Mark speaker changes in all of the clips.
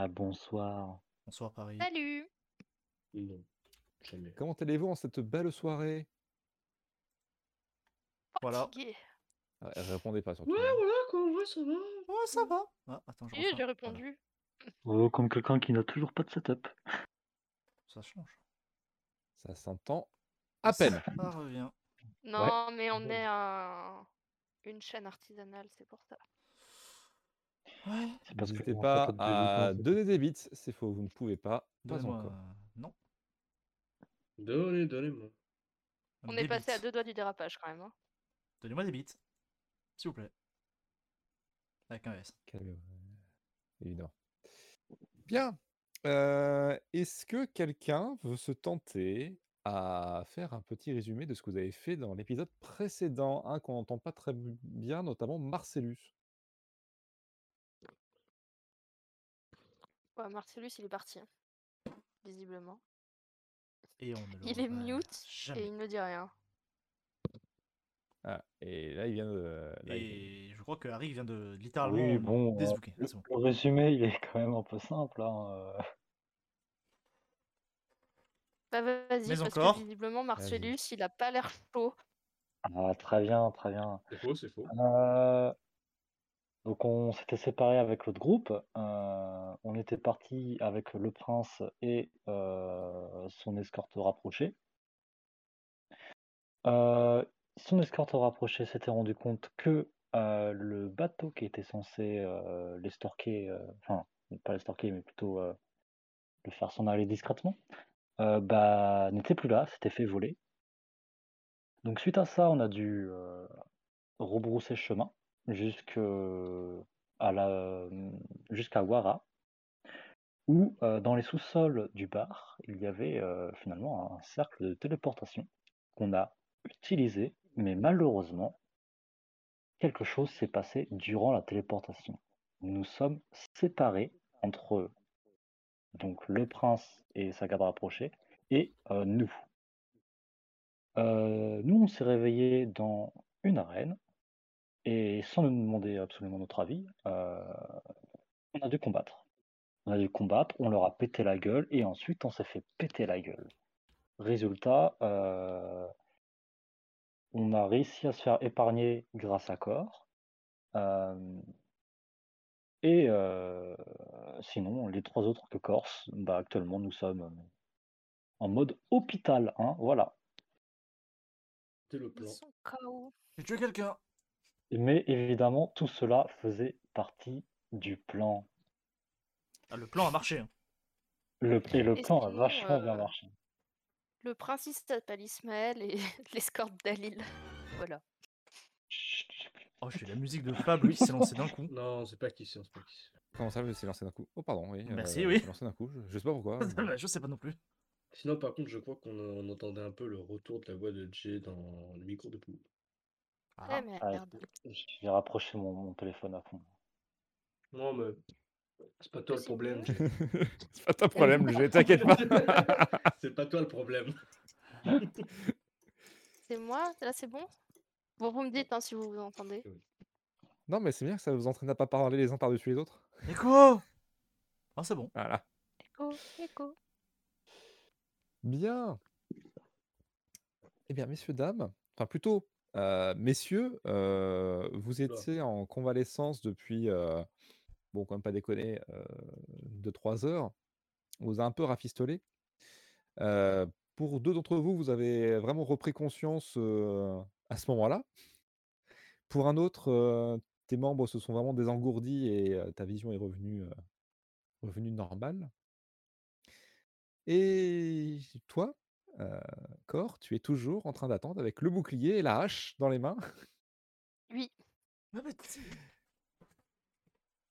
Speaker 1: Ah, bonsoir.
Speaker 2: Bonsoir Paris.
Speaker 3: Salut!
Speaker 4: Mmh.
Speaker 5: Non, jamais.
Speaker 4: Comment allez-vous en cette belle soirée
Speaker 2: Voilà.
Speaker 3: Fatigué.
Speaker 4: Ah, Répondez pas surtout. hein.
Speaker 5: Ouais, voilà, quoi, ouais, ça va.
Speaker 2: Oh, ça va. Ah, attends, je
Speaker 3: Oui,
Speaker 2: referme.
Speaker 3: j'ai
Speaker 2: Voilà.
Speaker 3: répondu.
Speaker 1: Oh, comme quelqu'un qui n'a toujours pas de setup.
Speaker 2: Ça change.
Speaker 4: Ça s'entend à peine.
Speaker 2: Ça revient.
Speaker 3: Non, mais on est un... une chaîne artisanale, c'est pour ça.
Speaker 2: Ouais.
Speaker 1: C'est parce que
Speaker 4: N'hésitez
Speaker 1: en
Speaker 4: pas
Speaker 1: fait, on
Speaker 4: à
Speaker 1: débute,
Speaker 4: donner des bits, c'est faux, vous ne pouvez pas. Pas
Speaker 2: Donne-moi- euh,
Speaker 4: encore.
Speaker 2: Non.
Speaker 5: Donnez, donnez-moi.
Speaker 3: On
Speaker 2: Des
Speaker 3: est passé à
Speaker 2: bits.
Speaker 3: deux doigts du dérapage quand même. hein.
Speaker 2: Donnez-moi des bits. S'il vous plaît. Avec un S.
Speaker 4: Calme, évidemment. euh, Bien. Euh, Est-ce que quelqu'un veut se tenter à faire un petit résumé de ce que vous avez fait dans l'épisode précédent, hein, qu'on n'entend pas très bu- bien, notamment Marcellus
Speaker 3: Ouais, Marcellus, il est parti. hein. Visiblement.
Speaker 2: Et on ne le
Speaker 3: Il est
Speaker 2: reverra
Speaker 3: mute
Speaker 2: Jamais.
Speaker 3: Et il ne dit rien.
Speaker 4: Ah, et là, il vient de. là, il-
Speaker 2: Et je crois que Harry vient de
Speaker 1: hein.
Speaker 2: littéralement
Speaker 1: Oui, bon. euh,
Speaker 2: désbloquer. Ah, c'est bon.
Speaker 1: le résumé, il est quand même un peu simple. hein, euh.
Speaker 3: Bah vas-y,
Speaker 2: Mais
Speaker 3: parce
Speaker 2: encore.
Speaker 3: que visiblement, Marcellus, il a pas l'air chaud.
Speaker 1: Ah, très bien, très bien.
Speaker 5: C'est faux, c'est faux.
Speaker 1: Euh, Donc, on s'était séparés avec l'autre groupe. Euh, on était parti avec le prince et euh, son escorte rapprochée. Euh, son escorte rapprochée s'était rendu compte que euh, le bateau qui était censé euh, l'estorquer, euh, enfin, pas l'estorquer, mais plutôt euh, le faire s'en aller discrètement, euh, bah, n'était plus là, s'était fait voler. Donc, suite à ça, on a dû euh, rebrousser chemin jusque euh, à la euh, jusqu'à Wara, où euh, dans les sous-sols du bar, il y avait euh, finalement un cercle de téléportation qu'on a utilisé, mais malheureusement, quelque chose s'est passé durant la téléportation. Nous nous sommes séparés entre donc le prince et sa garde rapprochée et euh, nous. Euh, nous, on s'est réveillés dans une arène et sans nous demander absolument notre avis, euh, on a dû combattre. On a dû combattre, on leur a pété la gueule et ensuite on s'est fait péter la gueule. Résultat, euh, on a réussi à se faire épargner grâce à Corps. Euh, et euh, sinon, les trois autres que Corse, bah, actuellement nous sommes en mode hôpital. Hein, voilà.
Speaker 5: C'était le
Speaker 3: Ils
Speaker 5: plan.
Speaker 3: sont KO.
Speaker 2: J'ai tué quelqu'un.
Speaker 1: Mais évidemment, tout cela faisait partie du plan.
Speaker 2: Ah, le plan a marché. hein.
Speaker 1: Le, et le
Speaker 3: Et
Speaker 1: plan a
Speaker 3: sinon,
Speaker 1: vachement bien
Speaker 3: euh,
Speaker 1: marché.
Speaker 3: Le prince, il s'appelle Ismaël et l'escorte d'Alil. Voilà.
Speaker 1: Chut, chut, chut.
Speaker 2: Oh, j'ai la musique de Pablo qui s'est lancée d'un coup.
Speaker 5: Non, c'est pas qui c'est, c'est pas qui c'est.
Speaker 4: Comment ça, c'est lancé d'un coup Oh, pardon, oui.
Speaker 2: Merci, oui.
Speaker 4: c'est lancé d'un coup, je, je sais pas pourquoi. mais-
Speaker 2: je sais pas non plus.
Speaker 5: Sinon, par contre, je crois qu'on on entendait un peu le retour de la voix de Jay dans le micro de Pou.
Speaker 3: Ah,
Speaker 2: Ah,
Speaker 1: Ah,
Speaker 3: merde.
Speaker 1: J'ai rapproché mon, mon téléphone à fond.
Speaker 5: Non, mais c'est pas toi le
Speaker 3: C'est
Speaker 5: problème.
Speaker 3: bon.
Speaker 5: Jay.
Speaker 4: c'est pas ton problème, je t'inquiète pas.
Speaker 5: c'est pas toi le problème.
Speaker 3: C'est moi Là, c'est bon Bon, vous me dites hein, si vous vous entendez.
Speaker 4: non, mais c'est bien que ça vous entraîne à pas parler les uns par-dessus les autres.
Speaker 2: mais quoi Ah, c'est bon.
Speaker 4: Voilà.
Speaker 3: Écho, écho.
Speaker 4: Bien. Eh bien, messieurs, dames, enfin plutôt, euh, messieurs, euh, vous
Speaker 5: Oula.
Speaker 4: étiez en convalescence depuis, euh, bon, quand même pas déconner, euh, 2-3 heures. On vous a un peu rafistolé. Euh, pour deux d'entre vous, vous avez vraiment repris conscience euh, à ce moment-là. Pour un autre, euh, tes membres se sont vraiment désengourdis et euh, ta vision est revenue, euh, revenue normale. Et toi, euh, Cor, tu es toujours en train d'attendre avec le bouclier et la hache dans les mains.
Speaker 3: Oui.
Speaker 2: Ah, mais t-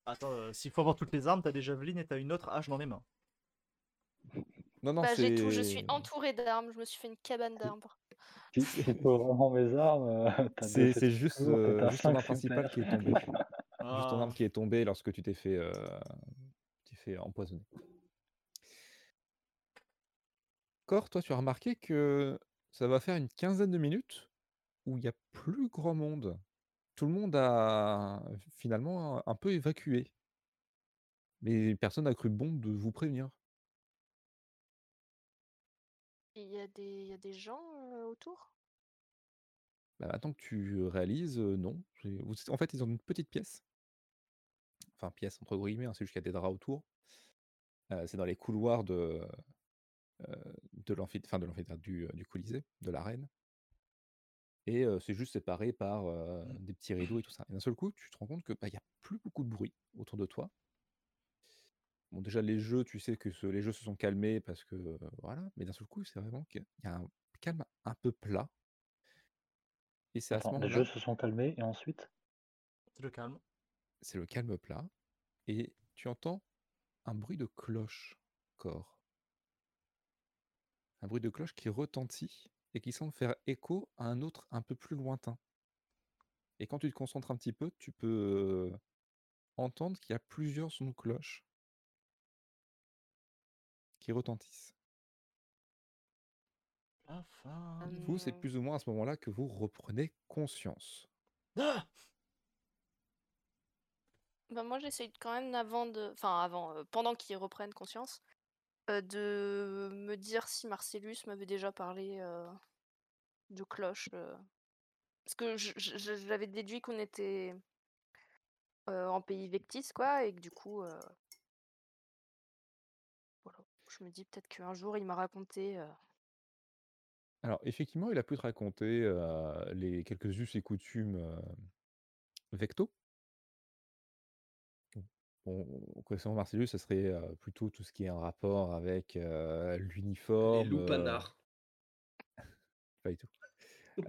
Speaker 2: Attends, euh, s'il faut avoir toutes les armes, t'as des javelines et t'as une autre hache dans les mains.
Speaker 4: Non, non,
Speaker 3: bah, j'ai tout,
Speaker 4: c'est...
Speaker 3: je suis entourée d'armes. Je me suis fait une cabane d'arbres.
Speaker 1: Si si tu veux vraiment mes armes, euh, t'as des-
Speaker 4: C'est c'est juste,
Speaker 1: toujours que
Speaker 4: euh,
Speaker 1: t'as
Speaker 4: juste ton
Speaker 1: cinq
Speaker 4: arme principale qui est tombée. Juste ton
Speaker 2: Ah,
Speaker 4: arme qui est tombée lorsque tu t'es fait, euh, tu t'es fait empoisonner. Cor, toi, tu as remarqué que ça va faire une quinzaine de minutes où il n'y a plus grand monde. Tout le monde a finalement un peu évacué. Mais personne n'a cru bon de vous prévenir.
Speaker 3: Il y, a des- il y a des gens euh, autour
Speaker 4: Bah, maintenant que tu réalises, euh, non. C'est- vous- En fait, ils ont une petite pièce. Enfin, pièce entre guillemets, hein, c'est juste qu'il y a des draps autour. Euh, c'est dans les couloirs de, euh, de l'amphithéâtre, enfin, de l'amphithéâtre du, euh, du Colisée, de l'arène. Et euh, c'est juste séparé par euh, des petits rideaux et tout ça. Et d'un seul coup, tu te rends compte que bah, il n'y a plus beaucoup de bruit autour de toi. Bon, déjà, les jeux, tu sais que ce- les jeux se sont calmés parce que euh, voilà. Mais d'un seul coup, c'est vraiment qu'il y a un calme un peu plat. Et c'est à ce
Speaker 1: Attends, les
Speaker 4: moment-là.
Speaker 1: jeux se sont calmés et ensuite
Speaker 2: C'est le calme.
Speaker 4: c'est le calme plat, et tu entends un bruit de cloche corps. Un bruit de cloche qui retentit et qui semble faire écho à un autre un peu plus lointain. Et quand tu te concentres un petit peu, tu peux euh, entendre qu'il y a plusieurs sons de cloche qui retentissent.
Speaker 2: La fin.
Speaker 3: Euh,
Speaker 4: Vous, c'est
Speaker 3: Hmm.
Speaker 4: plus ou moins à ce moment-là que vous reprenez conscience.
Speaker 2: Ah
Speaker 3: Bah, moi, j'essaye quand même avant de, enfin avant, euh, pendant qu'ils reprennent conscience, euh, de me dire si Marcellus m'avait déjà parlé euh, de cloche, euh, parce que je- je- je- j'avais déduit qu'on était euh, en pays vectis, quoi, et que du coup, euh, voilà. Je me dis peut-être qu'un jour il m'a raconté. euh,
Speaker 4: Alors, effectivement, il a pu te raconter euh, les quelques us et coutumes euh, vecto. Bon, connaissant Marcellus, ça serait euh, plutôt tout ce qui est en rapport avec euh,
Speaker 5: Les
Speaker 4: l'uniforme, euh,
Speaker 5: loupanards.
Speaker 4: pas du tout.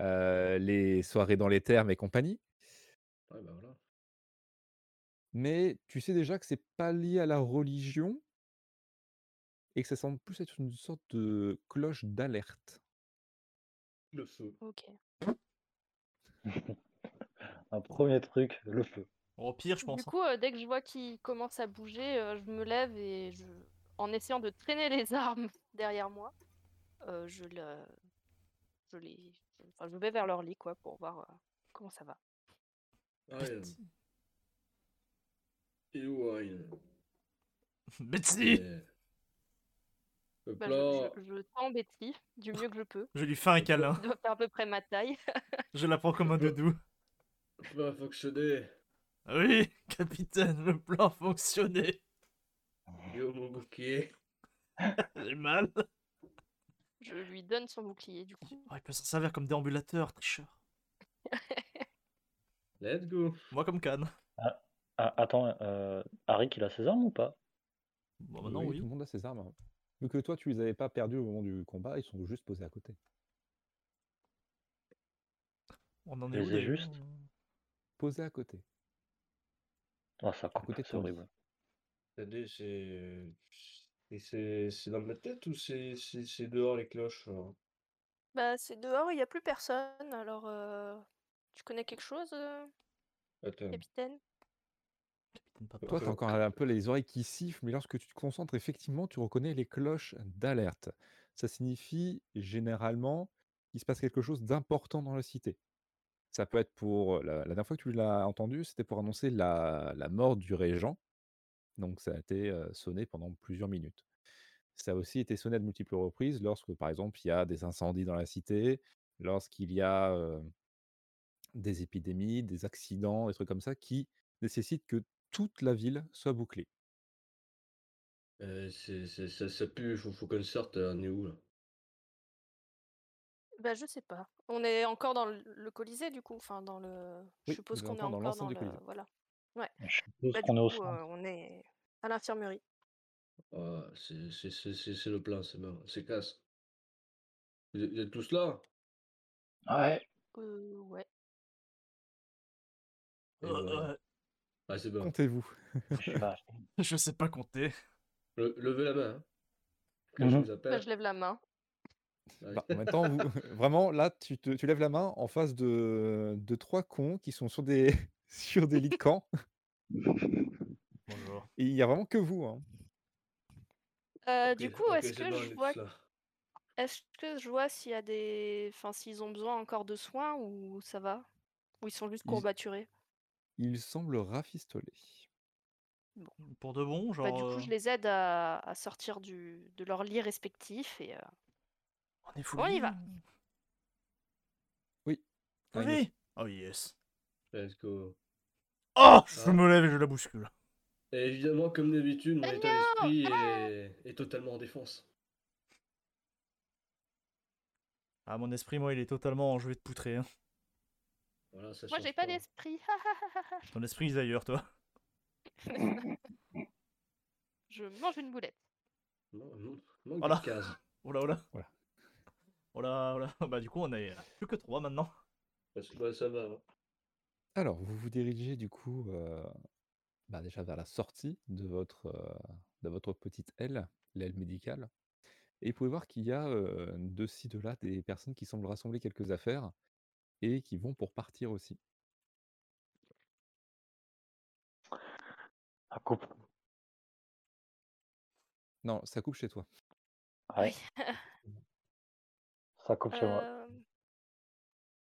Speaker 4: Euh, les soirées dans les thermes et compagnie.
Speaker 5: Ouais, bah voilà.
Speaker 4: Mais tu sais déjà que c'est pas lié à la religion et que ça semble plus être une sorte de cloche d'alerte.
Speaker 5: Le feu.
Speaker 3: Ok.
Speaker 1: un premier truc, le feu.
Speaker 2: Au pire, je pense.
Speaker 3: Du
Speaker 2: hein.
Speaker 3: coup, euh, dès que je vois qu'il commence à bouger, euh, je me lève et je, en essayant de traîner les armes derrière moi, euh, je le, je les, enfin, je vais vers leur lit quoi pour voir euh, comment ça va.
Speaker 5: Iron. Ah, Et où ah, Iron
Speaker 2: Betsy
Speaker 5: Eh. Hop
Speaker 3: Bah, je-
Speaker 5: là.
Speaker 3: je, je tends Betty du mieux que je peux.
Speaker 2: Je lui fais un câlin.
Speaker 3: Elle doit faire à peu près ma taille.
Speaker 2: Je la prends comme un doudou. Ah
Speaker 5: Le plan a fonctionné.
Speaker 2: Oui, capitaine, le plan fonctionnait.
Speaker 5: Yo, mon bouclier.
Speaker 2: J'ai mal.
Speaker 3: Je lui donne son bouclier du coup.
Speaker 2: Oh, il peut s'en servir comme déambulateur, tricheur.
Speaker 5: Let's go.
Speaker 2: Moi comme canne.
Speaker 1: Ah, attends, euh, Harry, il a ses armes ou pas
Speaker 2: Bon, maintenant,
Speaker 4: Tout
Speaker 2: oui.
Speaker 4: le monde a ses armes. hein. Vu que toi, tu les avais pas perdues au moment du combat, ils sont juste posés à côté.
Speaker 2: On en
Speaker 1: Je
Speaker 2: est où,
Speaker 1: les ai
Speaker 2: d'ailleurs
Speaker 1: juste.
Speaker 4: Posés à côté.
Speaker 1: Ah, ça coupe,
Speaker 4: côté de
Speaker 1: c'est
Speaker 4: ton lit.
Speaker 1: horrible.
Speaker 5: Attendez, c'est. Et c'est c'est dans ma tête ou c'est c'est- c'est dehors les cloches hein alors
Speaker 3: Bah c'est dehors, il n'y a plus personne. Alors euh, tu connais quelque chose, euh,
Speaker 4: Euh.
Speaker 5: Attends.
Speaker 3: capitaine
Speaker 2: Capitaine Papa.
Speaker 4: Toi, t'as
Speaker 5: Euh,
Speaker 4: encore un peu les oreilles qui sifflent, mais lorsque tu te concentres, effectivement, tu reconnais les cloches d'alerte. Ça signifie généralement qu'il se passe quelque chose d'important dans la cité. Ça peut être pour. La, la dernière fois que tu l'as entendu, c'était pour annoncer la, la mort du régent. Donc, ça a été euh, sonné pendant plusieurs minutes. Ça a aussi été sonné à de multiples reprises lorsque, par exemple, il y a des incendies dans la cité, lorsqu'il y a euh, des épidémies, des accidents, des trucs comme ça qui nécessitent que toute la ville soit bouclée.
Speaker 5: Euh, c'est- c'est- ça, ça pue, faut, faut qu'on sorte, euh, on est où là
Speaker 3: Bah je sais pas. On est encore dans le- le Colisée du coup, enfin dans le.
Speaker 4: Oui,
Speaker 3: je suppose
Speaker 4: vous êtes
Speaker 3: qu'on est
Speaker 4: encore dans
Speaker 3: encore dans
Speaker 4: l'enceinte du
Speaker 3: le.
Speaker 4: Colisée.
Speaker 3: Voilà.
Speaker 1: Je suppose
Speaker 3: Bah, du
Speaker 1: qu'on est au
Speaker 3: coup,
Speaker 1: centre.
Speaker 3: euh, on est à l'infirmerie.
Speaker 5: Ah, c'est c'est- c'est- c'est- c'est le plan, c'est bon, c'est casse. Vous êtes- vous êtes tous là
Speaker 1: Ouais,
Speaker 3: Euh, ouais.
Speaker 5: Et
Speaker 2: Euh,
Speaker 5: voilà.
Speaker 2: euh,
Speaker 5: Eh Ah, c'est bon.
Speaker 4: Comptez-vous.
Speaker 1: je sais pas.
Speaker 2: je sais pas compter.
Speaker 5: Le- levez la main. hein. Quand je
Speaker 1: Mhm.
Speaker 5: vous
Speaker 3: Bah,
Speaker 5: appelle. Ah,
Speaker 3: je lève la main.
Speaker 5: Allez.
Speaker 4: Mmh Bah, en même temps, vous- vraiment, là, tu, te- tu lèves la main en face de, de trois cons qui sont sur des, sur des lits de camp.
Speaker 2: Bonjour.
Speaker 4: Et il n'y a vraiment que vous. hein.
Speaker 3: Euh,
Speaker 5: Ok,
Speaker 3: du coup,
Speaker 5: ok,
Speaker 3: est-ce
Speaker 5: c'est
Speaker 3: que
Speaker 5: bon, on est
Speaker 3: je
Speaker 5: tous
Speaker 3: vois,
Speaker 5: là.
Speaker 3: est-ce que je vois s'il y a des, enfin, s'ils ont besoin encore de soins ou ça va, ou ils sont juste
Speaker 4: Ils-
Speaker 3: courbaturés.
Speaker 4: Il semble rafistoler.
Speaker 2: Pour de bon, genre.
Speaker 3: Bah, du coup,
Speaker 2: euh,
Speaker 3: je les aide à, à sortir du, de leur lit respectif et euh,
Speaker 2: On est full
Speaker 3: on y va.
Speaker 2: lean.
Speaker 4: Oui.
Speaker 2: On y
Speaker 4: Allez.
Speaker 2: va. Oh yes.
Speaker 5: Let's go.
Speaker 2: Oh Je
Speaker 5: Ah.
Speaker 2: me lève et je la bouscule.
Speaker 5: Et évidemment, comme d'habitude, mon état d'esprit
Speaker 3: Ah!
Speaker 5: est... est totalement en défense.
Speaker 2: Ah, mon esprit, moi, il est totalement en je vais te poutrer. hein.
Speaker 5: Voilà, ça
Speaker 3: moi
Speaker 5: change
Speaker 3: j'ai pas d'esprit.
Speaker 2: Ton esprit, il est ailleurs, toi.
Speaker 3: je mange une boulette.
Speaker 5: Non, non, manque
Speaker 2: Voilà.
Speaker 5: de cases.
Speaker 2: Oh là, oh là.
Speaker 4: Voilà.
Speaker 2: Oh là, oh là. Bah, du coup, on est euh, plus que trois maintenant.
Speaker 5: Parce que, bah, ça va. hein.
Speaker 4: Alors, vous vous dirigez du coup euh, bah, déjà vers la sortie de votre, euh, de votre petite aile, l'aile médicale. Et vous pouvez voir qu'il y a euh, de ci, de là des personnes qui semblent rassembler quelques affaires et qui vont pour partir aussi.
Speaker 1: À coupe.
Speaker 4: Non, ça coupe chez toi.
Speaker 1: Ouais. Ça coupe chez moi.
Speaker 3: Euh,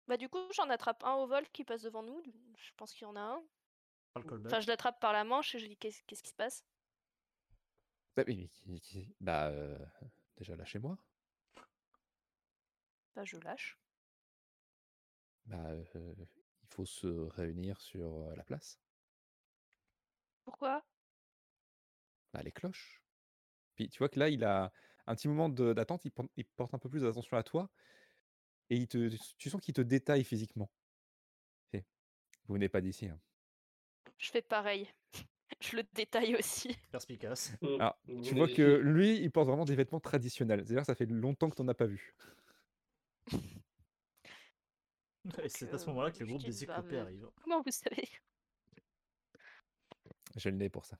Speaker 3: Bah du coup, j'en attrape un au vol qui passe devant nous. Je pense qu'il y en a un.
Speaker 2: Pas le callback.
Speaker 3: Enfin, je l'attrape par la manche et je dis qu'est-ce qu'est-ce qui se passe
Speaker 4: Bah, mais- mais qui- qui- bah, euh, déjà lâchez-moi.
Speaker 3: Bah je lâche.
Speaker 4: Bah, euh, il faut se réunir sur euh, la place.
Speaker 3: Pourquoi
Speaker 4: Bah, les cloches. Puis tu vois que là, il a un petit moment de- d'attente, il, porte- il porte un peu plus d'attention à toi et il te, tu sens qu'il te détaille physiquement. Fait, vous venez pas d'ici. hein.
Speaker 3: Je fais pareil. je le détaille aussi.
Speaker 2: Perspicace.
Speaker 5: Hum,
Speaker 4: Ah,
Speaker 5: vous
Speaker 4: Tu
Speaker 5: venez
Speaker 4: vois
Speaker 5: d'ici.
Speaker 4: que lui, il porte vraiment des vêtements traditionnels. C'est-à-dire que ça fait longtemps que t'en as pas vu.
Speaker 2: Et c'est à ce
Speaker 3: euh,
Speaker 2: moment-là que le
Speaker 3: je
Speaker 2: groupe
Speaker 3: dis,
Speaker 2: des
Speaker 3: bah,
Speaker 2: éclopés
Speaker 3: mais-
Speaker 2: arrive.
Speaker 3: Comment vous savez
Speaker 4: J'ai le nez pour ça.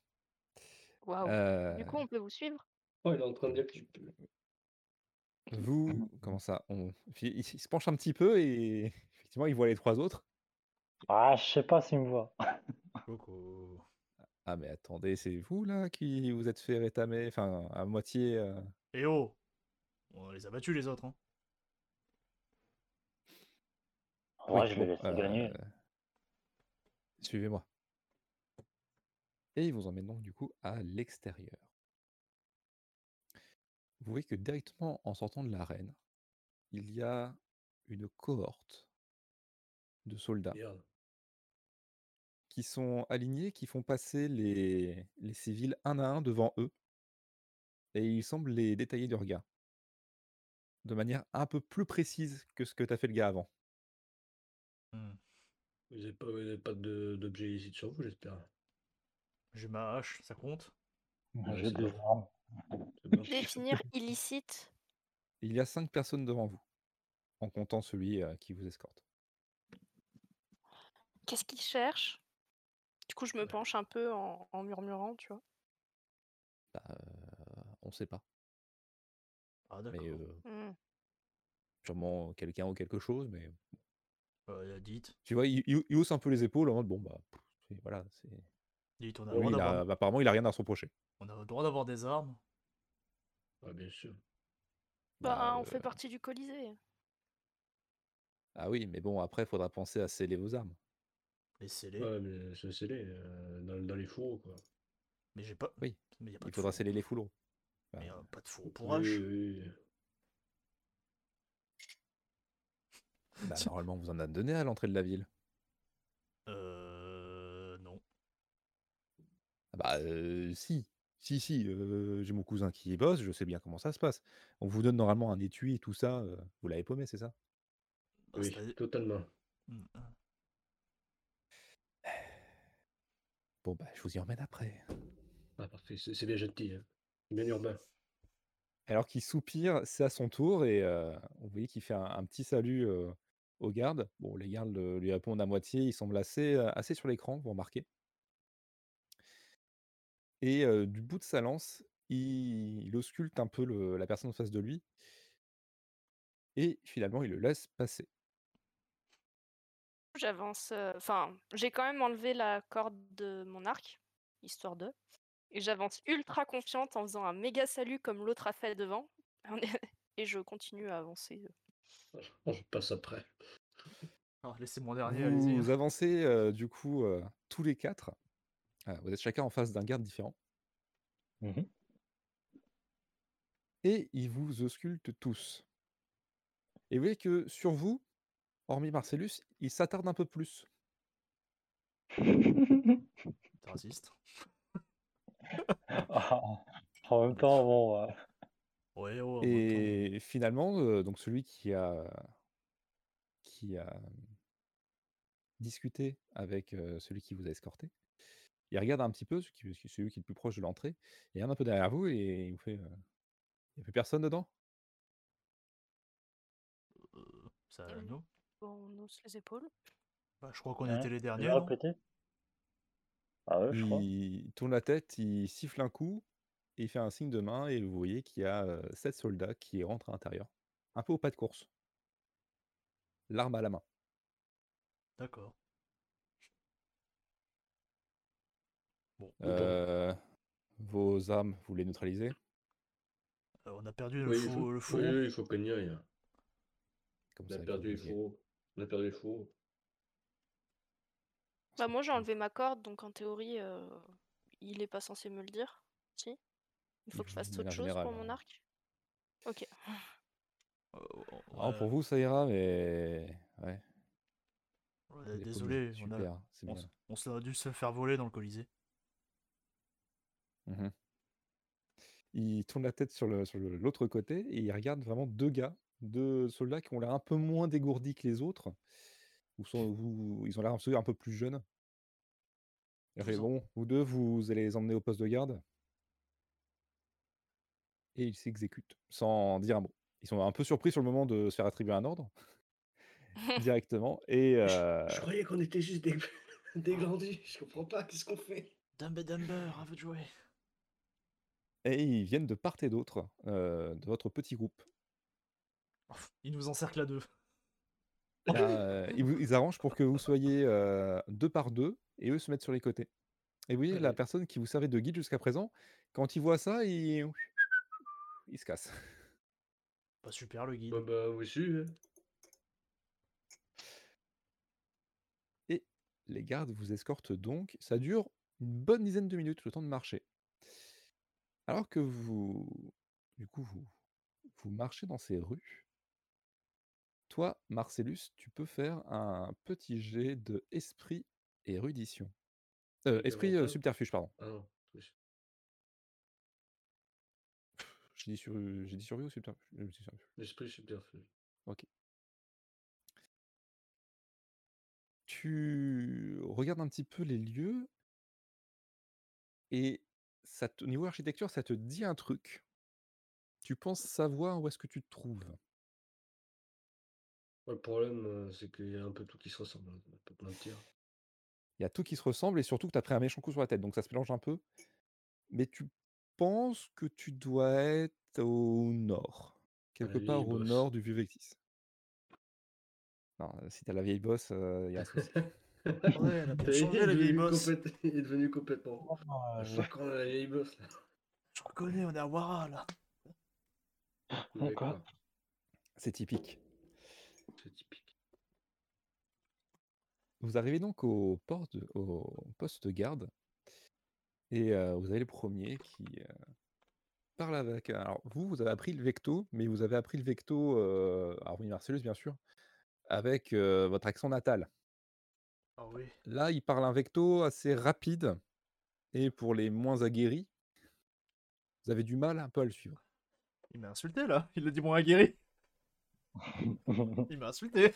Speaker 3: Waouh.
Speaker 4: Euh,
Speaker 3: Du coup, on peut vous suivre
Speaker 5: Oh, il est en train de dire que tu peux. Mmh
Speaker 4: vous, comment ça on... Puis Il, il se penche un petit peu et effectivement, il voit les trois autres.
Speaker 1: Ah, je sais pas s'il me voit.
Speaker 2: Coco.
Speaker 4: Ah mais attendez, c'est vous là qui vous êtes fait rétamer, enfin à moitié. euh,
Speaker 2: Eh oh On les a battus, les autres. Hein.
Speaker 1: Ouais,
Speaker 4: oui,
Speaker 1: je vais
Speaker 4: bon,
Speaker 1: laisser gagner.
Speaker 4: euh, Suivez-moi. Et ils vous emmènent donc du coup à l'extérieur. Vous voyez que directement en sortant de l'arène, il y a une cohorte de soldats
Speaker 5: Merde.
Speaker 4: qui sont alignés, qui font passer les, les civils un à un devant eux. Et ils semblent les détailler du regard. De manière un peu plus précise que ce que t'as fait le gars avant.
Speaker 2: Hmm.
Speaker 5: Vous n'avez pas, vous avez pas de- d'objet illicite sur vous, j'espère.
Speaker 2: J'ai ma hache, ça compte
Speaker 5: ouais,
Speaker 1: J'ai
Speaker 5: c'est
Speaker 1: des
Speaker 5: bon.
Speaker 1: armes.
Speaker 5: C'est bien.
Speaker 3: Définir illicite
Speaker 4: Il y a cinq personnes devant vous, en comptant celui euh, qui vous escorte.
Speaker 3: Qu'est-ce qu'ils cherchent Du coup, je me penche un peu en, en murmurant, tu vois.
Speaker 4: Bah, euh, on sait pas.
Speaker 2: Ah, d'accord.
Speaker 4: Mais euh,
Speaker 3: Hmm.
Speaker 4: sûrement quelqu'un ou quelque chose, mais
Speaker 2: Euh, dites,
Speaker 4: tu vois, il, il- il hausse un peu les épaules en mode bon bah pff, c'est- voilà, c'est.
Speaker 2: dites, on a,
Speaker 4: Oui,
Speaker 2: le droit
Speaker 4: il a-
Speaker 2: d'avoir-
Speaker 4: bah, apparemment il a rien à se reprocher.
Speaker 2: on a le droit d'avoir des armes.
Speaker 5: Ah, bien sûr.
Speaker 3: Bah,
Speaker 4: Bah,
Speaker 3: on
Speaker 4: euh,
Speaker 3: fait partie du Colisée.
Speaker 4: Ah oui, mais bon après faudra penser à sceller vos armes.
Speaker 2: Laissez-les.
Speaker 5: Ouais, mais ça, c'est les, euh, dans, dans les fourreaux, quoi.
Speaker 2: Mais j'ai pas.
Speaker 4: Oui.
Speaker 2: Mais y a pas
Speaker 4: Il
Speaker 2: de
Speaker 4: faudra
Speaker 2: four.
Speaker 4: sceller les fourreaux.
Speaker 2: Mais
Speaker 4: Bah,
Speaker 2: euh, pas de four pour hache.
Speaker 5: Oui, oui, oui.
Speaker 4: bah, normalement vous en a donné à l'entrée de la ville.
Speaker 2: Euh. Non.
Speaker 4: Ah Bah euh, si, si, si, euh, j'ai mon cousin qui y bosse, je sais bien comment ça se passe. On vous donne normalement un étui et tout ça, euh, vous l'avez paumé, c'est ça
Speaker 2: Bah,
Speaker 5: Oui,
Speaker 2: c'est-à-dire-
Speaker 5: totalement.
Speaker 2: Hmm.
Speaker 4: Bon bah je vous y emmène après.
Speaker 5: Ah, parfait, c'est c'est bien gentil, hein. Bien urbain.
Speaker 4: Alors qu'il soupire, c'est à son tour, et euh, on voyait qu'il fait un, un petit salut euh, aux gardes. Bon, les gardes le- lui répondent à moitié, ils semblent assez, euh, assez sur l'écran, vous remarquez. Et euh, du bout de sa lance, il, il ausculte un peu le- la personne en face de lui, et finalement, il le laisse passer.
Speaker 3: J'avance. euh, Enfin, j'ai quand même enlevé la corde de mon arc, histoire de. Et j'avance ultra confiante en faisant un méga salut comme l'autre a fait devant. Et je continue à avancer.
Speaker 5: Oh, je passe après.
Speaker 2: Ah, Laissez mon dernier,
Speaker 4: Vous
Speaker 2: allez-y.
Speaker 4: avancez euh, du coup euh, tous les quatre Euh, vous êtes chacun en face d'un garde différent.
Speaker 1: Mhm.
Speaker 4: et ils vous auscultent tous. Et vous voyez que sur vous, hormis Marcellus, il s'attarde un peu plus.
Speaker 2: T'es raciste.
Speaker 1: Ah, en même temps, bon, euh,
Speaker 2: Ouais, ouais, en même temps.
Speaker 4: Et finalement, euh, donc celui qui a qui a discuté avec euh, celui qui vous a escorté, il regarde un petit peu celui qui, celui qui est le plus proche de l'entrée, et il regarde un peu derrière vous et il vous fait. euh, il n'y a plus personne dedans
Speaker 2: Euh, ça,
Speaker 3: Euh,
Speaker 2: non
Speaker 3: Bon, on hausse les épaules.
Speaker 2: Bah, je crois qu'on
Speaker 1: Hein,
Speaker 2: était les
Speaker 1: je
Speaker 2: derniers.
Speaker 1: vais
Speaker 2: non
Speaker 1: répéter. Ah ouais, je crois.
Speaker 4: Il tourne la tête, il siffle un coup, et il fait un signe de main, et vous voyez qu'il y a euh, sept soldats qui rentrent à l'intérieur, un peu au pas de course, l'arme à la main.
Speaker 2: D'accord. Bon,
Speaker 4: Euh, vos armes, vous les neutralisez
Speaker 2: euh, on a perdu le,
Speaker 5: Oui,
Speaker 2: fou-
Speaker 5: il faut,
Speaker 2: le
Speaker 5: oui,
Speaker 2: fourreau.
Speaker 5: oui, il faut cogner. il y a-
Speaker 4: Comme
Speaker 5: On a
Speaker 4: ça,
Speaker 5: perdu les
Speaker 4: vous les-
Speaker 5: fourreaux. On a perdu les fourreaux.
Speaker 3: Bah, moi, j'ai enlevé ma corde, donc en théorie, euh, il est pas censé me le dire. Si Il faut que je
Speaker 4: De
Speaker 3: fasse autre
Speaker 4: manière
Speaker 3: chose pour
Speaker 4: générale,
Speaker 3: mon
Speaker 4: hein.
Speaker 3: arc Ok.
Speaker 2: Euh, on-
Speaker 4: Ah, pour vous, ça ira, mais. Ouais.
Speaker 2: on-
Speaker 4: vous
Speaker 2: euh,
Speaker 4: êtes obligé.
Speaker 2: Désolé, on, a-
Speaker 4: Super, c'est
Speaker 2: on
Speaker 4: bien.
Speaker 2: s- on s'est dû se faire voler dans le Colisée.
Speaker 4: Mhm. Il tourne la tête sur l'autre le, sur le- l'autre côté et il regarde vraiment deux gars, deux soldats qui ont l'air un peu moins dégourdis que les autres. Ou sont, ou- ils ont l'air un peu- un peu plus jeunes. Il fait,
Speaker 2: Douze ans.
Speaker 4: bon, vous deux, vous allez les emmener au poste de garde. Et ils s'exécutent sans dire un mot. Ils sont un peu surpris sur le moment de se faire attribuer un ordre directement. Et euh,
Speaker 5: Je croyais qu'on était juste des... des glandus. Je comprends pas. Qu'est-ce qu'on fait
Speaker 2: Dumb Dumber, à vous de jouer.
Speaker 4: et ils viennent de part et d'autre euh, de votre petit groupe.
Speaker 2: Il nous encercle à deux.
Speaker 4: Il y a, euh, ils, vous- ils arrangent pour que vous soyez euh, deux par deux et eux se mettent sur les côtés. Et vous voyez, la
Speaker 5: Allez.
Speaker 4: personne qui vous servait de guide jusqu'à présent, quand il voit ça, il, il se casse.
Speaker 2: Pas super le guide.
Speaker 5: Bah, bah, oui, si. hein.
Speaker 4: Les gardes vous escortent donc. Ça dure une bonne dizaine de minutes, le temps de marcher. Alors que vous, du coup, vous, vous marchez dans ces rues. Toi, Marcellus, tu peux faire un petit jet de esprit et érudition. Euh,
Speaker 5: Avec
Speaker 4: esprit euh,
Speaker 5: avantage
Speaker 4: subterfuge, pardon.
Speaker 5: Ah non. oui.
Speaker 4: J'ai dit, sur... j'ai dit survie ou subterfuge Euh, c'est survie.
Speaker 5: L'esprit subterfuge.
Speaker 4: tu regardes un petit peu les lieux et ça te- niveau architecture, ça te dit un truc. Tu penses savoir où est-ce que tu te trouves.
Speaker 5: Ouais, le problème, euh, c'est qu'il y a un peu tout qui se ressemble. hein, On peut pas mentir.
Speaker 4: Il y a tout qui se ressemble et surtout que tu as pris un méchant coup sur la tête, donc ça se mélange un peu. Mais tu penses que tu dois être au nord, quelque
Speaker 5: vieille
Speaker 4: part au
Speaker 5: bosse.
Speaker 4: nord du vieux Vectis. Non, euh, si t'as la vieille bosse, euh, il y a un souci.
Speaker 2: Ouais, elle a bien
Speaker 5: Il
Speaker 2: changé
Speaker 5: est
Speaker 2: la vieille
Speaker 5: devenu
Speaker 2: bosse.
Speaker 5: complète- Il est devenu complètement.
Speaker 1: Ah,
Speaker 5: Je crois qu'on a la vieille bosse là.
Speaker 2: Je reconnais, on est à Wara là.
Speaker 1: D'accord.
Speaker 5: D'accord,
Speaker 4: C'est typique.
Speaker 5: C'est typique.
Speaker 4: Vous arrivez donc au, port de- au poste de garde et euh, vous avez le premier qui euh, parle avec. Alors, vous, vous avez appris le vecto, mais vous avez appris le vecto, euh, alors oui, Marcellus, bien sûr, avec euh, votre accent natal.
Speaker 2: Ah oui.
Speaker 4: Là, il parle un vecto assez rapide et pour les moins aguerris, vous avez du mal un peu à le suivre.
Speaker 2: Il m'a insulté là. Il a dit bon aguerri. Il m'a insulté.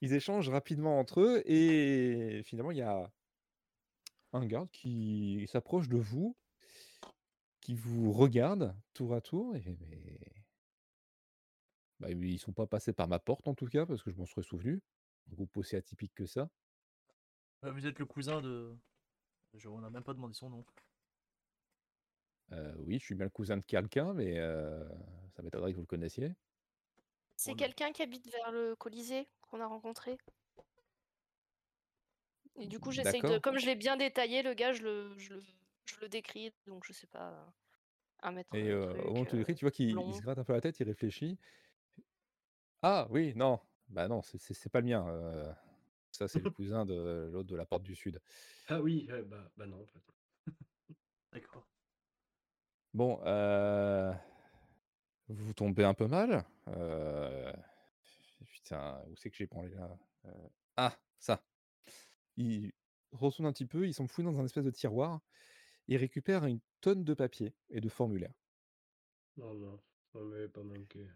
Speaker 4: Ils échangent rapidement entre eux et finalement, il y a un garde qui s'approche de vous, qui vous regarde tour à tour. Et mais... bah, ils sont pas passés par ma porte en tout cas, parce que je m'en serais souvenu. Un groupe aussi atypique que ça.
Speaker 2: Euh, Vous êtes le cousin de. Je- On n'a même pas demandé son nom.
Speaker 4: Euh, oui, je suis bien le cousin de quelqu'un, mais euh, ça m'étonnerait que vous le connaissiez.
Speaker 3: C'est
Speaker 2: On a-
Speaker 3: quelqu'un qui habite vers le Colisée qu'on a rencontré. Et du coup, j'essaye de.
Speaker 4: D'accord.
Speaker 3: Comme je l'ai bien détaillé, le gars, je le, je le, je le décris, donc je sais pas. euh, Un mètre.
Speaker 4: Et
Speaker 3: euh,
Speaker 4: euh,
Speaker 3: truc,
Speaker 4: au moment où tu
Speaker 3: euh,
Speaker 4: l'écris, tu vois qu'il il
Speaker 3: blond.
Speaker 4: se gratte un peu la tête, il réfléchit. Ah oui, non, bah non, c'est- c'est c'est pas le mien. euh, Ça, c'est le cousin de l'autre de la porte du Sud.
Speaker 5: Ah oui, ouais, bah, bah non. en fait.
Speaker 2: D'accord.
Speaker 4: Bon, euh, vous tombez un peu mal. euh, Putain, où c'est que j'ai branlé là Euh, Ah, ça. Il retourne un petit peu, ils sont fouillés dans un espèce de tiroir. Il récupère une tonne de papier et de formulaires.
Speaker 5: Non, non, on m'avait pas manqué.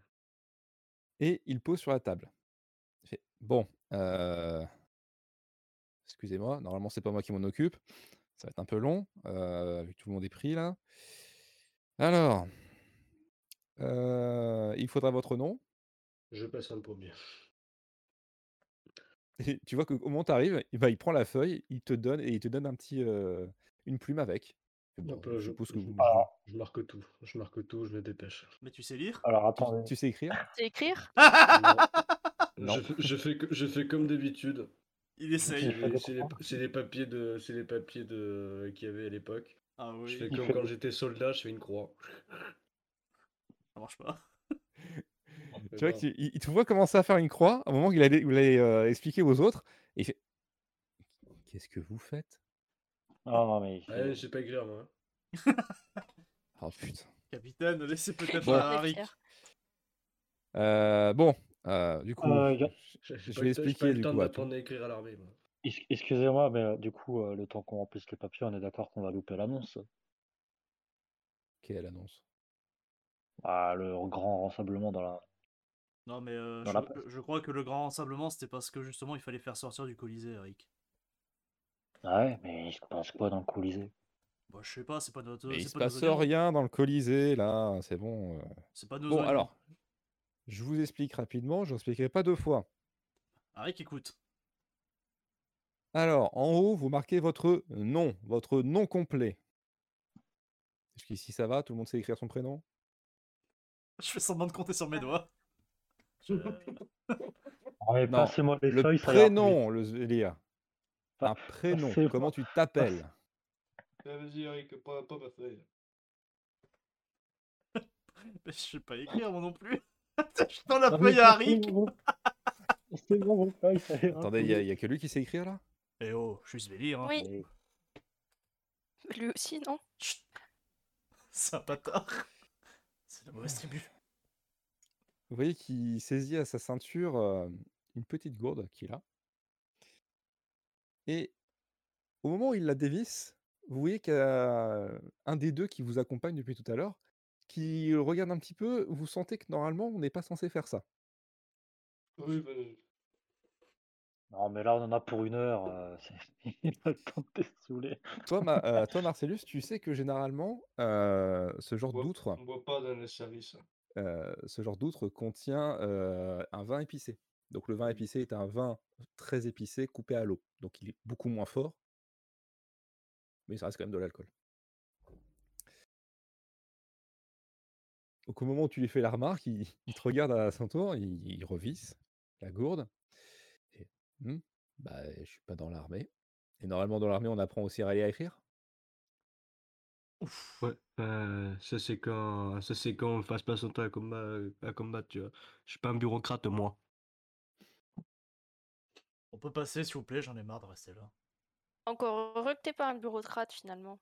Speaker 4: Et il pose sur la table. Il fait, bon, euh, excusez-moi, normalement c'est pas moi qui m'en occupe. Ça va être un peu long, euh, vu que tout le monde est pris là. Alors, euh, il faudra votre nom.
Speaker 5: Je passe un premier.
Speaker 4: Et tu vois que au moment où t'arrives, eh ben, il prend la feuille, il te donne et il te donne un petit, euh, une plume avec. Et bon,
Speaker 5: Hop là,
Speaker 4: je
Speaker 5: je-
Speaker 4: suppose que
Speaker 5: je-
Speaker 4: vous-
Speaker 1: Ah.
Speaker 5: Je marque tout. Je marque tout, je me dépêche.
Speaker 2: Mais tu sais
Speaker 5: Ah.
Speaker 2: lire
Speaker 1: Alors
Speaker 4: tu-
Speaker 1: attendez,
Speaker 4: Tu sais écrire
Speaker 3: C'est écrire
Speaker 4: Non.
Speaker 5: Non. Je, fais- je fais, que- je fais comme d'habitude.
Speaker 2: Il essaye.
Speaker 1: fait
Speaker 5: C'est c'est les,
Speaker 1: comprendre.
Speaker 5: c'est les papiers de, c'est les papiers de qu'il y avait à l'époque.
Speaker 2: Ah
Speaker 5: Je fais
Speaker 2: oui,
Speaker 5: comme quand j'étais soldat, je fais une croix.
Speaker 2: ça marche pas.
Speaker 5: Euh,
Speaker 4: Tu vois qu'il il- il te voit commencer à faire une croix au moment où il allait, où il allait, euh, expliquer aux autres. Et il fait Qu'est-ce que vous faites
Speaker 1: Ah non, mais.
Speaker 5: Ouais, c'est pas clair moi.
Speaker 4: Oh putain.
Speaker 2: Capitaine, laissez peut-être
Speaker 4: Bon.
Speaker 2: un Rick.
Speaker 4: Euh, bon, euh, du coup,
Speaker 1: Euh, y a-
Speaker 5: J'ai- j'ai
Speaker 4: Je
Speaker 5: pas
Speaker 4: vais
Speaker 5: le temps- j'ai
Speaker 4: expliquer,
Speaker 5: pas
Speaker 4: du
Speaker 5: le temps
Speaker 4: coup, à
Speaker 5: d'apprendre à écrire à l'armée. moi.
Speaker 1: Ex- Excusez-moi, mais euh, du coup, euh, le temps qu'on remplisse les papiers, on est d'accord qu'on va louper l'annonce.
Speaker 4: quelle annonce
Speaker 1: Ah, le grand rassemblement dans la.
Speaker 2: Non mais euh,
Speaker 1: Dans la
Speaker 2: je, je crois que le grand rassemblement c'était parce que justement il fallait faire sortir du Colisée, Rick.
Speaker 1: Ah ouais, mais il se passe quoi dans le Colisée
Speaker 2: Bah je sais pas, c'est pas notre.
Speaker 4: Mais
Speaker 2: c'est
Speaker 4: il se
Speaker 2: pas nos
Speaker 4: passe
Speaker 2: oignons.
Speaker 4: rien dans le Colisée, là, c'est bon. euh.
Speaker 2: C'est pas nos
Speaker 4: Bon,
Speaker 2: oignons.
Speaker 4: alors, je vous explique rapidement, je ne expliquerai pas deux fois.
Speaker 2: Ah, Rick écoute.
Speaker 4: Alors, en haut, vous marquez votre nom, votre nom complet. Jusqu'ici, ça va Tout le monde sait écrire son prénom
Speaker 2: Je fais semblant de compter sur mes doigts. Je-
Speaker 1: Ah, mais
Speaker 4: Non,
Speaker 1: Passez-moi les
Speaker 4: Le
Speaker 1: feuilles, ça a l'air
Speaker 4: prénom, le Zélia.
Speaker 1: Pas-
Speaker 4: Un prénom,
Speaker 1: passez-moi-
Speaker 4: comment tu t'appelles
Speaker 5: Ah, Vas-y Eric, pas, pas ma feuille.
Speaker 2: je sais pas écrire moi non plus. je tends la
Speaker 1: Non, mais
Speaker 2: feuille à
Speaker 1: c'est
Speaker 2: Rick.
Speaker 1: bon. C'est bon, vos feuilles, ça ira.
Speaker 4: Attendez, il n'y a, que lui qui sait écrire, là
Speaker 2: Eh oh, je suis Sveli, hein.
Speaker 3: Oui,
Speaker 1: Mais-
Speaker 4: oh.
Speaker 3: lui aussi, non
Speaker 2: Chut. C'est un bâtard. C'est
Speaker 1: Ah.
Speaker 2: la mauvaise tribu.
Speaker 4: Vous voyez qu'il saisit à sa ceinture euh, une petite gourde qu'il a. Et au moment où il la dévisse, vous voyez qu'il y a un des deux qui vous accompagne depuis tout à l'heure, qui le regarde un petit peu, vous sentez que normalement on n'est pas censé faire ça.
Speaker 5: Oui, vas-y.
Speaker 1: Non, mais là, on en a pour une heure. euh, c'est- il a le temps de te saouler.
Speaker 4: Toi, Ma- euh, toi Marcellus, tu sais que généralement euh, ce genre
Speaker 5: Ouais.
Speaker 4: d'outre,
Speaker 5: on boit pas dans les services.
Speaker 4: euh, ce genre d'outre contient euh, un vin épicé. Donc le vin épicé est un vin très épicé coupé à l'eau, donc il est beaucoup moins fort, mais ça reste quand même de l'alcool. Donc au moment où tu lui fais la remarque, il, il te regarde à son tour, il, il revisse la gourde. Et, Hmm, bah, je suis pas dans l'armée. Et normalement dans l'armée, on apprend aussi à lire et à écrire.
Speaker 5: Ouf, ouais, euh, ça c'est quand, ça c'est quand on passe pas son temps à combat, à combattre, tu vois. Je suis pas un bureaucrate, moi.
Speaker 2: On peut passer s'il vous plaît, j'en ai marre de rester là.
Speaker 3: Encore heureux que t'es pas un bureaucrate, finalement.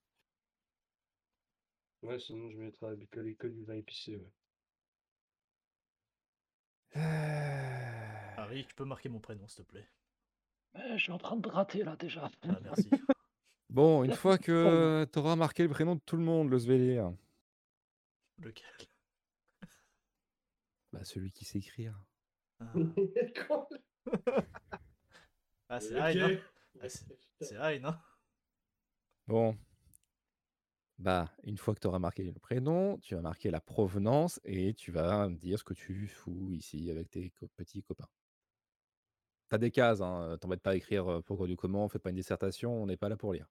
Speaker 5: Ouais, sinon je mettrais à que l'école du vin épicé, ouais.
Speaker 2: Ah, Rick, tu peux marquer mon prénom s'il te plaît.
Speaker 1: Mais je suis en train de rater là déjà.
Speaker 2: Ah merci.
Speaker 4: Bon, une fois
Speaker 1: Pardon.
Speaker 4: que tu auras marqué le prénom de tout le monde, le Svelir,
Speaker 2: Lequel
Speaker 4: bah celui qui sait écrire.
Speaker 2: Ah,
Speaker 5: Quoi
Speaker 2: Ah, c'est
Speaker 5: Ok.
Speaker 2: Hein. Ah, C'est Hein.
Speaker 4: Bon. Bah, une fois que tu auras marqué le prénom, tu vas marquer la provenance et tu vas me dire ce que tu fous ici avec tes co- petits copains. T'as des cases, hein, euh, t'embêtes pas à écrire euh, pourquoi du comment, fais pas une dissertation, on n'est pas là pour lire.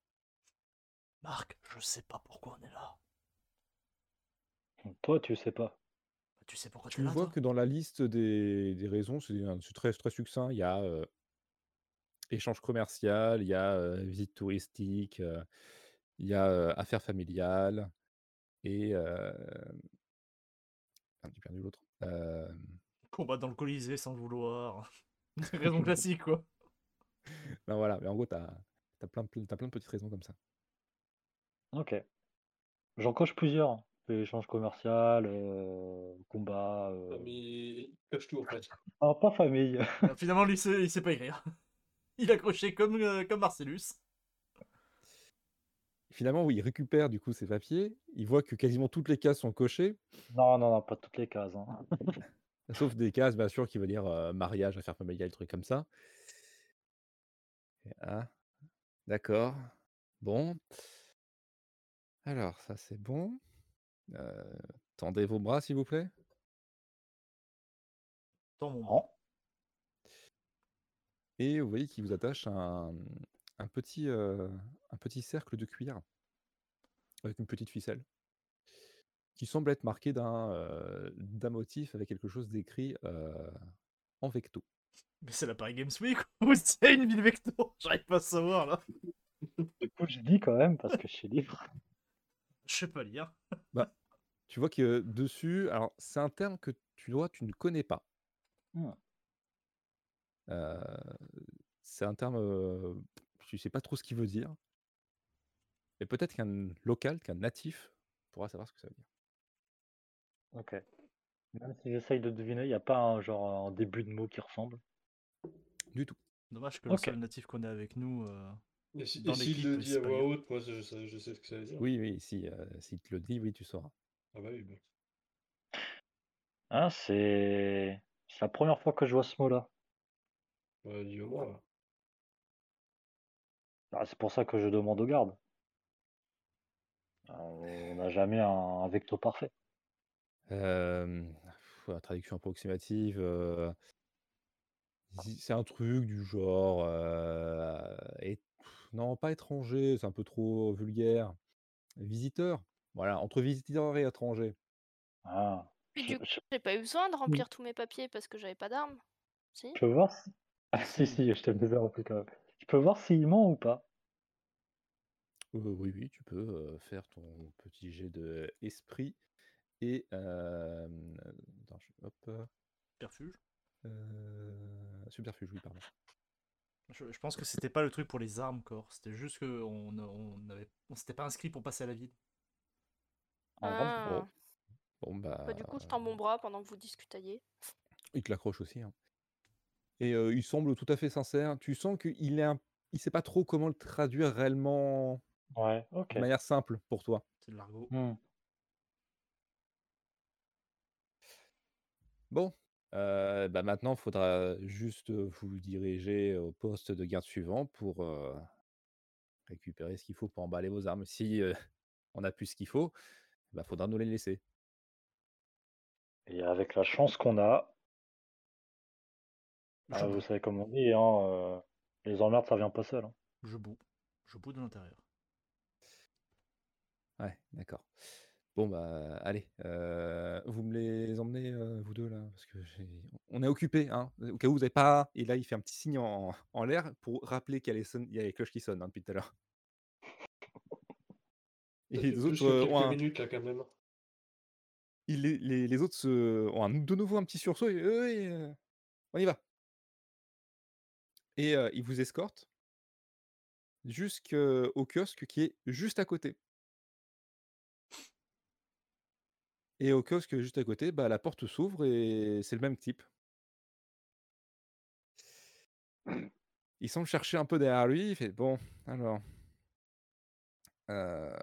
Speaker 2: Marc, je sais pas pourquoi on est là.
Speaker 1: Toi, tu sais pas.
Speaker 2: Bah, Tu sais pourquoi
Speaker 4: Tu
Speaker 2: t'es là,
Speaker 4: vois
Speaker 2: toi
Speaker 4: que dans la liste des, des raisons, c'est un- c'est très, très succinct. Il y a euh, échange commercial, il y a euh, visite touristique, euh, il y a euh, affaires familiales et. Euh... ah, J'ai perdu l'autre. Euh,
Speaker 2: Combat dans le Colisée sans le vouloir. Raison classique, quoi.
Speaker 4: Non, ben voilà, mais en gros, t'as as plein, plein- t'as plein de petites raisons comme ça.
Speaker 1: Ok. J'en coche plusieurs. hein. Échange commercial, euh, combat. euh,
Speaker 5: Mais cache tout en fait.
Speaker 1: Ah, pas famille.
Speaker 2: Euh, Finalement, lui, sait- il sait pas écrire. Il a croché comme, euh, comme Marcellus.
Speaker 4: Finalement, oui, il récupère du coup ses papiers. Il voit que quasiment toutes les cases sont cochées,
Speaker 1: Non, non, non, pas toutes les cases.
Speaker 3: Ah,
Speaker 1: hein.
Speaker 4: sauf des cases, bien sûr, qui veut dire euh, mariage, affaire familiale, truc comme ça. Et, ah, d'accord. Bon. Alors, ça, c'est bon. Euh, tendez vos bras, s'il vous plaît.
Speaker 2: Dans mon
Speaker 1: Non.
Speaker 4: Et vous voyez qu'il vous attache un, un petit, euh, un petit cercle de cuir avec une petite ficelle qui semble être marqué d'un euh, d'un motif avec quelque chose d'écrit euh, en vecto.
Speaker 2: Mais c'est la Paris Games Week ou c'est une ville vector J'arrive pas à savoir là.
Speaker 1: Du coup, je dis quand même parce que je suis libre.
Speaker 2: Je sais pas lire.
Speaker 4: Tu vois que dessus, alors c'est un terme que tu dois, tu ne connais pas.
Speaker 1: Hmm.
Speaker 4: Euh, c'est un terme, euh, tu sais pas trop ce qu'il veut dire. Mais peut-être qu'un local, qu'un natif pourra savoir ce que ça veut dire.
Speaker 1: Ok. Même si j'essaye de deviner, il n'y a pas un genre un début de mot qui ressemble.
Speaker 4: Du tout.
Speaker 2: Dommage que
Speaker 1: Ok.
Speaker 2: le seul natif qu'on ait avec nous. euh,
Speaker 5: Et si,
Speaker 2: Dans
Speaker 5: et s'il
Speaker 2: l'équipe,
Speaker 5: le dit
Speaker 2: c'est
Speaker 5: à
Speaker 2: pas
Speaker 5: voix
Speaker 2: grave.
Speaker 5: haute, moi je, sais- je sais ce que ça veut dire.
Speaker 4: Oui, oui, si, euh, si te le dit, oui, tu sauras.
Speaker 5: Ah bah oui, bah.
Speaker 1: Ah, c'est. C'est la première fois que je vois ce mot-là.
Speaker 5: Bah, dis au moins. là.
Speaker 1: Ah, c'est pour ça que je demande aux gardes. Euh, On n'a jamais un, un vecto parfait.
Speaker 4: Euh, pff, la traduction approximative, euh, si- c'est un truc du genre. euh, et- pff, non, pas étranger, c'est un peu trop vulgaire. Visiteur, voilà, entre visiteur et étranger.
Speaker 1: Ah.
Speaker 3: Mais
Speaker 1: Je,
Speaker 3: du coup,
Speaker 1: je-
Speaker 3: j'ai pas eu besoin de remplir tous mes papiers parce que j'avais pas d'armes. Si
Speaker 1: je peux voir si. Ah, si, si, je t'aime déjà en plus quand même. Je peux voir s'il ment ou pas.
Speaker 4: Euh, oui, oui, tu peux euh, faire ton petit jet de esprit et. euh, attends, je- hop, euh,
Speaker 2: Perfuge.
Speaker 4: euh, subterfuge, oui, pardon.
Speaker 2: Je, je pense que c'était pas le truc pour les armes, corps. C'était juste que on, on, avait- on s'était pas inscrit pour passer à la ville.
Speaker 1: En vrai,
Speaker 3: Ah.
Speaker 4: Bon, bon, bah.
Speaker 3: Bah, Du coup, je tends mon bras pendant que vous discutaillez.
Speaker 4: Il te l'accroche aussi. hein. Et euh, il semble tout à fait sincère. Tu sens qu'il est un... il sait pas trop comment le traduire réellement
Speaker 1: Ouais, ok.
Speaker 4: de manière simple pour toi.
Speaker 2: C'est de l'argot.
Speaker 4: Mmh.
Speaker 1: Hmm.
Speaker 4: Bon, euh, bah maintenant, il faudra juste vous diriger au poste de garde suivant pour euh, récupérer ce qu'il faut pour emballer vos armes. Si euh, on a plus ce qu'il faut, il faudra nous les laisser.
Speaker 1: Et avec la chance qu'on a,
Speaker 2: Je,
Speaker 1: ah,
Speaker 2: boue.
Speaker 1: vous savez comme on dit, hein, euh, les emmerdes, ça vient pas seul. hein.
Speaker 2: je boue. Je boue de l'intérieur.
Speaker 4: Ouais, d'accord. Bon, bah, allez, euh, vous me les emmenez, euh, vous deux, là, parce que j'ai- on est occupé, hein, au cas où vous n'avez pas. Et là, il fait un petit signe en, en l'air pour rappeler qu'il y, a les sonn- il y a les cloches qui sonnent hein, depuis tout à l'heure. Et les
Speaker 5: Ça fait plus
Speaker 4: autres,
Speaker 5: que
Speaker 4: euh,
Speaker 5: quelques
Speaker 4: ont un-
Speaker 5: minutes là quand même.
Speaker 4: ils- les, les- les autres se- ont un- de nouveau un petit sursaut et euh, oui, euh, on y va. Et euh, ils vous escortent jusqu'au kiosque qui est juste à côté. Et au kiosque juste à côté, bah, la porte s'ouvre et c'est le même type. Il semble chercher un peu derrière lui. Il fait Bon, alors. euh,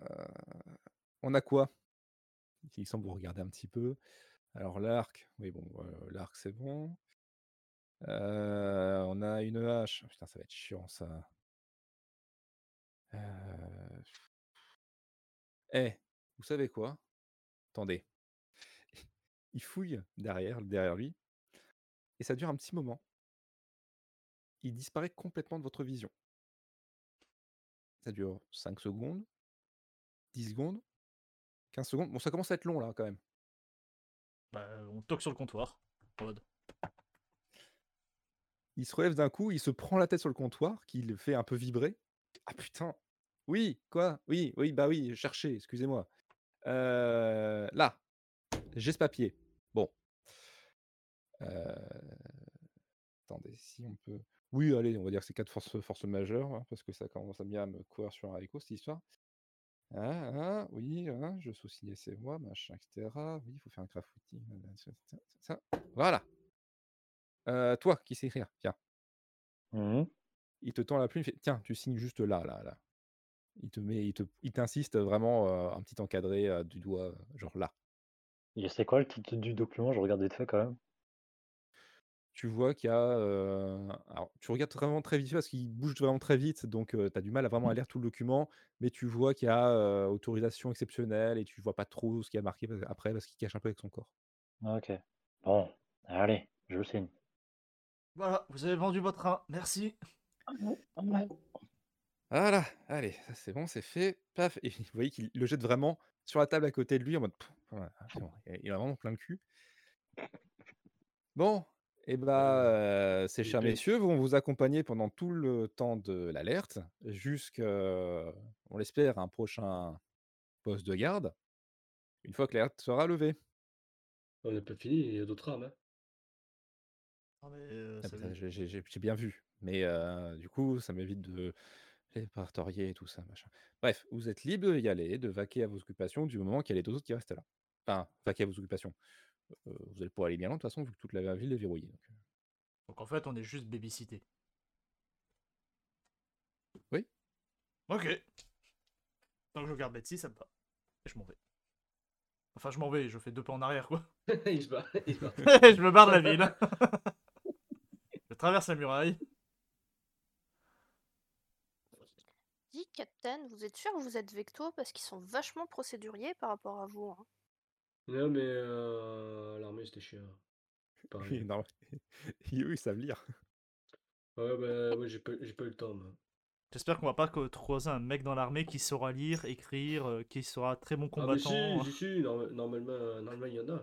Speaker 4: on a quoi Il semble vous regarder un petit peu. Alors, l'arc. Oui, bon, euh, l'arc, c'est bon. Euh, on a une hache. Putain, ça va être chiant, ça. Euh, Eh, vous savez quoi Attendez. Il fouille derrière, derrière lui. Et ça dure un petit moment. Il disparaît complètement de votre vision. Ça dure 5 secondes, 10 secondes, 15 secondes. Bon, ça commence à être long là quand même.
Speaker 2: Bah, euh, on toque sur le comptoir. En mode.
Speaker 4: Il se relève d'un coup, il se prend la tête sur le comptoir, qui le fait un peu vibrer. Ah putain Oui, quoi Oui, oui, bah oui, cherchez, excusez-moi. Euh, là, j'ai ce papier. Bon. Euh, Attendez, si on peut. Oui, allez, on va dire que c'est quatre forces, forces majeures, hein, parce que ça commence à bien me courir sur un haricot, cette histoire. Ah, ah, oui, hein, je sous-signais, c'est moi, machin, etc. Oui, il faut faire un craft footing, voilà, ça, ça, ça. Voilà. Euh, toi, qui sais écrire, tiens.
Speaker 1: Mhm.
Speaker 4: Il te tend la plume, il fait, tiens, tu signes juste là, là, là. Il te met, il te, il t'insiste vraiment euh, un petit encadré euh, du doigt, euh, genre là.
Speaker 1: Et C'est quoi le titre du document Je regarde vite fait quand même.
Speaker 4: tu vois qu'il y a. euh, alors, tu regardes vraiment très vite fait parce qu'il bouge vraiment très vite, donc tu as du mal à vraiment lire tout le document, mais tu vois qu'il y a euh, autorisation exceptionnelle et tu vois pas trop ce qu'il y a marqué parce- après parce qu'il cache un peu avec son corps.
Speaker 1: Ah, Ok. Bon, allez, je le signe.
Speaker 2: Voilà, vous avez vendu votre rein, merci.
Speaker 4: Voilà, allez, ça c'est bon, c'est fait, paf, et vous voyez qu'il le jette vraiment sur la table à côté de lui en mode. Pff, ouais, c'est bon, Il a vraiment plein le cul. Bon, et bah, euh, ces chers
Speaker 5: épée.
Speaker 4: messieurs vont vous accompagner pendant tout le temps de l'alerte jusqu'à, on l'espère, un prochain poste de garde. Une fois que l'alerte sera levée.
Speaker 5: On n'a pas fini, il y a d'autres armes. hein.
Speaker 2: Non, mais, euh,
Speaker 4: Ah,
Speaker 2: ça
Speaker 4: bah,
Speaker 2: veut-
Speaker 4: j'ai- j'ai j'ai- j'ai bien vu, mais euh, du coup, ça m'évite de les répertorier et tout ça, machin. Bref, vous êtes libre d'y aller, de vaquer à vos occupations du moment qu'il y a les deux autres qui restent là. Enfin, vaquer à vos occupations. Euh, vous allez pouvoir aller bien loin de toute façon, vu que toute la ville est verrouillée. donc, euh,
Speaker 2: Donc en fait, on est juste babysité.
Speaker 4: Oui.
Speaker 2: Ok. Tant que je garde Betsy, ça me va. Et je m'en vais. Enfin, je m'en vais, je fais deux pas en arrière, quoi.
Speaker 5: il se bat, il se bat.
Speaker 2: je me barre de la ville. je traverse la muraille.
Speaker 3: Dis, Captain, vous êtes sûr que vous êtes Vecto parce qu'ils sont vachement procéduriers par rapport à vous. hein.
Speaker 5: Non, mais euh, l'armée, c'était chiant.
Speaker 4: oui,
Speaker 5: Pareil.
Speaker 4: énorme. Et eux, ils savent lire.
Speaker 5: Ouais, bah, ouais, j'ai pas, j'ai pas eu le temps. moi.
Speaker 2: J'espère qu'on va pas que- croiser un mec dans l'armée qui saura lire, écrire, euh, qui sera très bon
Speaker 5: Ah, mais
Speaker 2: combattant.
Speaker 5: si, si, si, norma- normalement, euh, normalement, il y en a.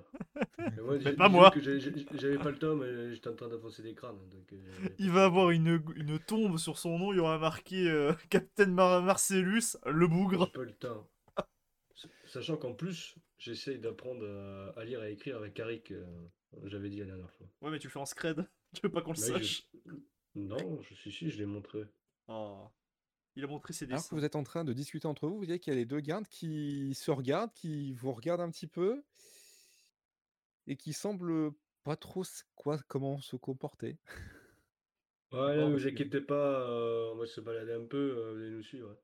Speaker 5: Mais, moi,
Speaker 2: Mais
Speaker 5: dis-
Speaker 2: pas
Speaker 5: disons
Speaker 2: moi.
Speaker 5: que j'ai- j'ai- J'avais pas le temps, mais j'étais en train d'avancer des crânes. Donc, euh, j'avais pas
Speaker 2: Il
Speaker 5: le
Speaker 2: va
Speaker 5: temps.
Speaker 2: avoir une, une tombe sur son nom, il y aura marqué euh, Captain Mar- Marcellus, le
Speaker 5: J'ai
Speaker 2: bougre.
Speaker 5: pas le temps. S- Sachant qu'en plus, j'essaye d'apprendre euh, à lire et à écrire avec Arik, euh, j'avais dit la dernière fois.
Speaker 2: Ouais, mais tu le fais en scred. Tu veux pas qu'on le
Speaker 5: Là, Bah je-
Speaker 2: Ah, sache
Speaker 5: Non, je suis si, je l'ai montré.
Speaker 2: Oh. Il a montré ses
Speaker 4: Alors que
Speaker 2: dessins.
Speaker 4: vous êtes en train de discuter entre vous, vous voyez qu'il y a les deux gardes qui se regardent, qui vous regardent un petit peu et qui semblent pas trop s- quoi, comment se comporter.
Speaker 5: Ouais, là,
Speaker 4: Oh,
Speaker 5: vous
Speaker 4: c'est bien.
Speaker 5: inquiétez pas, euh, on va se balader un peu, euh, venez nous suivre. hein.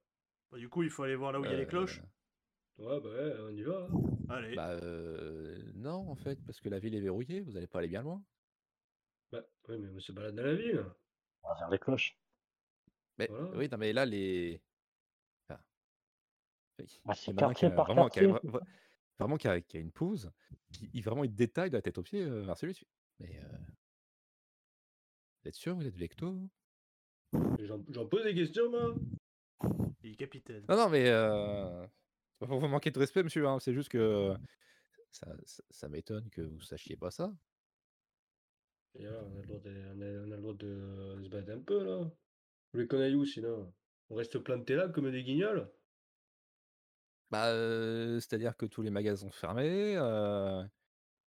Speaker 2: Bah, du coup, il faut aller voir là où il y a les
Speaker 4: Euh,
Speaker 2: cloches.
Speaker 5: Ouais, bah ouais, on y va. hein.
Speaker 2: Allez.
Speaker 4: Bah euh, non, en fait, parce que la ville est verrouillée, vous n'allez pas aller bien loin.
Speaker 5: Bah, oui, mais on se balade dans la ville.
Speaker 1: On va vers les cloches.
Speaker 4: Mais
Speaker 5: Voilà.
Speaker 4: oui, non, mais là, les. enfin, oui,
Speaker 1: Ah, c'est
Speaker 4: il y en a un qui
Speaker 1: quartier
Speaker 4: a
Speaker 1: par
Speaker 4: vraiment, qui a
Speaker 1: quartier.
Speaker 4: vra- vra- vraiment qui a, qui a une pause, qui il- vraiment il détaille de la tête aux pieds, euh, Marcellus. Mais euh, vous êtes sûr, vous êtes vecto vous
Speaker 5: Mais J'en j'en pose des questions, moi.
Speaker 2: Il est capitaine.
Speaker 4: Non, non, mais euh, c'est pas pour vous manquer de respect, monsieur. hein, c'est juste que ça, ça- ça m'étonne que vous sachiez pas ça.
Speaker 5: Et là, on a le droit de, on a- on a le droit de euh, se balader un peu, là. Vous voulez qu'on aille où, sinon? On reste planté là, comme des guignols?
Speaker 4: Bah, euh, c'est-à-dire que tous les magasins sont fermés. euh,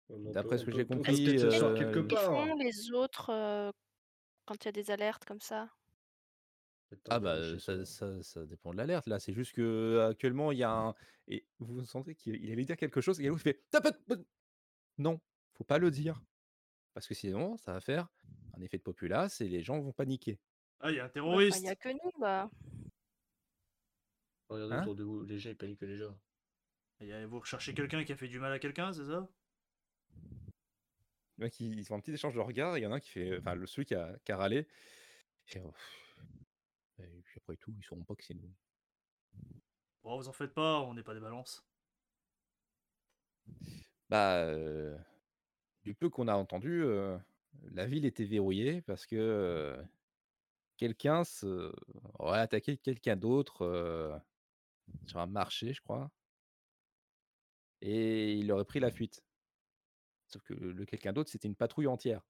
Speaker 5: On- on
Speaker 4: D'après
Speaker 5: peut-
Speaker 4: ce
Speaker 5: on
Speaker 4: que
Speaker 5: peut-
Speaker 4: j'ai
Speaker 5: on peut
Speaker 4: compris,
Speaker 5: peut-être se voir
Speaker 4: euh,
Speaker 5: quelque
Speaker 4: le-
Speaker 3: Ils
Speaker 5: part.
Speaker 3: font les autres euh, quand il y a des alertes comme ça.
Speaker 5: Attends,
Speaker 4: Ah
Speaker 5: je
Speaker 4: bah
Speaker 5: vais
Speaker 4: euh,
Speaker 5: chez
Speaker 4: ça,
Speaker 5: toi.
Speaker 4: ça, ça dépend de l'alerte là, c'est juste que euh, actuellement il y a un et vous sentez qu'il il allait dire quelque chose et Galou fait T'as pas de- pas de- non, faut pas le dire parce que sinon ça va faire un effet de populace et les gens vont paniquer.
Speaker 2: Ah, il y a un
Speaker 3: Ouais, enfin, Il
Speaker 2: terroriste.
Speaker 3: n'y a que nous, bah.
Speaker 5: Regardez
Speaker 4: Hein
Speaker 5: autour de vous, les gens, ils paniquent les gens.
Speaker 2: Il y a- Eh, Vous recherchez quelqu'un qui a fait du mal à quelqu'un, c'est ça
Speaker 4: Le mec, il- ils font un petit échange de regards, et il y en a un qui fait enfin le celui qui a, qui a râlé. il fait, Oh, pff. Et puis après tout, ils sauront pas que c'est nous.
Speaker 2: Bon, vous en faites pas, on n'est pas des balances.
Speaker 4: Bah euh, du peu qu'on a entendu, euh, la ville était verrouillée parce que euh, quelqu'un se... aurait attaqué quelqu'un d'autre euh, sur un marché, je crois, et il aurait pris la fuite. Sauf que le quelqu'un d'autre, c'était une patrouille entière,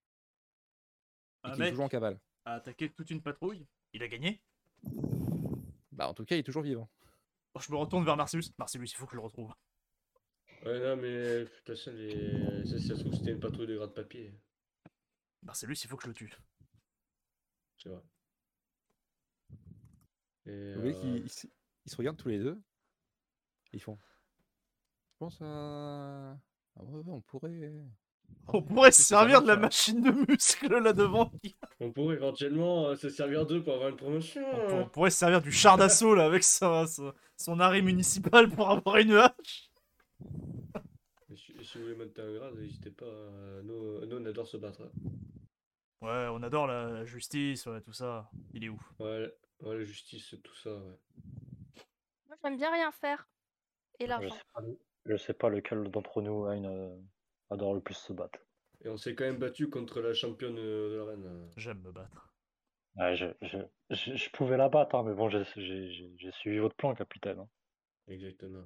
Speaker 4: et
Speaker 2: Un
Speaker 4: qu'il est
Speaker 2: mec
Speaker 4: toujours en cavale.
Speaker 2: a attaqué toute une patrouille. Il a gagné.
Speaker 4: Bah, en tout cas, il est toujours vivant.
Speaker 2: Oh, je me retourne vers Marcellus. Marcellus, il faut que je le retrouve.
Speaker 5: Ouais, non, mais de toute façon, les... ça, si ça se trouve, c'était une patrouille de gras de papier.
Speaker 2: Marcellus, il faut que je le tue.
Speaker 5: C'est vrai. Et,
Speaker 4: Vous voyez qu'ils
Speaker 5: euh,
Speaker 4: ils se- ils se regardent tous les deux. Ils font. Je pense à. Ah ouais, ouais, on pourrait. Ah
Speaker 2: On
Speaker 4: ouais,
Speaker 2: pourrait se
Speaker 4: c'est pas
Speaker 2: servir
Speaker 4: mal,
Speaker 2: de la
Speaker 4: ça.
Speaker 2: machine de muscle là devant.
Speaker 5: On pourrait éventuellement euh, se servir d'eux pour avoir une promotion.
Speaker 2: On pour- on
Speaker 5: hein.
Speaker 2: pourrait se servir du char d'assaut là avec sa- sa- son arrêt municipal pour avoir une hache.
Speaker 5: Et Si, et si vous voulez monter un grade, n'hésitez pas. euh, Nous, nous, on adore se battre. hein.
Speaker 2: Ouais, on adore la, la justice, ouais, tout ça. Il est ouf.
Speaker 5: Ouais, la- ouais, la justice, tout ça. Ouais.
Speaker 3: Moi, j'aime bien rien faire. Et
Speaker 1: Je
Speaker 3: l'argent.
Speaker 1: sais pas, je sais pas lequel d'entre nous a une, euh, adore le plus se battre.
Speaker 5: Et on s'est quand même battu contre la championne euh, de la reine. hein.
Speaker 2: J'aime me battre.
Speaker 1: Ouais, je, je, je, je pouvais la battre, hein, mais bon, j'ai j'ai- j'ai- j'ai suivi votre plan, capitaine. hein.
Speaker 5: Exactement.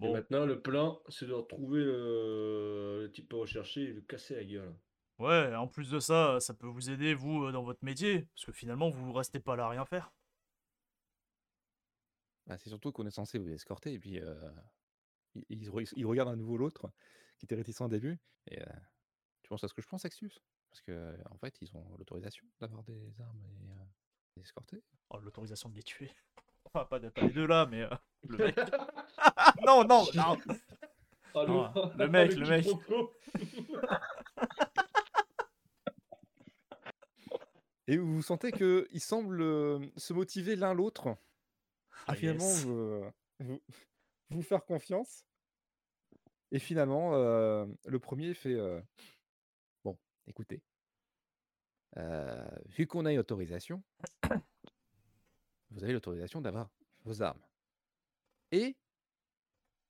Speaker 5: Et
Speaker 2: Bon.
Speaker 5: maintenant, le plan, c'est de retrouver le, le type recherché et lui casser la gueule.
Speaker 2: Ouais, en plus de ça, ça peut vous aider, vous, euh, dans votre métier. Parce que finalement, vous restez pas là à rien faire.
Speaker 4: Bah, c'est surtout qu'on est censé vous escorter. Et puis, euh, ils, ils re- ils regardent à nouveau l'autre qui était réticent au début. Et euh, tu penses à ce que je pense, Axus Parce que en fait, ils ont l'autorisation d'avoir des armes et euh, les escorter.
Speaker 2: Oh, l'autorisation de les tuer. Enfin, pas, de, pas les deux là, mais euh, le mec. Ah, non, non, non.
Speaker 5: Ah,
Speaker 2: Ah, le mec, le mec.
Speaker 5: quiproquo.
Speaker 4: Et vous vous sentez qu'ils semblent euh, se motiver l'un l'autre à
Speaker 2: Ah,
Speaker 4: finalement
Speaker 2: yes.
Speaker 4: vous, euh, vous- vous faire confiance. Et finalement, euh, le premier fait euh, Bon, écoutez, euh, vu qu'on a une autorisation, vous avez l'autorisation d'avoir vos armes. Et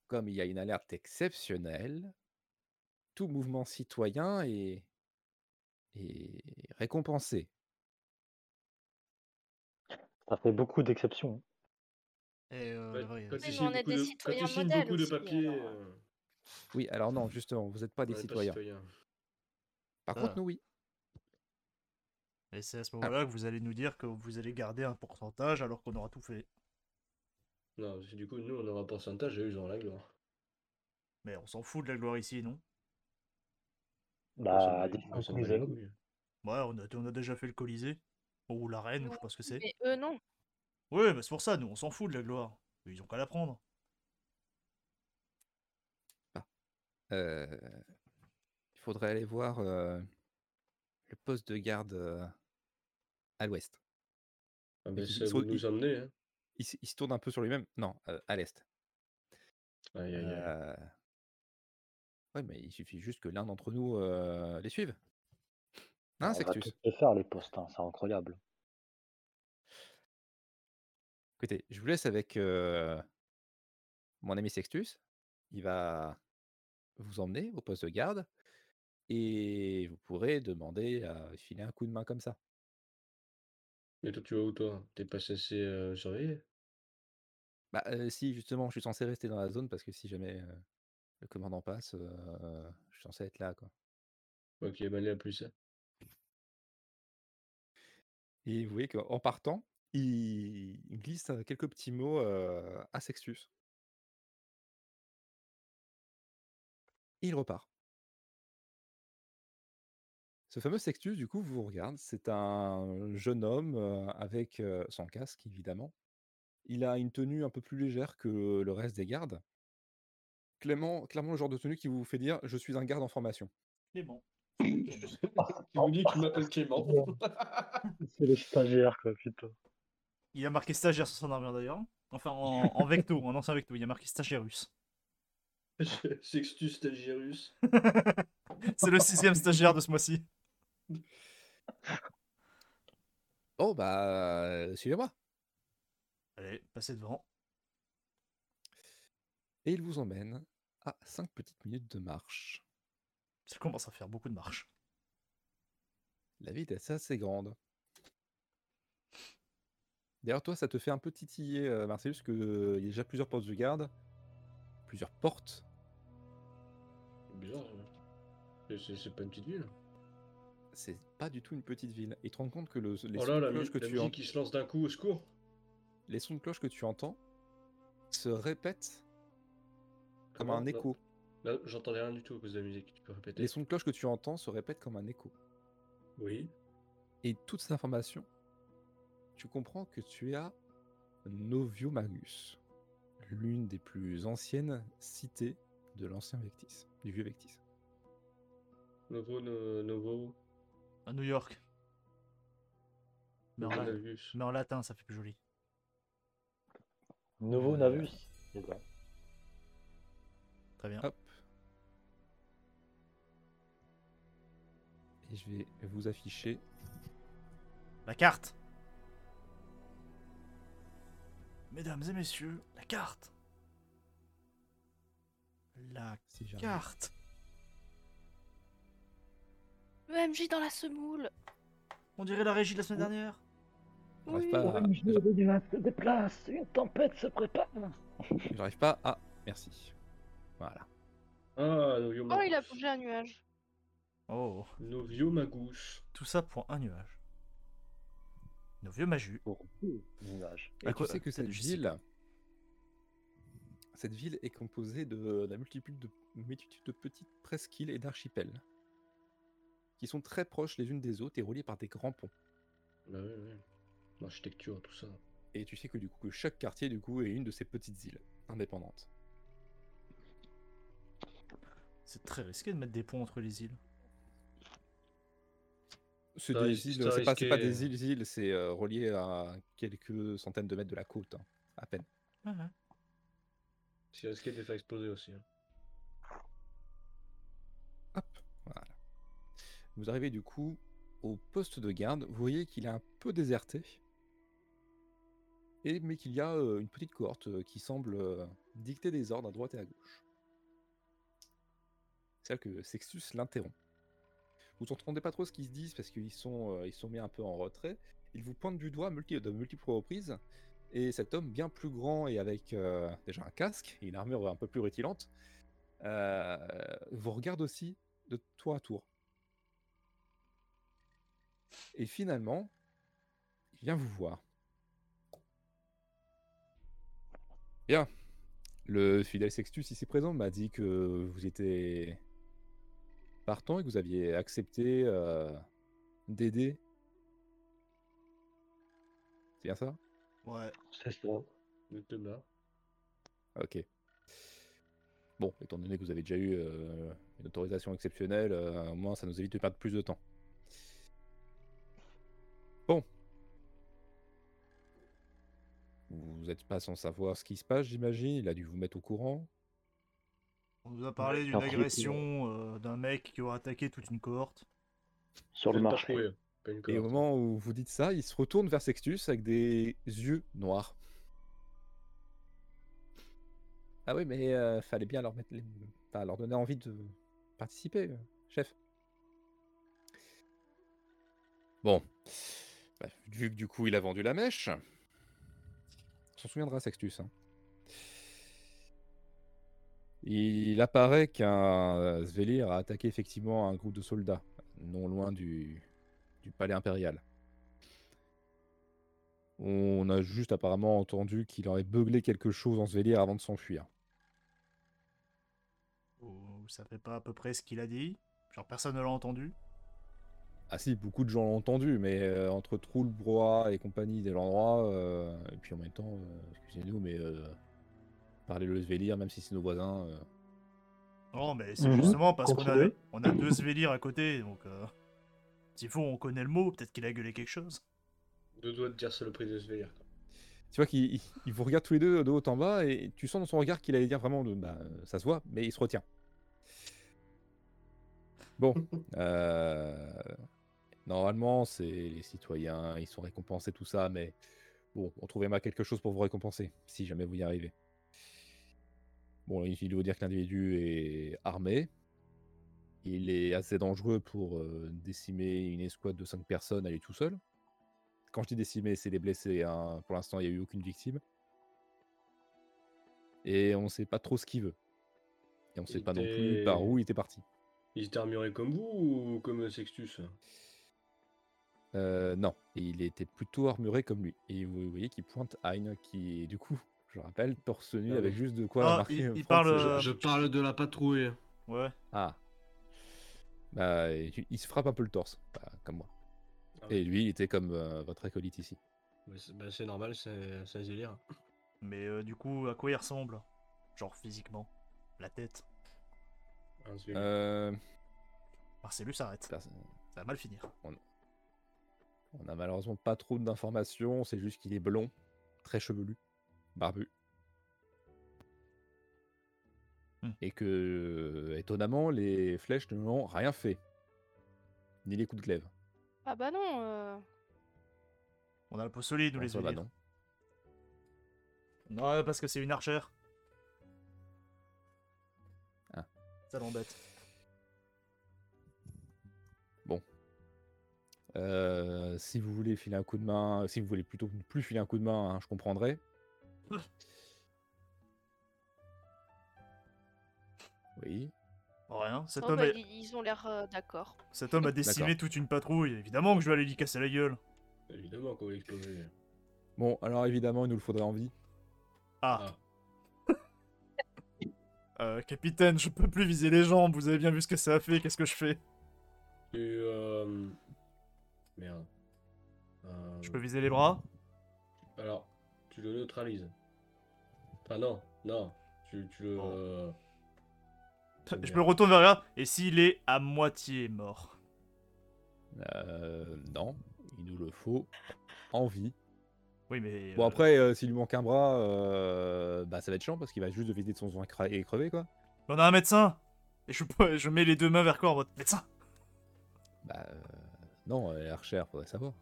Speaker 4: comme il y a une alerte exceptionnelle, tout mouvement citoyen est, est récompensé.
Speaker 1: Ça fait beaucoup d'exceptions. hein.
Speaker 2: Et, euh,
Speaker 5: Quand-
Speaker 2: ouais,
Speaker 5: quand
Speaker 3: mais on
Speaker 5: il signe
Speaker 3: est
Speaker 5: beaucoup
Speaker 3: des
Speaker 5: de- quand
Speaker 3: citoyens
Speaker 5: il signe
Speaker 3: modèles
Speaker 5: beaucoup de
Speaker 3: aussi,
Speaker 5: papiers,
Speaker 3: alors,
Speaker 5: euh,
Speaker 4: Oui, alors non, justement, vous n'êtes pas
Speaker 5: on
Speaker 4: des
Speaker 5: est pas
Speaker 4: citoyens.
Speaker 5: citoyen.
Speaker 4: Par
Speaker 2: Ah.
Speaker 4: contre, nous, oui.
Speaker 2: Et c'est à ce moment-là que vous allez nous dire que vous allez garder un pourcentage alors qu'on aura tout fait.
Speaker 5: Non, parce que du coup, nous, on aura un pourcentage et eux, ils auront la hein. gloire.
Speaker 2: Mais on s'en fout de la gloire ici, non
Speaker 5: On s'en
Speaker 1: Bah,
Speaker 5: bat
Speaker 1: des
Speaker 5: les- on s'en
Speaker 1: fois,
Speaker 5: bat
Speaker 1: les
Speaker 5: les
Speaker 1: amis.
Speaker 5: couilles.
Speaker 2: Ouais, on a, on a déjà fait le Colisée. Ou la reine, ou je sais pas ce que c'est.
Speaker 3: Mais eux, non.
Speaker 2: Ouais, bah c'est pour ça, nous, on s'en fout de la gloire. Ils ont qu'à la prendre.
Speaker 4: Euh, Il faudrait aller voir euh, le poste de garde euh, à l'ouest.
Speaker 5: Ah, ben,
Speaker 4: Ils-
Speaker 5: c'est
Speaker 4: ils
Speaker 5: à vous
Speaker 4: sont-
Speaker 5: de nous
Speaker 4: ils-
Speaker 5: emmener. hein.
Speaker 4: Il, s- il se tourne un peu sur lui-même. Non, euh, à l'est.
Speaker 5: Aïe, aïe,
Speaker 2: Ah.
Speaker 5: aïe.
Speaker 4: Euh, Ouais, mais il suffit juste que l'un d'entre nous euh, les suive.
Speaker 5: Bah,
Speaker 4: Hein,
Speaker 1: on va
Speaker 4: Sextus
Speaker 1: tous les faire, les postes, hein, c'est incroyable.
Speaker 4: Écoutez, je vous laisse avec euh, mon ami Sextus. Il va vous emmener au poste de garde et vous pourrez demander à filer un coup de main comme ça.
Speaker 5: Mais toi, tu vas où, toi? T'es pas censé euh, surveiller?
Speaker 4: Bah, euh, si, justement, je suis censé rester dans la zone parce que si jamais euh, le commandant passe, euh, je suis censé être là. Quoi.
Speaker 5: Ok, ben, allez, à plus. hein.
Speaker 4: Et vous voyez qu'en partant, il, il glisse euh, quelques petits mots euh, à Sextus. Et il repart. Ce fameux Sextus, du coup, vous regarde. C'est un jeune homme euh, avec euh, son casque, évidemment. Il a une tenue un peu plus légère que le reste des gardes. Clairement, clairement le genre de tenue qui vous fait dire je suis un garde en formation.
Speaker 2: Clément.
Speaker 5: Tu me dis que tu m'appelles Clément.
Speaker 1: C'est les stagiaires, quoi, putain.
Speaker 2: Il a marqué stagiaire sur son armure d'ailleurs. Enfin, en, en vecto, en ancien vecto, il a marqué stagiaire russe.
Speaker 5: Sextus Stagiairus.
Speaker 2: C'est le sixième stagiaire de ce mois-ci.
Speaker 4: Oh, bah, euh, suivez-moi.
Speaker 2: Allez, passez devant.
Speaker 4: Et il vous emmène à 5 petites minutes de marche.
Speaker 2: Ça commence à faire beaucoup de marche.
Speaker 4: La ville est assez grande. D'ailleurs, toi, ça te fait un peu titiller, euh, Marcellus, que euh, il y a déjà plusieurs postes de garde, plusieurs portes.
Speaker 5: Bizarre. ça. C'est- C'est c'est pas une petite ville.
Speaker 4: C'est pas du tout une petite ville. Et tu te rends compte que le- les,
Speaker 5: Oh
Speaker 4: sons
Speaker 5: là,
Speaker 4: de
Speaker 5: la, mu-
Speaker 4: cloche que
Speaker 5: la
Speaker 4: tu en-
Speaker 5: musique qui se lance d'un coup au secours.
Speaker 4: les sons de cloche que tu entends se répètent comme
Speaker 5: Comment
Speaker 4: un
Speaker 5: Là-
Speaker 4: écho.
Speaker 5: Là, j'entendais rien du tout à cause de la musique. Tu peux répéter.
Speaker 4: Les sons de cloche que tu entends se répètent comme un écho.
Speaker 5: Oui.
Speaker 4: Et toutes ces informations, tu comprends que tu as Noviomagus, l'une des plus anciennes cités de l'ancien Vectis, du vieux Vectis.
Speaker 5: Novo, no- Novo,
Speaker 2: À New York. Mais en, la-
Speaker 5: Nagus.
Speaker 2: mais en latin, ça fait plus joli.
Speaker 1: Novo
Speaker 4: Euh,
Speaker 1: Navus. les gars.
Speaker 2: Très bien.
Speaker 4: Hop. Et je vais vous afficher.
Speaker 2: La carte Mesdames et messieurs, la carte La
Speaker 4: Si j'arrive.
Speaker 2: carte
Speaker 3: EMJ E dans la semoule
Speaker 2: On dirait la régie de la semaine dernière
Speaker 4: J'arrive
Speaker 5: Ah.
Speaker 3: Oui.
Speaker 4: pas, à-
Speaker 1: OMG, Vénus se déplace, une tempête se prépare.
Speaker 4: j'arrive pas à. Merci. Voilà.
Speaker 5: Ah, Novio
Speaker 3: Oh, il a
Speaker 5: Magus.
Speaker 3: bougé un nuage.
Speaker 2: Oh
Speaker 5: Novio Magus.
Speaker 2: Tout ça pour un nuage. Nos vieux magus.
Speaker 1: Pour vous, nuage.
Speaker 4: Et
Speaker 2: À
Speaker 4: tu
Speaker 2: quoi-
Speaker 4: sais que cette
Speaker 2: je sais
Speaker 4: ville, cette ville est composée de la multitude de, multitude de petites presqu'îles et d'archipels qui sont très proches les unes des autres et reliées par des grands ponts.
Speaker 5: Bah oui, oui. L'architecture, tout ça.
Speaker 4: Et tu sais que du coup que chaque quartier du coup est une de ces petites îles indépendantes.
Speaker 2: C'est très risqué de mettre des ponts entre les îles.
Speaker 4: C'est
Speaker 5: Ça
Speaker 4: des
Speaker 5: risque-
Speaker 4: îles,
Speaker 5: ça
Speaker 4: c'est pas, c'est pas
Speaker 5: risquait,
Speaker 4: des
Speaker 5: euh.
Speaker 4: îles, îles, c'est euh, relié à quelques centaines de mètres de la côte, hein, à peine.
Speaker 2: Ouais, ouais.
Speaker 5: C'est risqué de les faire exploser aussi. hein.
Speaker 4: Voilà. Vous arrivez du coup au poste de garde. Vous voyez qu'il est un peu déserté, et mais qu'il y a euh, une petite cohorte euh, qui semble euh, dicter des ordres à droite et à gauche. C'est là que Sextus l'interrompt. Vous n'entendez pas trop ce qu'ils se disent parce qu'ils sont, euh, ils sont mis un peu en retrait. Ils vous pointent du doigt multi- de multiples reprises. Et cet homme bien plus grand et avec euh, déjà un casque et une armure un peu plus rutilante euh, vous regarde aussi de tour à tour. Et finalement, il vient vous voir. Bien. Le fidèle Sextus ici présent m'a dit que vous étiez partant et que vous aviez accepté euh, d'aider. C'est bien ça
Speaker 2: Ouais.
Speaker 1: C'est ça.
Speaker 5: Le tebar.
Speaker 4: Ah, Ok. Bon, étant donné que vous avez déjà eu euh, une autorisation exceptionnelle, euh, au moins ça nous évite de perdre plus de temps. Bon. Vous n'êtes pas sans savoir ce qui se passe, j'imagine. Il a dû vous mettre au courant.
Speaker 2: On nous a parlé d'une
Speaker 1: Après,
Speaker 2: agression euh, d'un mec qui aurait attaqué toute une cohorte.
Speaker 1: Sur le
Speaker 5: Vous êtes pas
Speaker 1: marché.
Speaker 5: troué, hein. Pas une
Speaker 4: Et
Speaker 5: corde.
Speaker 4: au moment où vous dites ça, il se retourne vers Sextus avec des yeux noirs. Ah oui, mais euh, fallait bien leur, mettre les- enfin, leur donner envie de participer, euh, chef. Bon. Bah, vu que du coup il a vendu la mèche, on s'en souviendra Sextus. hein. Il apparaît qu'un euh, Svelir a attaqué effectivement un groupe de soldats, non loin du, du palais impérial. On a juste apparemment entendu qu'il aurait beuglé quelque chose en Svelir avant de s'enfuir.
Speaker 2: Vous vous savez pas à peu près ce qu'il a dit Genre personne ne l'a entendu
Speaker 4: Ah si, beaucoup de gens l'ont entendu, mais euh, entre Troul, Broie et compagnie de l'endroit, euh, et puis en même temps, euh, excusez-nous, mais euh, parler le Svelir, même si c'est nos voisins, euh,
Speaker 2: Non, mais c'est
Speaker 1: Mhm.
Speaker 2: justement parce qu'on a,
Speaker 1: Continuez.
Speaker 2: on a deux Svelir à côté, donc... euh, S'il faut, on connaît le mot, peut-être qu'il a gueulé quelque chose.
Speaker 5: Deux doigts de dire c'est le prix de Sveir.
Speaker 4: tu vois qu'il il- il vous regarde tous les deux de haut en bas, et tu sens dans son regard qu'il allait dire vraiment, de, bah, euh, ça se voit, mais il se retient. Bon, euh, normalement, c'est les citoyens, ils sont récompensés, tout ça, mais bon, on trouvait quelque chose pour vous récompenser, si jamais vous y arrivez. Bon, il faut dire que l'individu est armé. Il est assez dangereux pour euh, décimer une escouade de 5 personnes à lui tout seul. Quand je dis décimer, c'est les blessés. hein. Pour l'instant, il n'y a eu aucune victime. Et on ne sait pas trop ce qu'il veut. Et on ne sait
Speaker 5: Il
Speaker 4: pas non
Speaker 5: était-
Speaker 4: plus par où il était parti.
Speaker 5: Il était armuré comme vous ou comme Sextus hein
Speaker 4: Euh, non, Et il était plutôt armuré comme lui. Et vous voyez qu'il pointe Hein, qui est du coup, je rappelle, torse nu
Speaker 5: Ah oui.
Speaker 4: avec juste de quoi
Speaker 2: Ah,
Speaker 4: marquer.
Speaker 2: il-
Speaker 4: euh,
Speaker 2: il
Speaker 4: France,
Speaker 2: parle,
Speaker 4: euh,
Speaker 2: euh,
Speaker 4: je-
Speaker 5: parle de la patrouille.
Speaker 2: Ouais.
Speaker 4: Ah. Bah, il, il se frappe un peu le torse, bah, comme moi. Et lui, il était comme euh, votre acolyte ici.
Speaker 5: Mais c'est- bah, c'est normal, c'est c'est un délire.
Speaker 2: Mais euh, du coup, à quoi il ressemble Genre physiquement La tête
Speaker 5: Ensuite,
Speaker 4: Euh,
Speaker 2: Marcellus s'arrête.
Speaker 4: personne-
Speaker 2: Ça va mal finir.
Speaker 4: On n'a malheureusement pas trop d'informations, c'est juste qu'il est blond, très chevelu, barbu.
Speaker 2: Hmm.
Speaker 4: Et que, euh, étonnamment, les flèches ne m'ont rien fait. Ni les coups de glaive.
Speaker 3: Ah bah non, euh,
Speaker 2: On a le pot solide, nous
Speaker 4: En
Speaker 2: les
Speaker 4: soi, bah
Speaker 2: huiles.
Speaker 4: non.
Speaker 2: non. parce que c'est une archère.
Speaker 4: Ah.
Speaker 2: Ça l'embête.
Speaker 4: Euh, si vous voulez filer un coup de main, si vous voulez plutôt ne plus filer un coup de main, hein, je comprendrai. oui.
Speaker 2: Rien. Cet,
Speaker 3: non,
Speaker 2: homme,
Speaker 3: bah,
Speaker 2: est-
Speaker 3: ils- ils ont l'air euh, d'accord.
Speaker 2: cet homme a décimé toute une patrouille. Évidemment que je vais aller lui casser la gueule.
Speaker 5: Évidemment qu'on va exploser.
Speaker 4: Bon, alors évidemment, il nous le faudrait en vie.
Speaker 2: Ah, euh, capitaine, je peux plus viser les jambes. Vous avez bien vu ce que ça a fait. Qu'est-ce que je fais
Speaker 5: Et euh... Merde. Euh,
Speaker 2: Je peux viser les bras
Speaker 5: Alors, tu le neutralises. Enfin, non, non. Tu, tu le.
Speaker 2: Oh.
Speaker 5: euh,
Speaker 2: Je me retourne vers là. Et s'il est à moitié mort
Speaker 4: Euh, non, il nous le faut en vie.
Speaker 2: Oui, mais.
Speaker 4: Bon
Speaker 2: euh,
Speaker 4: après, euh, s'il lui manque un bras, euh, bah ça va être chiant parce qu'il va juste visiter de son soin cra- et crever quoi.
Speaker 2: On a un médecin Et je, je mets les deux mains vers quoi en mode médecin
Speaker 4: Bah euh, non, euh, Archer, faudrait savoir.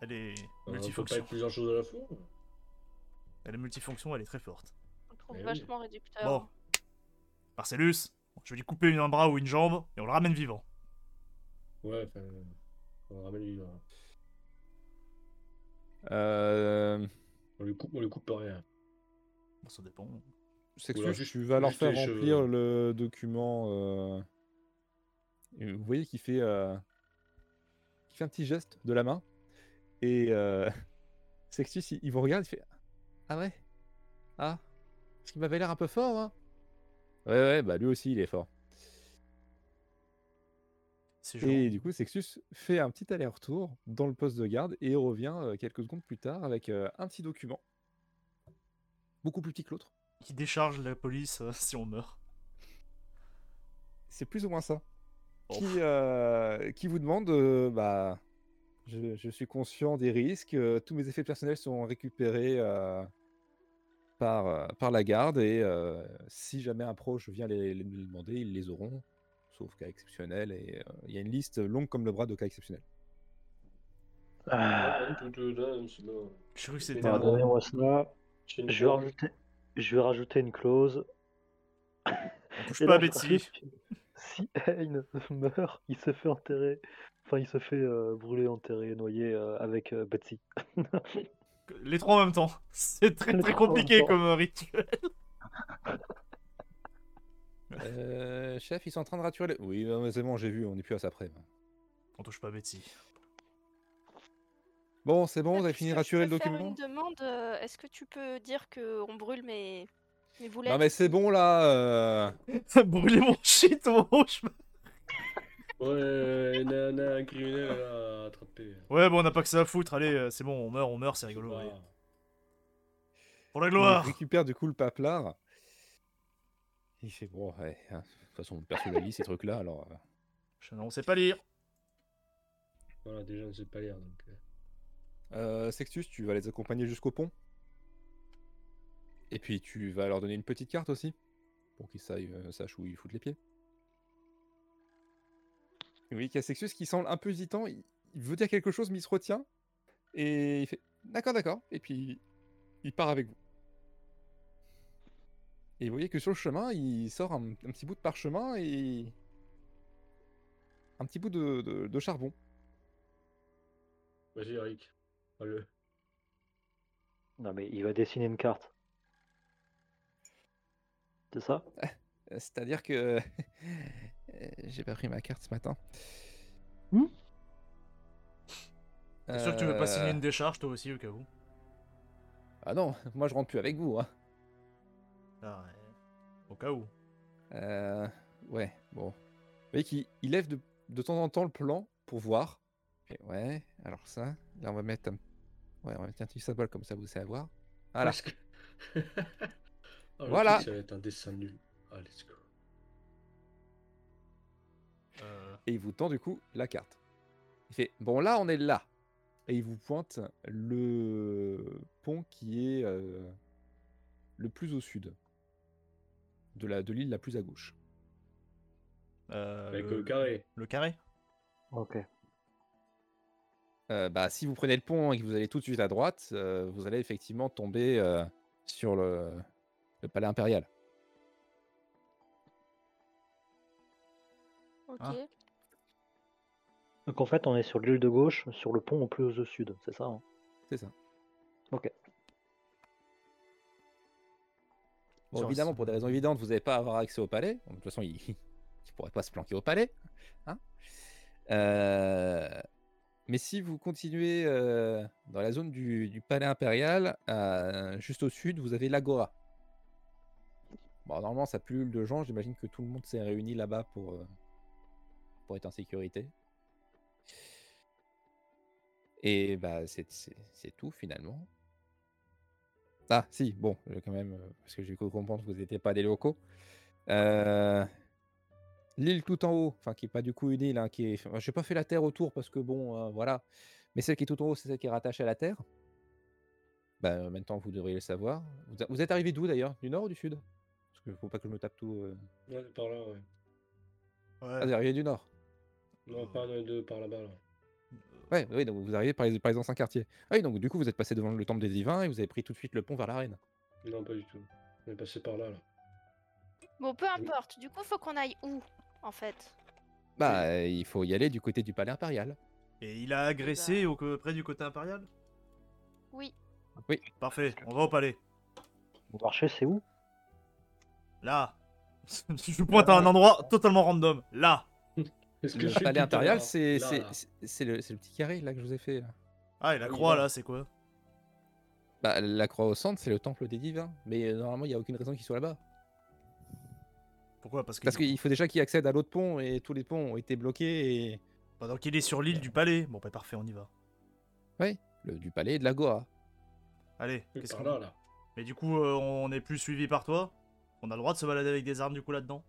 Speaker 2: Elle est
Speaker 5: euh, faut pas
Speaker 2: multifonction.
Speaker 5: être plusieurs choses à la fois.
Speaker 2: Elle est multifonction, elle est très forte.
Speaker 3: Je le trouve
Speaker 5: Eh oui.
Speaker 3: vachement réducteur.
Speaker 2: Bon. Marcellus, je vais lui couper une- un bras ou une jambe et on le ramène vivant.
Speaker 5: Ouais, enfin. On ramène lui. hein.
Speaker 4: Euh,
Speaker 5: On lui coupe, on lui coupe pas rien.
Speaker 2: Bon, ça dépend.
Speaker 4: Sextus,
Speaker 5: Oula, juste-
Speaker 4: tu vas leur
Speaker 5: juste les
Speaker 4: faire
Speaker 5: cheveux.
Speaker 4: remplir le document. euh, et Vous voyez qu'il fait, euh, qu'il fait un petit geste de la main et euh, Sextus, il, il vous regarde, il fait ah ouais, ah, parce qu'il m'avait l'air un peu fort. hein. Ouais ouais, bah lui aussi il est fort.
Speaker 2: C'est
Speaker 4: Et
Speaker 2: genre-
Speaker 4: du coup, Sextus fait un petit aller-retour dans le poste de garde et revient euh, quelques secondes plus tard avec euh, un petit document. Beaucoup plus petit que l'autre.
Speaker 2: qui décharge la police euh, si on meurt.
Speaker 4: C'est plus ou moins ça.
Speaker 2: Oh.
Speaker 4: Qui, euh, qui vous demande euh, bah, je, je suis conscient des risques, euh, tous mes effets personnels sont récupérés euh, par, euh, par la garde et euh, si jamais un proche vient les, les- les demander, ils les auront. Sauf cas exceptionnel, et euh, il y a une liste longue comme le bras de cas exceptionnels.
Speaker 1: Ah,
Speaker 5: Ouais, tout- tout- non, c'est bon.
Speaker 2: Je crois que c'était
Speaker 1: bah,
Speaker 2: un...
Speaker 5: Pardon.
Speaker 1: Donnez-moi cela.
Speaker 5: Chez nous,
Speaker 1: Je vais rajouter, je vais rajouter une clause.
Speaker 2: On touche
Speaker 1: Et
Speaker 2: pas à
Speaker 1: là, je
Speaker 2: Betsy.
Speaker 1: rajoute que Si Ayn meurt, il se fait enterrer. Enfin, il se fait euh, brûler, enterrer, noyer euh, avec euh, Betsy.
Speaker 2: Les trois en même temps. C'est très
Speaker 1: Les
Speaker 2: très
Speaker 1: trois en même
Speaker 2: compliqué
Speaker 1: temps.
Speaker 2: comme euh, rituel.
Speaker 4: Euh, chef, ils sont en train de raturer le... Oui, non, mais c'est bon, j'ai vu, on n'est plus à ça près.
Speaker 2: On touche pas à Betsy.
Speaker 4: Bon, c'est bon,
Speaker 3: Ah,
Speaker 4: vous avez
Speaker 3: est-ce
Speaker 4: fini
Speaker 3: que
Speaker 4: de
Speaker 3: je
Speaker 4: raturer le
Speaker 3: peux faire
Speaker 4: document
Speaker 3: une demande, euh, est-ce que tu peux dire que on brûle mes, mes boulettes
Speaker 4: Non mais c'est bon là euh,
Speaker 2: Brûler mon shit au moment où je meurs.
Speaker 5: Ouais, on a, on a un criminel là, à attraper.
Speaker 2: Ouais, bon, on n'a pas que ça à foutre. Allez, euh, c'est bon, on meurt, on meurt, c'est rigolo. allez.
Speaker 5: Ah,
Speaker 2: Pour la
Speaker 4: il
Speaker 2: gloire
Speaker 4: récupère du coup le papelard. Il fait bon, ouais. hein, De toute façon, personne n'a lit ces trucs-là, alors... euh,
Speaker 2: Je- On sait pas lire.
Speaker 5: Voilà, déjà, on sait pas lire donc. euh.
Speaker 4: Euh, Sextus, tu vas les accompagner jusqu'au pont. Et puis tu vas leur donner une petite carte aussi, pour qu'ils sa- euh, sachent où ils foutent les pieds. Et Oui, qu'il y a Sextus qui semble un peu hésitant, il il veut dire quelque chose mais il se retient. Et il fait d'accord, d'accord, et puis il part avec vous. Et vous voyez que sur le chemin, il sort un, un petit bout de parchemin et un petit bout de- de- de charbon.
Speaker 5: Vas-y, Eric. Allez.
Speaker 1: Non, mais il va dessiner une carte. C'est ça
Speaker 4: Euh, C'est-à-dire que euh, j'ai pas pris ma carte ce matin.
Speaker 1: Hmm
Speaker 2: T'es sûr que tu veux pas signer
Speaker 4: Euh,
Speaker 2: une décharge toi aussi au cas où
Speaker 4: Ah non, moi je rentre plus avec vous. Hein.
Speaker 2: Ah, ouais. Au cas où.
Speaker 4: Euh, Ouais, bon. Vous voyez qu'il il lève de, de temps en temps le plan pour voir. Il Et ouais, alors ça, là on va mettre un, ouais, on va mettre un petit symbole comme ça, vous savez voir. Voilà.
Speaker 5: Parce que- Oh, le
Speaker 4: Ah Voilà.
Speaker 5: truc, ça va être un dessin nul. Ah, let's go.
Speaker 2: Euh,
Speaker 4: Et il vous tend du coup la carte. Il fait bon là on est là. Et il vous pointe le pont qui est euh, le plus au sud de la de l'île la plus à gauche.
Speaker 2: euh,
Speaker 5: Avec le carré.
Speaker 2: Le carré
Speaker 1: Ok.
Speaker 4: Euh, bah, si vous prenez le pont et que vous allez tout de suite à droite, euh, vous allez effectivement tomber euh, sur le, le palais impérial.
Speaker 3: Ok.
Speaker 2: Ah.
Speaker 4: Hein?
Speaker 1: Donc en fait, on est sur l'île de gauche, sur le pont au plus au sud, c'est ça hein
Speaker 4: C'est ça.
Speaker 1: Ok.
Speaker 4: Bon,
Speaker 2: Sur le
Speaker 4: évidemment,
Speaker 2: sol.
Speaker 4: pour des raisons évidentes, vous n'allez pas à avoir accès au palais. De toute façon, il ne pourrait pas se planquer au palais. hein. Euh, Mais si vous continuez euh, dans la zone du, du palais impérial, euh, juste au sud, vous avez l'agora. Bon, normalement, ça pullule de gens. J'imagine que tout le monde s'est réuni là-bas pour, euh, pour être en sécurité. Et bah, c'est- c'est c'est tout finalement. Ah, si, bon, euh, quand même, euh, parce que j'ai cru comprendre que vous n'étiez pas des locaux. Euh, L'île tout en haut, enfin, qui n'est pas du coup une île, hein, qui est. J'ai pas fait la terre autour parce que bon, euh, voilà. Mais celle qui est tout en haut, c'est celle qui est rattachée à la terre. Bah, en même temps, vous devriez le savoir. Vous, a- vous êtes arrivé d'où d'ailleurs Du nord ou du sud Parce qu'il faut pas que je me tape tout. euh.
Speaker 5: Ouais, par là, ouais.
Speaker 4: Ah, vous
Speaker 2: Ouais.
Speaker 4: arrivez du nord
Speaker 5: Non, par, là, de, par là-bas, là.
Speaker 4: Ouais, oui, donc vous arrivez par les, par les anciens quartiers. Ah oui, donc du coup, vous êtes passé devant le temple des divins et vous avez pris tout de suite le pont vers l'arène.
Speaker 5: Non, pas du tout. On est passé par là, là.
Speaker 6: Bon, peu importe. Du coup, faut qu'on aille où, en fait
Speaker 4: Bah, euh, il faut y aller du côté du palais impérial.
Speaker 2: Et il a agressé au, co- près du côté impérial
Speaker 6: Oui.
Speaker 2: Parfait, on va au palais.
Speaker 1: Vous marchez, c'est où
Speaker 2: Là Je pointe à un endroit totalement random. Là
Speaker 5: Est-ce
Speaker 4: Le
Speaker 5: je suis
Speaker 4: palais
Speaker 5: tout à
Speaker 4: impérial,
Speaker 5: l'heure
Speaker 4: c'est
Speaker 5: Là,
Speaker 4: c'est-
Speaker 5: là.
Speaker 4: c'est- c'est le, c'est le petit carré là que je vous ai fait. là.
Speaker 2: Ah, et la
Speaker 5: Oui,
Speaker 2: croix
Speaker 5: là.
Speaker 2: là, c'est quoi
Speaker 4: Bah, la croix au centre, c'est le temple des divins. Mais euh, normalement, il n'y a aucune raison qu'il soit là-bas.
Speaker 2: Pourquoi Parce que
Speaker 4: Parce qu'il faut déjà qu'il accède à l'autre pont et tous les ponts ont été bloqués et...
Speaker 2: pendant qu'il est sur l'île du palais. Bon, bah parfait, on y va.
Speaker 4: le- du palais et de la Goa.
Speaker 2: Allez,
Speaker 5: Oui,
Speaker 2: qu'est-ce
Speaker 5: par
Speaker 2: qu'on
Speaker 5: là, là.
Speaker 2: Mais du coup, euh, on est plus suivi par toi On a le droit de se balader avec des armes du coup là-dedans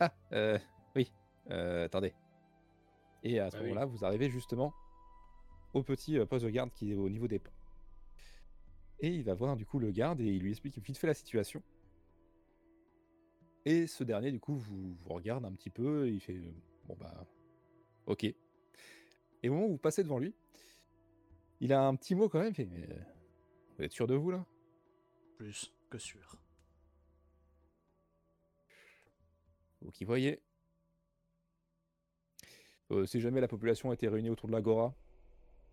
Speaker 4: Ah, euh, oui. Euh, attendez. Et à ce
Speaker 5: Ah oui.
Speaker 4: moment-là, vous arrivez justement au petit euh, poste de garde qui est au niveau des ponts. Et il va voir du coup le garde et il lui explique vite fait la situation. Et ce dernier, du coup, vous, vous regarde un petit peu. Et il fait euh, Bon, bah, ok. Et au moment où vous passez devant lui, il a un petit mot quand même. il fait, Mais, euh, vous êtes sûr de vous là
Speaker 2: Plus que sûr.
Speaker 4: Vous qui voyez. Euh, si jamais la population était réunie autour de l'agora,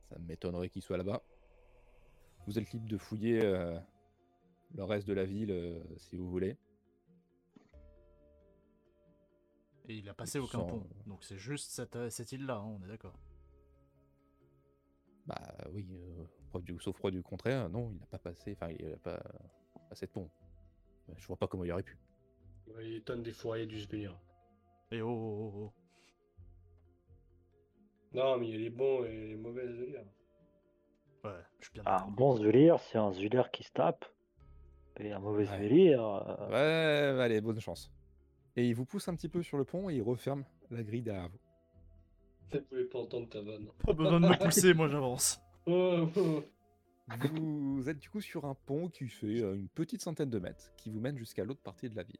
Speaker 4: ça m'étonnerait qu'il soit là-bas. Vous êtes libre de fouiller euh, le reste de la ville euh, si vous voulez.
Speaker 2: Et il a passé aucun
Speaker 4: Sans-
Speaker 2: pont. Donc c'est juste cette, euh, cette île-là, hein, on est d'accord.
Speaker 4: Bah oui, euh, preuve du- sauf preuve du contraire, non, il n'a pas passé, enfin il n'a pas passé de pont. Euh, Je vois pas comment il aurait pu.
Speaker 5: Ouais, Il étonne des fourriers du sbire.
Speaker 2: Et oh, oh, oh, oh.
Speaker 5: Non, mais il y a les bons et les mauvais délires.
Speaker 2: Ouais, je suis bien
Speaker 1: Ah,
Speaker 2: d'accord.
Speaker 1: un bon Zulir, c'est un Zulir qui se tape. Et un mauvais
Speaker 4: Ouais.
Speaker 1: Zulir. euh,
Speaker 4: Ouais, allez, bonne chance. Et il vous pousse un petit peu sur le pont et il referme la grille derrière vous.
Speaker 5: Peut-être que vous voulez pas entendre ta vanne.
Speaker 2: Pas besoin de me pousser, moi j'avance.
Speaker 5: Oh, oh.
Speaker 4: Vous êtes du coup sur un pont qui fait euh, une petite centaine de mètres, qui vous mène jusqu'à l'autre partie de la ville.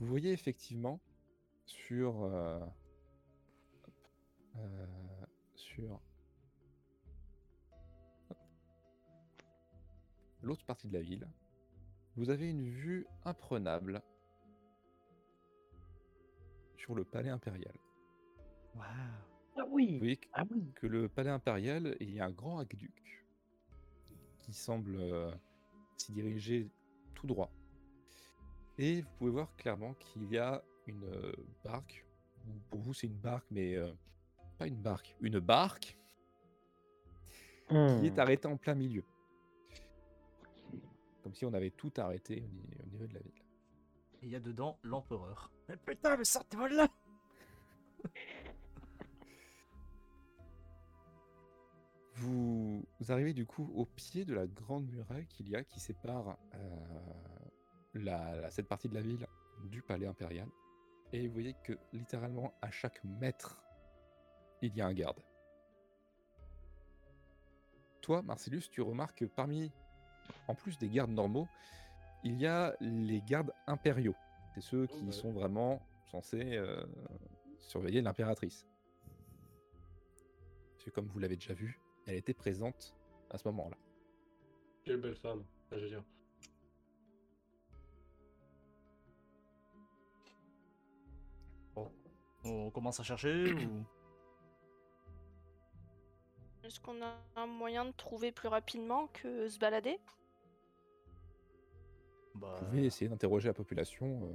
Speaker 4: Vous voyez effectivement sur euh, hop, euh, sur hop, l'autre partie de la ville, vous avez une vue imprenable sur le palais impérial.
Speaker 2: Waouh.
Speaker 1: Ah
Speaker 4: Vous
Speaker 1: oui
Speaker 4: voyez que-
Speaker 1: Ah oui
Speaker 4: que le palais impérial, il y a un grand aqueduc qui semble euh, s'y diriger tout droit. Et vous pouvez voir clairement qu'il y a une euh, barque. ou Pour vous, c'est une barque, mais euh, pas une barque, une barque qui est
Speaker 1: Hmm.
Speaker 4: arrêtée en plein milieu. Comme si on avait tout arrêté au ni- au niveau de la ville.
Speaker 2: Et il y a dedans l'empereur. Mais putain, mais sortez-moi de là
Speaker 4: Vous arrivez du coup au pied de la grande muraille qu'il y a qui sépare euh, la- la- cette partie de la ville du palais impérial. Et vous voyez que littéralement à chaque mètre, il y a un garde. Toi, Marcellus, tu remarques que parmi, en plus des gardes normaux, il y a les gardes impériaux. C'est ceux qui
Speaker 5: bah
Speaker 4: sont vraiment censés euh, surveiller l'impératrice. Parce que comme vous l'avez déjà vu, elle était présente à ce moment-là.
Speaker 5: Quelle belle femme, ça, je veux dire.
Speaker 2: On commence à chercher ou.
Speaker 3: Est-ce qu'on a un moyen de trouver plus rapidement que se balader
Speaker 2: Bah,
Speaker 4: Vous pouvez essayer d'interroger la population euh,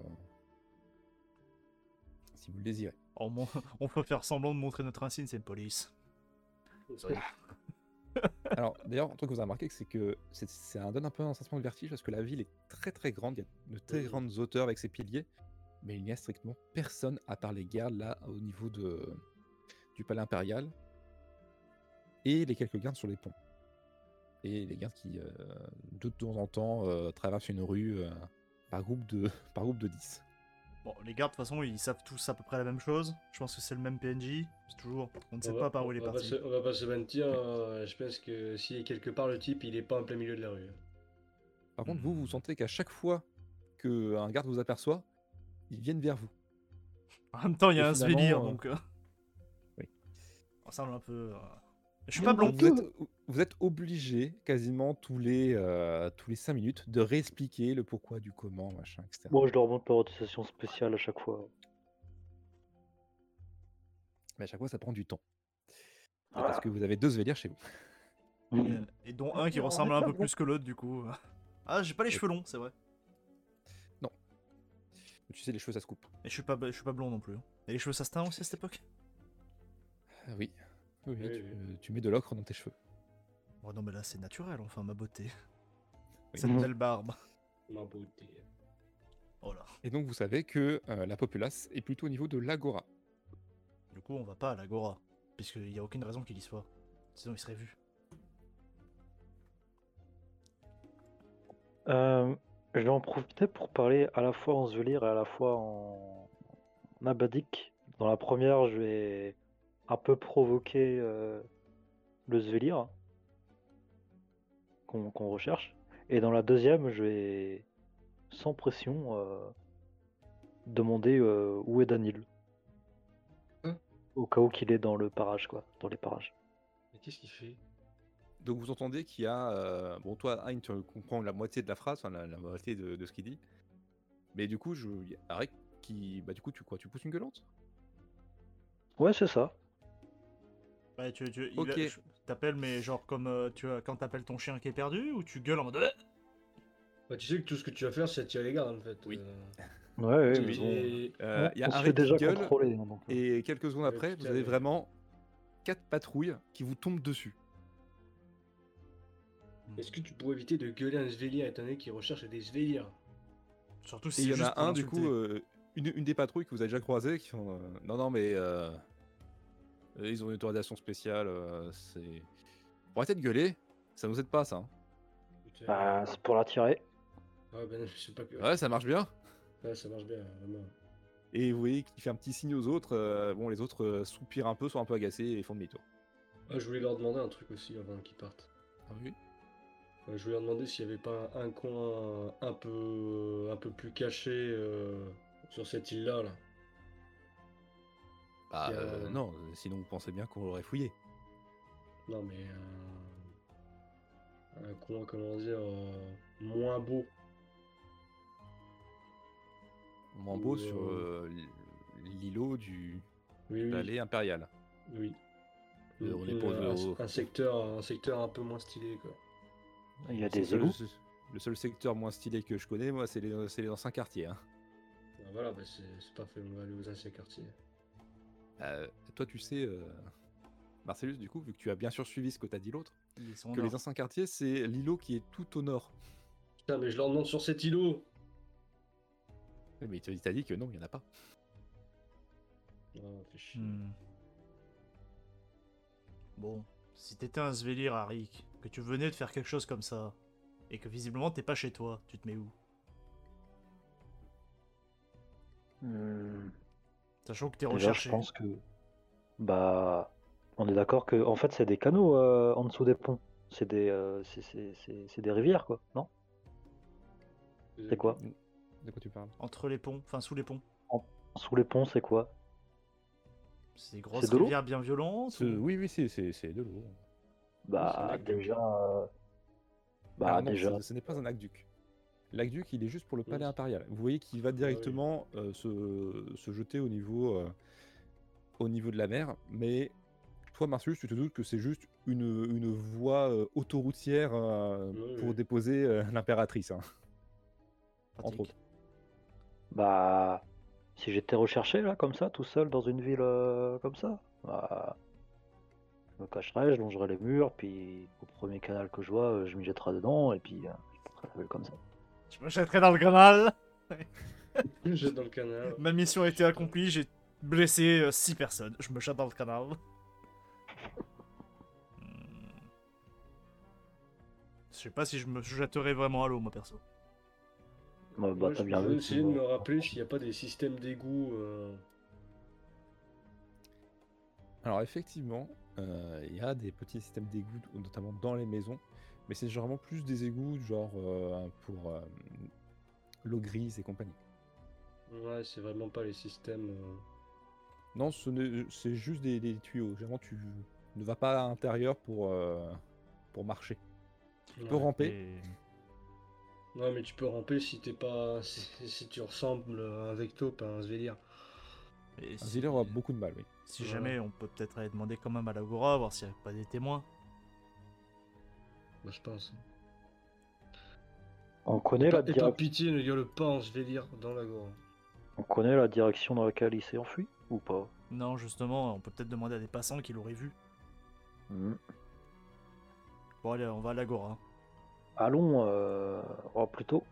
Speaker 4: si vous le désirez.
Speaker 2: on, mon- on peut faire semblant de montrer notre insigne, c'est une police. Sorry.
Speaker 4: Alors, d'ailleurs, un truc que vous avez remarqué, c'est que c'est- ça donne un peu un sentiment de vertige parce que la ville est très très grande, il y a de très
Speaker 5: Oui.
Speaker 4: grandes hauteurs avec ses piliers, mais il n'y a strictement personne à part les gardes là au niveau de, du palais impérial et les quelques gardes sur les ponts. Et les gardes qui, euh, de temps en temps, euh, traversent une rue euh, par, groupe de, par groupe de 10.
Speaker 2: Bon, les gardes, de toute façon, ils savent tous à peu près la même chose. Je pense que c'est le même PNJ. C'est toujours. On ne sait
Speaker 5: On va-
Speaker 2: pas par où il est
Speaker 5: on va pas
Speaker 2: parti.
Speaker 5: se- on va pas se mentir, euh, je pense que s'il est quelque part, le type, il est pas en plein milieu de la rue. hein.
Speaker 4: Par contre, vous, vous
Speaker 2: Hmm.
Speaker 4: sentez qu'à chaque fois qu'un garde vous aperçoit, ils viennent vers vous.
Speaker 2: En même temps, il y a
Speaker 4: Et
Speaker 2: un
Speaker 4: finalement,
Speaker 2: souvenir,
Speaker 4: euh,
Speaker 2: donc. euh,
Speaker 4: oui.
Speaker 2: On semble un peu. euh, Je suis
Speaker 4: Même
Speaker 2: pas
Speaker 4: quand
Speaker 2: blanc.
Speaker 4: Vous êtes, vous êtes obligé quasiment tous les euh, tous les cinq minutes de réexpliquer le pourquoi du comment machin etc.
Speaker 1: Moi, je leur montre leur autorisation spéciale à chaque fois.
Speaker 4: Mais à chaque fois ça prend du temps parce que vous avez deux velières chez vous.
Speaker 2: Et- Et dont un qui ressemble un peu plus que l'autre, du coup. Ah, j'ai pas les cheveux longs, c'est vrai.
Speaker 4: Tu sais les cheveux ça se coupe.
Speaker 2: Et je suis pas, je suis pas blond non plus. hein. Et les cheveux, ça se teint aussi à cette époque
Speaker 4: Ah oui. Oui, oui,
Speaker 5: Oui,
Speaker 4: tu, tu mets de l'ocre dans tes cheveux.
Speaker 2: Oh non, mais là, c'est naturel, enfin, ma beauté.
Speaker 4: Oui.
Speaker 2: Cette belle barbe.
Speaker 5: Ma beauté.
Speaker 2: Oh là.
Speaker 4: Et donc vous savez que euh, la populace est plutôt au niveau de l'agora.
Speaker 2: Du coup, on va pas à l'agora. Puisqu'il y a aucune raison qu'il y soit. Sinon, il serait vu.
Speaker 1: Euh, je vais en profiter pour parler à la fois en Zulir et à la fois en, en Abadique. Dans la première, je vais un peu provoquer euh, le Zulir qu'on qu'on recherche. Et dans la deuxième, je vais sans pression euh, demander euh, où est Danil.
Speaker 4: Hmm.
Speaker 5: Hein
Speaker 1: Au cas où qu'il est dans le parage, quoi. Dans les parages.
Speaker 5: Mais qu'est-ce qu'il fait
Speaker 4: Donc vous entendez qu'il y a euh, bon toi Hein tu comprends la moitié de la phrase, enfin, la, la moitié de, de ce qu'il dit. Mais du coup je il y a Arek qui bah du coup tu quoi tu pousses une gueulante.
Speaker 1: Ouais, c'est ça.
Speaker 2: Ouais, tu, tu, il
Speaker 4: Ok.
Speaker 2: a- je- t'appelles, mais genre comme euh, tu vois, quand t'appelles ton chien qui est perdu, ou tu gueules en mode. Euh
Speaker 5: Bah, tu sais que tout ce que tu vas faire, c'est attirer les gardes, en fait.
Speaker 4: Oui.
Speaker 5: Euh,
Speaker 1: Ouais, ouais,
Speaker 4: Oui,
Speaker 1: Ah mais
Speaker 4: oui.
Speaker 1: bon.
Speaker 5: et-
Speaker 4: Euh, il y a
Speaker 1: on se fait
Speaker 4: Arek qui
Speaker 1: déjà
Speaker 4: gueule.
Speaker 1: contrôler. hein, donc, euh.
Speaker 4: Et quelques secondes
Speaker 5: Ouais,
Speaker 4: après,
Speaker 5: tout
Speaker 4: vous
Speaker 5: à
Speaker 4: avez
Speaker 5: fait.
Speaker 4: vraiment quatre patrouilles qui vous tombent dessus.
Speaker 5: Est-ce que tu pourrais éviter de gueuler un svelir étant donné qu'il recherche des svelirs
Speaker 2: Surtout si
Speaker 4: Et il y
Speaker 2: c'est
Speaker 4: en
Speaker 2: juste
Speaker 4: a
Speaker 2: pour
Speaker 4: un, du
Speaker 2: l'insulter.
Speaker 4: coup, euh, une, une des patrouilles que vous avez déjà croisées qui font euh, Non, non, mais. euh, euh, ils ont une autorisation spéciale. euh, c'est. Pour arrêter de gueuler, ça nous aide pas, ça. hein.
Speaker 1: Bah, c'est pour l'attirer.
Speaker 5: euh, Ah, ben, je sais pas que.
Speaker 4: Ouais, ça marche bien.
Speaker 5: Ouais, ça marche bien, vraiment.
Speaker 4: Et vous voyez qu'il fait un petit signe aux autres. euh, bon, les autres euh, soupirent un peu, sont un peu agacés et font demi-tour.
Speaker 5: Ah, je voulais leur demander un truc aussi avant qu'ils partent.
Speaker 4: Ah
Speaker 5: Euh, Je voulais leur demander s'il n'y avait pas un, un coin un peu, un peu plus caché euh, sur cette île-là. Là.
Speaker 4: Bah,
Speaker 5: Et, euh,
Speaker 4: euh, non, euh, sinon vous pensez bien qu'on l'aurait fouillé.
Speaker 5: Non, mais un, un coin, comment dire, euh, moins beau.
Speaker 4: On m'embauche
Speaker 5: Ou,
Speaker 4: sur
Speaker 5: euh,
Speaker 4: euh, l'îlot du
Speaker 5: Oui, oui.
Speaker 4: palais impérial.
Speaker 5: oui.
Speaker 4: Le-
Speaker 5: Donc,
Speaker 4: on dépose
Speaker 5: euh,
Speaker 4: le-
Speaker 5: un, un secteur, un secteur un peu moins stylé, quoi.
Speaker 1: Il y a
Speaker 4: C'est
Speaker 1: des
Speaker 4: ça, le
Speaker 1: égouts.
Speaker 4: se- Le seul secteur moins stylé que je connais, moi, c'est les, c'est les anciens quartiers. hein.
Speaker 5: Ah, voilà, bah, c'est c'est parfait, on va aller aux anciens quartiers.
Speaker 4: Euh, toi, tu sais, euh, Marcellus, du coup, vu que tu as bien sûr suivi ce que t'as dit l'autre,
Speaker 2: Ils sont en
Speaker 4: que
Speaker 2: or.
Speaker 4: les anciens quartiers, c'est l'îlot qui est tout au nord.
Speaker 5: Putain, mais je leur demande sur cet îlot
Speaker 4: Oui, Mais il te- il t'a dit que non, il n'y en a pas.
Speaker 2: euh,
Speaker 5: Ah, fais chier.
Speaker 2: Hmm. Bon, si t'étais un Svelir, Arik, que tu venais de faire quelque chose comme ça, et que visiblement t'es pas chez toi, tu te mets où
Speaker 1: Hmm.
Speaker 2: Sachant que t'es
Speaker 1: Déjà,
Speaker 2: recherché.
Speaker 1: Eh ben, je pense que. Bah, on est d'accord que. En fait, c'est des canaux euh, en dessous des ponts. C'est des, euh, c'est- c'est- c'est- c'est des rivières, quoi, non C'est quoi
Speaker 4: De quoi tu parles
Speaker 2: Entre les ponts, enfin sous les ponts.
Speaker 1: Sous les ponts, c'est quoi
Speaker 2: C'est des grosses
Speaker 1: C'est de l'eau
Speaker 2: rivières bien violentes.
Speaker 4: C'est-
Speaker 2: ou-
Speaker 4: Oui, oui, c'est- c'est c'est de l'eau.
Speaker 5: c'est un
Speaker 1: Bah,
Speaker 5: aqueduc.
Speaker 1: déjà. euh, Bah,
Speaker 4: Ah non,
Speaker 1: déjà.
Speaker 4: ce- ce n'est pas un aqueduc. L'aqueduc, il est juste pour le palais
Speaker 5: Oui.
Speaker 4: impérial. Vous voyez qu'il va directement euh, se, se jeter au niveau, euh, au niveau de la mer. Mais toi, Marcellus, tu te doutes que c'est juste une, une voie euh, autoroutière euh,
Speaker 5: Oui,
Speaker 4: pour
Speaker 5: oui.
Speaker 4: déposer euh, l'impératrice, hein,
Speaker 2: Pratique.
Speaker 4: entre autres.
Speaker 1: Bah, si j'étais recherché là, comme ça, tout seul dans une ville euh, comme ça, bah, je me cacherais, je longerais les murs, puis au premier canal que je vois, euh, je m'y jetterais dedans, et puis euh, je porterais la ville comme ça.
Speaker 2: Je me jetterai dans le canal.
Speaker 5: Je jette dans le canal.
Speaker 2: Euh. Ma mission a été accomplie, j'ai blessé 6 personnes. Je me jette dans le canal. Hmm. Je sais pas si je me jetterai vraiment à l'eau, moi perso.
Speaker 1: Bah, bah,
Speaker 5: Moi,
Speaker 1: t'as
Speaker 5: je
Speaker 1: bien
Speaker 5: je
Speaker 1: vu, tu
Speaker 5: vais essayer de
Speaker 1: vois.
Speaker 5: me rappeler s'il n'y a pas des systèmes d'égouts. euh,
Speaker 4: Alors effectivement, euh, il y a des petits systèmes d'égouts, notamment dans les maisons, mais c'est généralement plus des égouts genre euh, pour euh, l'eau grise et compagnie.
Speaker 5: Ouais, c'est vraiment pas les systèmes. euh,
Speaker 4: Non, ce n'est- c'est juste des, des tuyaux. Généralement, tu ne vas pas à l'intérieur pour, euh, pour marcher. Tu peux
Speaker 5: ouais.
Speaker 4: ramper.
Speaker 2: Et-
Speaker 5: Ouais, mais tu peux ramper si t'es pas. Si, si tu ressembles à un Vecto, pas à un Svelir.
Speaker 2: et
Speaker 4: Un
Speaker 2: si-
Speaker 4: dealer a beaucoup de mal, oui.
Speaker 2: Si
Speaker 5: Voilà.
Speaker 2: jamais, on peut peut-être aller demander quand même à l'Agora, voir s'il n'y a pas des témoins.
Speaker 5: Moi, Bah, je pense.
Speaker 1: On connaît, la
Speaker 5: Et pas
Speaker 1: direc-
Speaker 5: pitié, ne gueule pas en Svelir dans la gore.
Speaker 1: On connaît la direction dans laquelle il s'est enfui, ou pas
Speaker 2: Non, justement, on peut peut-être demander à des passants qui l'auraient vu.
Speaker 1: Hmm.
Speaker 2: Bon, allez, on va à l'Agora. hein.
Speaker 1: Allons, euh... oh, plutôt.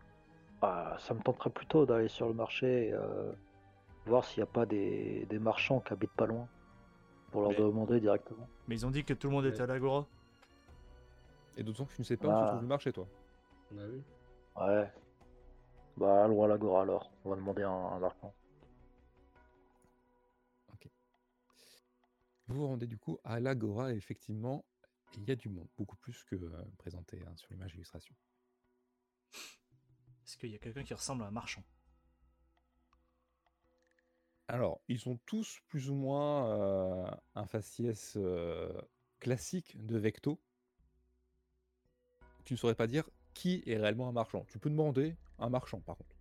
Speaker 1: Ah, ça me tenterait plutôt d'aller sur le marché, euh, voir s'il n'y a pas des... des marchands qui habitent pas loin, pour leur
Speaker 2: Mais-
Speaker 1: demander directement.
Speaker 2: Mais ils ont dit que tout le monde était à l'Agora.
Speaker 4: Et d'autant que tu ne sais pas où se
Speaker 1: Ah.
Speaker 4: trouve le marché, toi.
Speaker 5: On a vu.
Speaker 1: Ouais. Bah, loin l'agora alors. On va demander un, un marchand.
Speaker 4: Vous vous rendez du coup à l'Agora, et effectivement, il y a du monde, beaucoup plus que euh, présenté hein, sur l'image illustration.
Speaker 2: Est-ce qu'il y a quelqu'un qui ressemble à un marchand
Speaker 4: Alors, ils ont tous plus ou moins euh, un faciès euh, classique de Vecto. Tu ne saurais pas dire qui est réellement un marchand. Tu peux demander un marchand, par contre.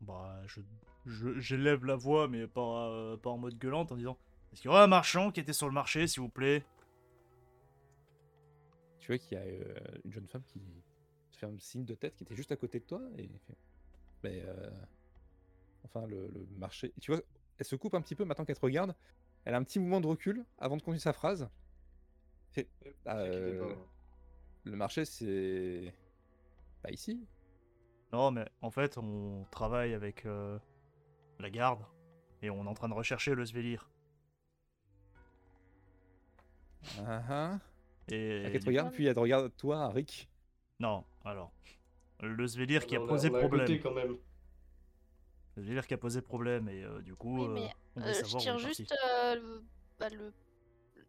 Speaker 2: Bah, je, je- j'élève la voix, mais pas, euh, pas en mode gueulante, en disant Est-ce qu'il y aurait un marchand qui était sur le marché, s'il vous plaît
Speaker 4: Tu vois qu'il y a euh, une jeune femme qui se fait un signe de tête qui était juste à côté de toi et fait, mais euh, enfin le, le marché. Tu vois, elle se coupe un petit peu maintenant qu'elle te regarde. Elle a un petit mouvement de recul avant de continuer sa phrase. Fait, Ah,
Speaker 5: C'est qu'il est pas
Speaker 4: euh,
Speaker 5: mort.
Speaker 4: le marché c'est pas ici.
Speaker 2: Non, mais en fait, on travaille avec euh, la garde, et on est en train de rechercher le Svelir.
Speaker 4: Ah ah.
Speaker 2: Et.
Speaker 4: Elle te regarde puis elle te regarde toi, Rick.
Speaker 2: Non, alors. Le Svelir qui a
Speaker 5: Ah, bah, On
Speaker 2: posé
Speaker 5: on a
Speaker 2: problème.
Speaker 5: goûté quand même.
Speaker 2: Le Svelir qui a posé problème, et euh, du coup.
Speaker 6: Oui,
Speaker 2: euh,
Speaker 6: mais,
Speaker 2: on veut
Speaker 6: Euh, je
Speaker 2: savoir où il
Speaker 6: tire
Speaker 2: est parti.
Speaker 6: juste euh, le, bah, le-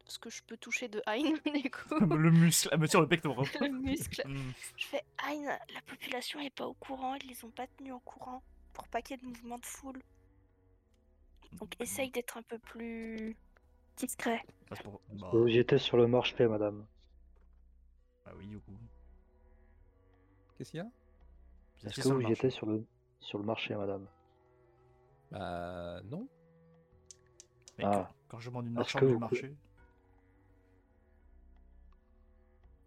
Speaker 6: ce que je peux toucher de Hein, du coup.
Speaker 2: le muscle, elle me tire Ah, le pectoral.
Speaker 6: le muscle.
Speaker 2: Hmm.
Speaker 6: Je fais Hein, la population est pas au courant, ils les ont pas tenus au courant pour pas qu'il y ait de mouvement de foule. Donc essaye d'être un peu plus discret.
Speaker 2: Ça, c'est pour- bah,
Speaker 1: J'étais sur le marché, madame.
Speaker 2: bah oui, du coup.
Speaker 4: Qu'est-ce qu'il y a
Speaker 1: Est-ce
Speaker 2: Vous étiez
Speaker 1: que
Speaker 2: sur
Speaker 1: vous
Speaker 2: le
Speaker 1: y
Speaker 2: marché.
Speaker 1: étiez sur le, sur le marché, madame
Speaker 4: Bah non.
Speaker 2: Mais
Speaker 1: Ah.
Speaker 2: quand, quand je demande une
Speaker 1: Est-ce
Speaker 2: marchande
Speaker 1: que
Speaker 2: du
Speaker 1: vous-
Speaker 2: marché,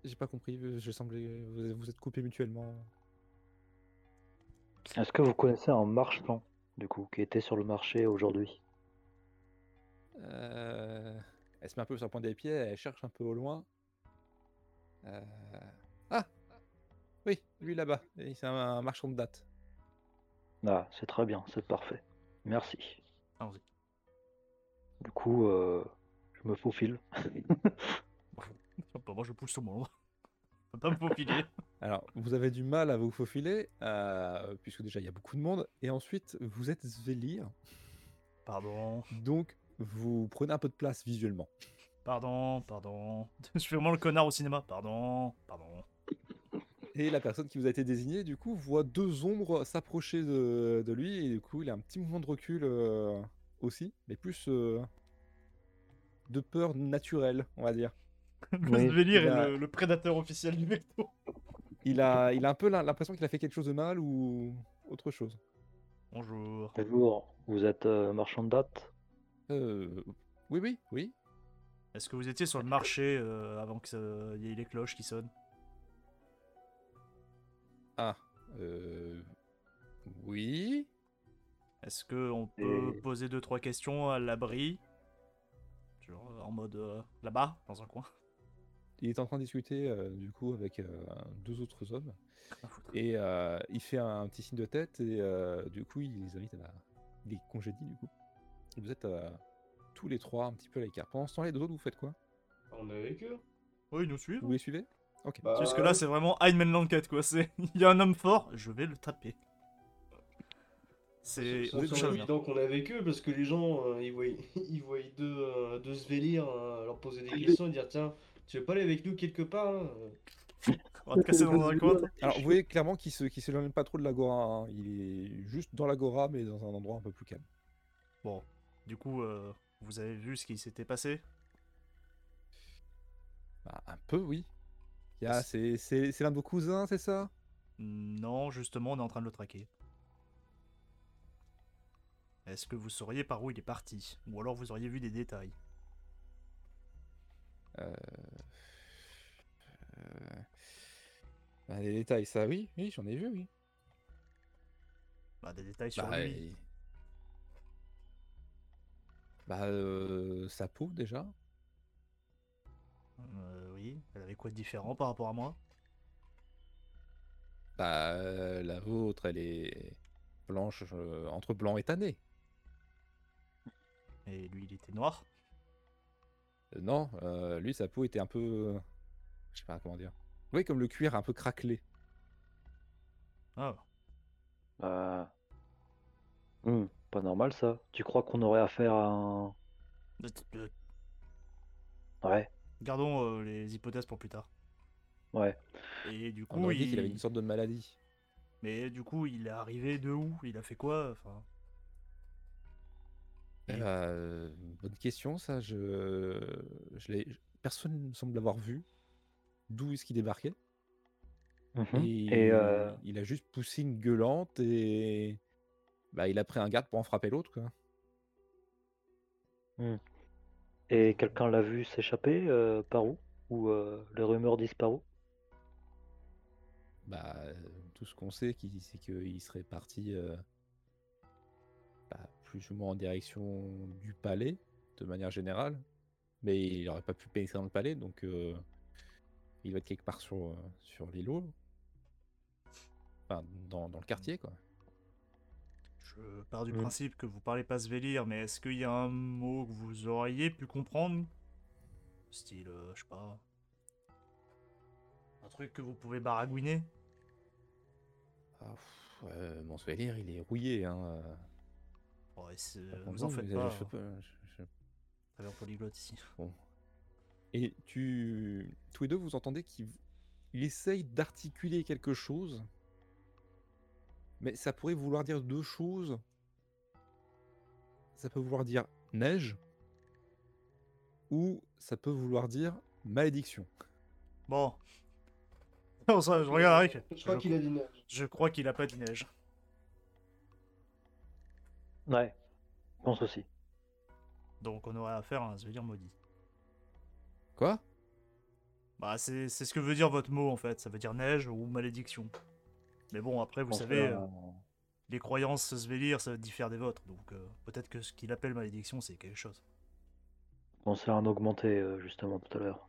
Speaker 4: J'ai pas compris. euh, J'ai semblé vous vous êtes coupés mutuellement.
Speaker 1: Est-ce que vous connaissez un marchand, du coup, qui était sur le marché aujourd'hui
Speaker 4: Euh, Elle se met un peu sur le point des pieds, elle cherche un peu au loin. Euh, Ah Oui, lui là-bas, et c'est un, un marchand de date.
Speaker 1: Ah, c'est très bien, c'est parfait. Merci.
Speaker 2: Allons-y.
Speaker 1: Du coup, euh, je me faufile.
Speaker 2: Tiens, bah, moi, je pousse tout mon ombre. Je peux pas me faufiler.
Speaker 4: Alors, vous avez du mal à vous faufiler, euh, puisque déjà il y a beaucoup de monde, et ensuite vous êtes Zvelir,
Speaker 2: Pardon,
Speaker 4: donc vous prenez un peu de place visuellement.
Speaker 2: pardon, pardon. Je fais vraiment le connard au cinéma. Pardon, pardon.
Speaker 4: Et la personne qui vous a été désignée, du coup, voit deux ombres s'approcher de, de lui, et du coup, il a un petit mouvement de recul euh, aussi, mais plus euh, de peur naturelle, on va dire.
Speaker 2: Le
Speaker 1: Oui,
Speaker 2: Svelir
Speaker 4: il
Speaker 2: est
Speaker 4: a-
Speaker 2: le, le prédateur officiel du vecto.
Speaker 4: Il a, il a un peu l'im- l'impression qu'il a fait quelque chose de mal ou autre chose.
Speaker 2: Bonjour.
Speaker 1: Bonjour, vous êtes euh, marchand de dates
Speaker 4: Euh, oui, oui, oui.
Speaker 2: Est-ce que vous étiez sur le marché euh, avant que ça- il y ait les cloches qui sonnent
Speaker 4: Ah, euh, oui.
Speaker 2: Est-ce que on peut
Speaker 1: Et-
Speaker 2: poser deux trois questions à l'abri Genre euh, en mode euh, là-bas, dans un coin.
Speaker 4: Il est en train de discuter euh, du coup avec euh, deux autres hommes
Speaker 2: Rien à foutre.
Speaker 4: et euh, il fait un petit signe de tête et euh, du coup il les invite à la... il les congédie du coup. Et vous êtes euh, tous les trois un petit peu à l'écart. Pendant ce temps-là, les deux autres, vous faites quoi
Speaker 5: On est avec eux
Speaker 2: Oh, ils nous suivent
Speaker 4: Vous les suivez Ok.
Speaker 5: Bah,
Speaker 2: Jusque là,
Speaker 5: ouais.
Speaker 2: c'est vraiment Einman l'enquête quoi. C'est il y a un homme fort, je vais le taper. C'est
Speaker 5: C'est
Speaker 2: on est touché à la
Speaker 5: surtout
Speaker 2: merde.
Speaker 5: évident qu'on est avec eux parce que les gens euh, ils voient, ils voient deux, euh, deux Svelir euh, leur poser des questions et dire tiens, tu veux pas aller avec nous quelque part hein
Speaker 2: On va te casser dans un coin. toi.
Speaker 4: Alors vous voyez clairement qu'il se qu'il s'éloigne pas trop de l'agora. hein. Il est juste dans l'agora mais dans un endroit un peu plus calme.
Speaker 2: Bon, du coup, euh, vous avez vu ce qui s'était passé
Speaker 4: Bah, un peu oui. Il y a- C'est c'est- c'est l'un de vos cousins, c'est ça
Speaker 2: Non, justement, on est en train de le traquer. Est-ce que vous sauriez par où il est parti Ou alors vous auriez vu des détails
Speaker 4: Euh, euh, bah, les détails, ça oui, oui, j'en ai vu, oui.
Speaker 2: Bah, des détails sur
Speaker 4: Bah,
Speaker 2: lui.
Speaker 4: il- Bah, euh, sa peau déjà.
Speaker 2: Euh, oui, elle avait quoi de différent par rapport à moi
Speaker 4: Bah, euh, la vôtre, elle est blanche, euh, entre blanc et tanné.
Speaker 2: Et lui, il était noir.
Speaker 4: Euh, non, euh, lui, sa peau était un peu, euh, je sais pas comment dire. Oui, comme le cuir un peu craquelé.
Speaker 2: Ah,
Speaker 1: Euh, hmm, Pas normal ça. Tu crois qu'on aurait affaire à un.
Speaker 2: Euh, euh,
Speaker 1: Ouais,
Speaker 2: Gardons euh, les hypothèses pour plus tard.
Speaker 1: ouais.
Speaker 2: Et du
Speaker 4: On
Speaker 2: coup,
Speaker 4: aurait
Speaker 2: il...
Speaker 4: dit qu'il avait une sorte de maladie.
Speaker 2: Mais du coup, il est arrivé de où Il a fait quoi Enfin,
Speaker 4: Eh
Speaker 2: Et-
Speaker 4: bah, euh, bonne question, ça. Je, euh, je l'ai. je- Personne ne semble l'avoir vu. D'où est-ce qu'il débarquait
Speaker 1: Mhm.
Speaker 4: Et,
Speaker 1: Et, euh,
Speaker 4: il a juste poussé une gueulante et bah, il a pris un garde pour en frapper l'autre. quoi.
Speaker 1: et quelqu'un l'a vu s'échapper euh, par où Ou euh, les rumeurs disent par où
Speaker 4: Bah, euh, tout ce qu'on sait, qui- c'est qu'il serait parti euh, bah, plus ou moins en direction du palais, de manière générale. Mais il n'aurait pas pu pénétrer dans le palais, donc euh, il va être quelque part sur, euh, sur l'îlot. Enfin, dans, dans le quartier, quoi.
Speaker 2: je pars du
Speaker 1: Mm.
Speaker 2: principe que vous parlez pas Svelir, mais est-ce qu'il y a un mot que vous auriez pu comprendre Style, euh, je sais pas. Un truc que vous pouvez baragouiner
Speaker 4: Ah, pff, ouais, mon souvenir, il est rouillé. Hein. euh,
Speaker 2: Ouais, c'est- euh,
Speaker 4: pas
Speaker 2: Vous en
Speaker 4: grand-chose,
Speaker 2: faites
Speaker 4: mais
Speaker 2: pas.
Speaker 4: je sais
Speaker 2: hein.
Speaker 4: pas, euh, je- je-
Speaker 2: Très bien polyglotte ici.
Speaker 4: Bon. Et tu, tous les deux, vous entendez qu'il il essaye d'articuler quelque chose, mais ça pourrait vouloir dire deux choses. Ça peut vouloir dire neige, ou ça peut vouloir dire malédiction.
Speaker 2: Bon. Non, ça, je regarde Rick.
Speaker 5: Je crois qu'il a dit non.
Speaker 2: Je crois qu'il a pas de neige.
Speaker 1: Ouais, je pense aussi.
Speaker 2: Donc on aurait affaire à un Svelir maudit.
Speaker 4: Quoi
Speaker 2: Bah, c'est c'est ce que veut dire votre mot en fait. Ça veut dire neige ou malédiction. Mais bon, après, vous
Speaker 1: Je pense
Speaker 2: savez.
Speaker 1: que,
Speaker 2: euh,
Speaker 1: euh,
Speaker 2: les croyances Svelir, ça diffère des vôtres, donc euh, peut-être que ce qu'il appelle malédiction, c'est quelque chose.
Speaker 1: je pensais à un augmenté euh, justement tout à l'heure.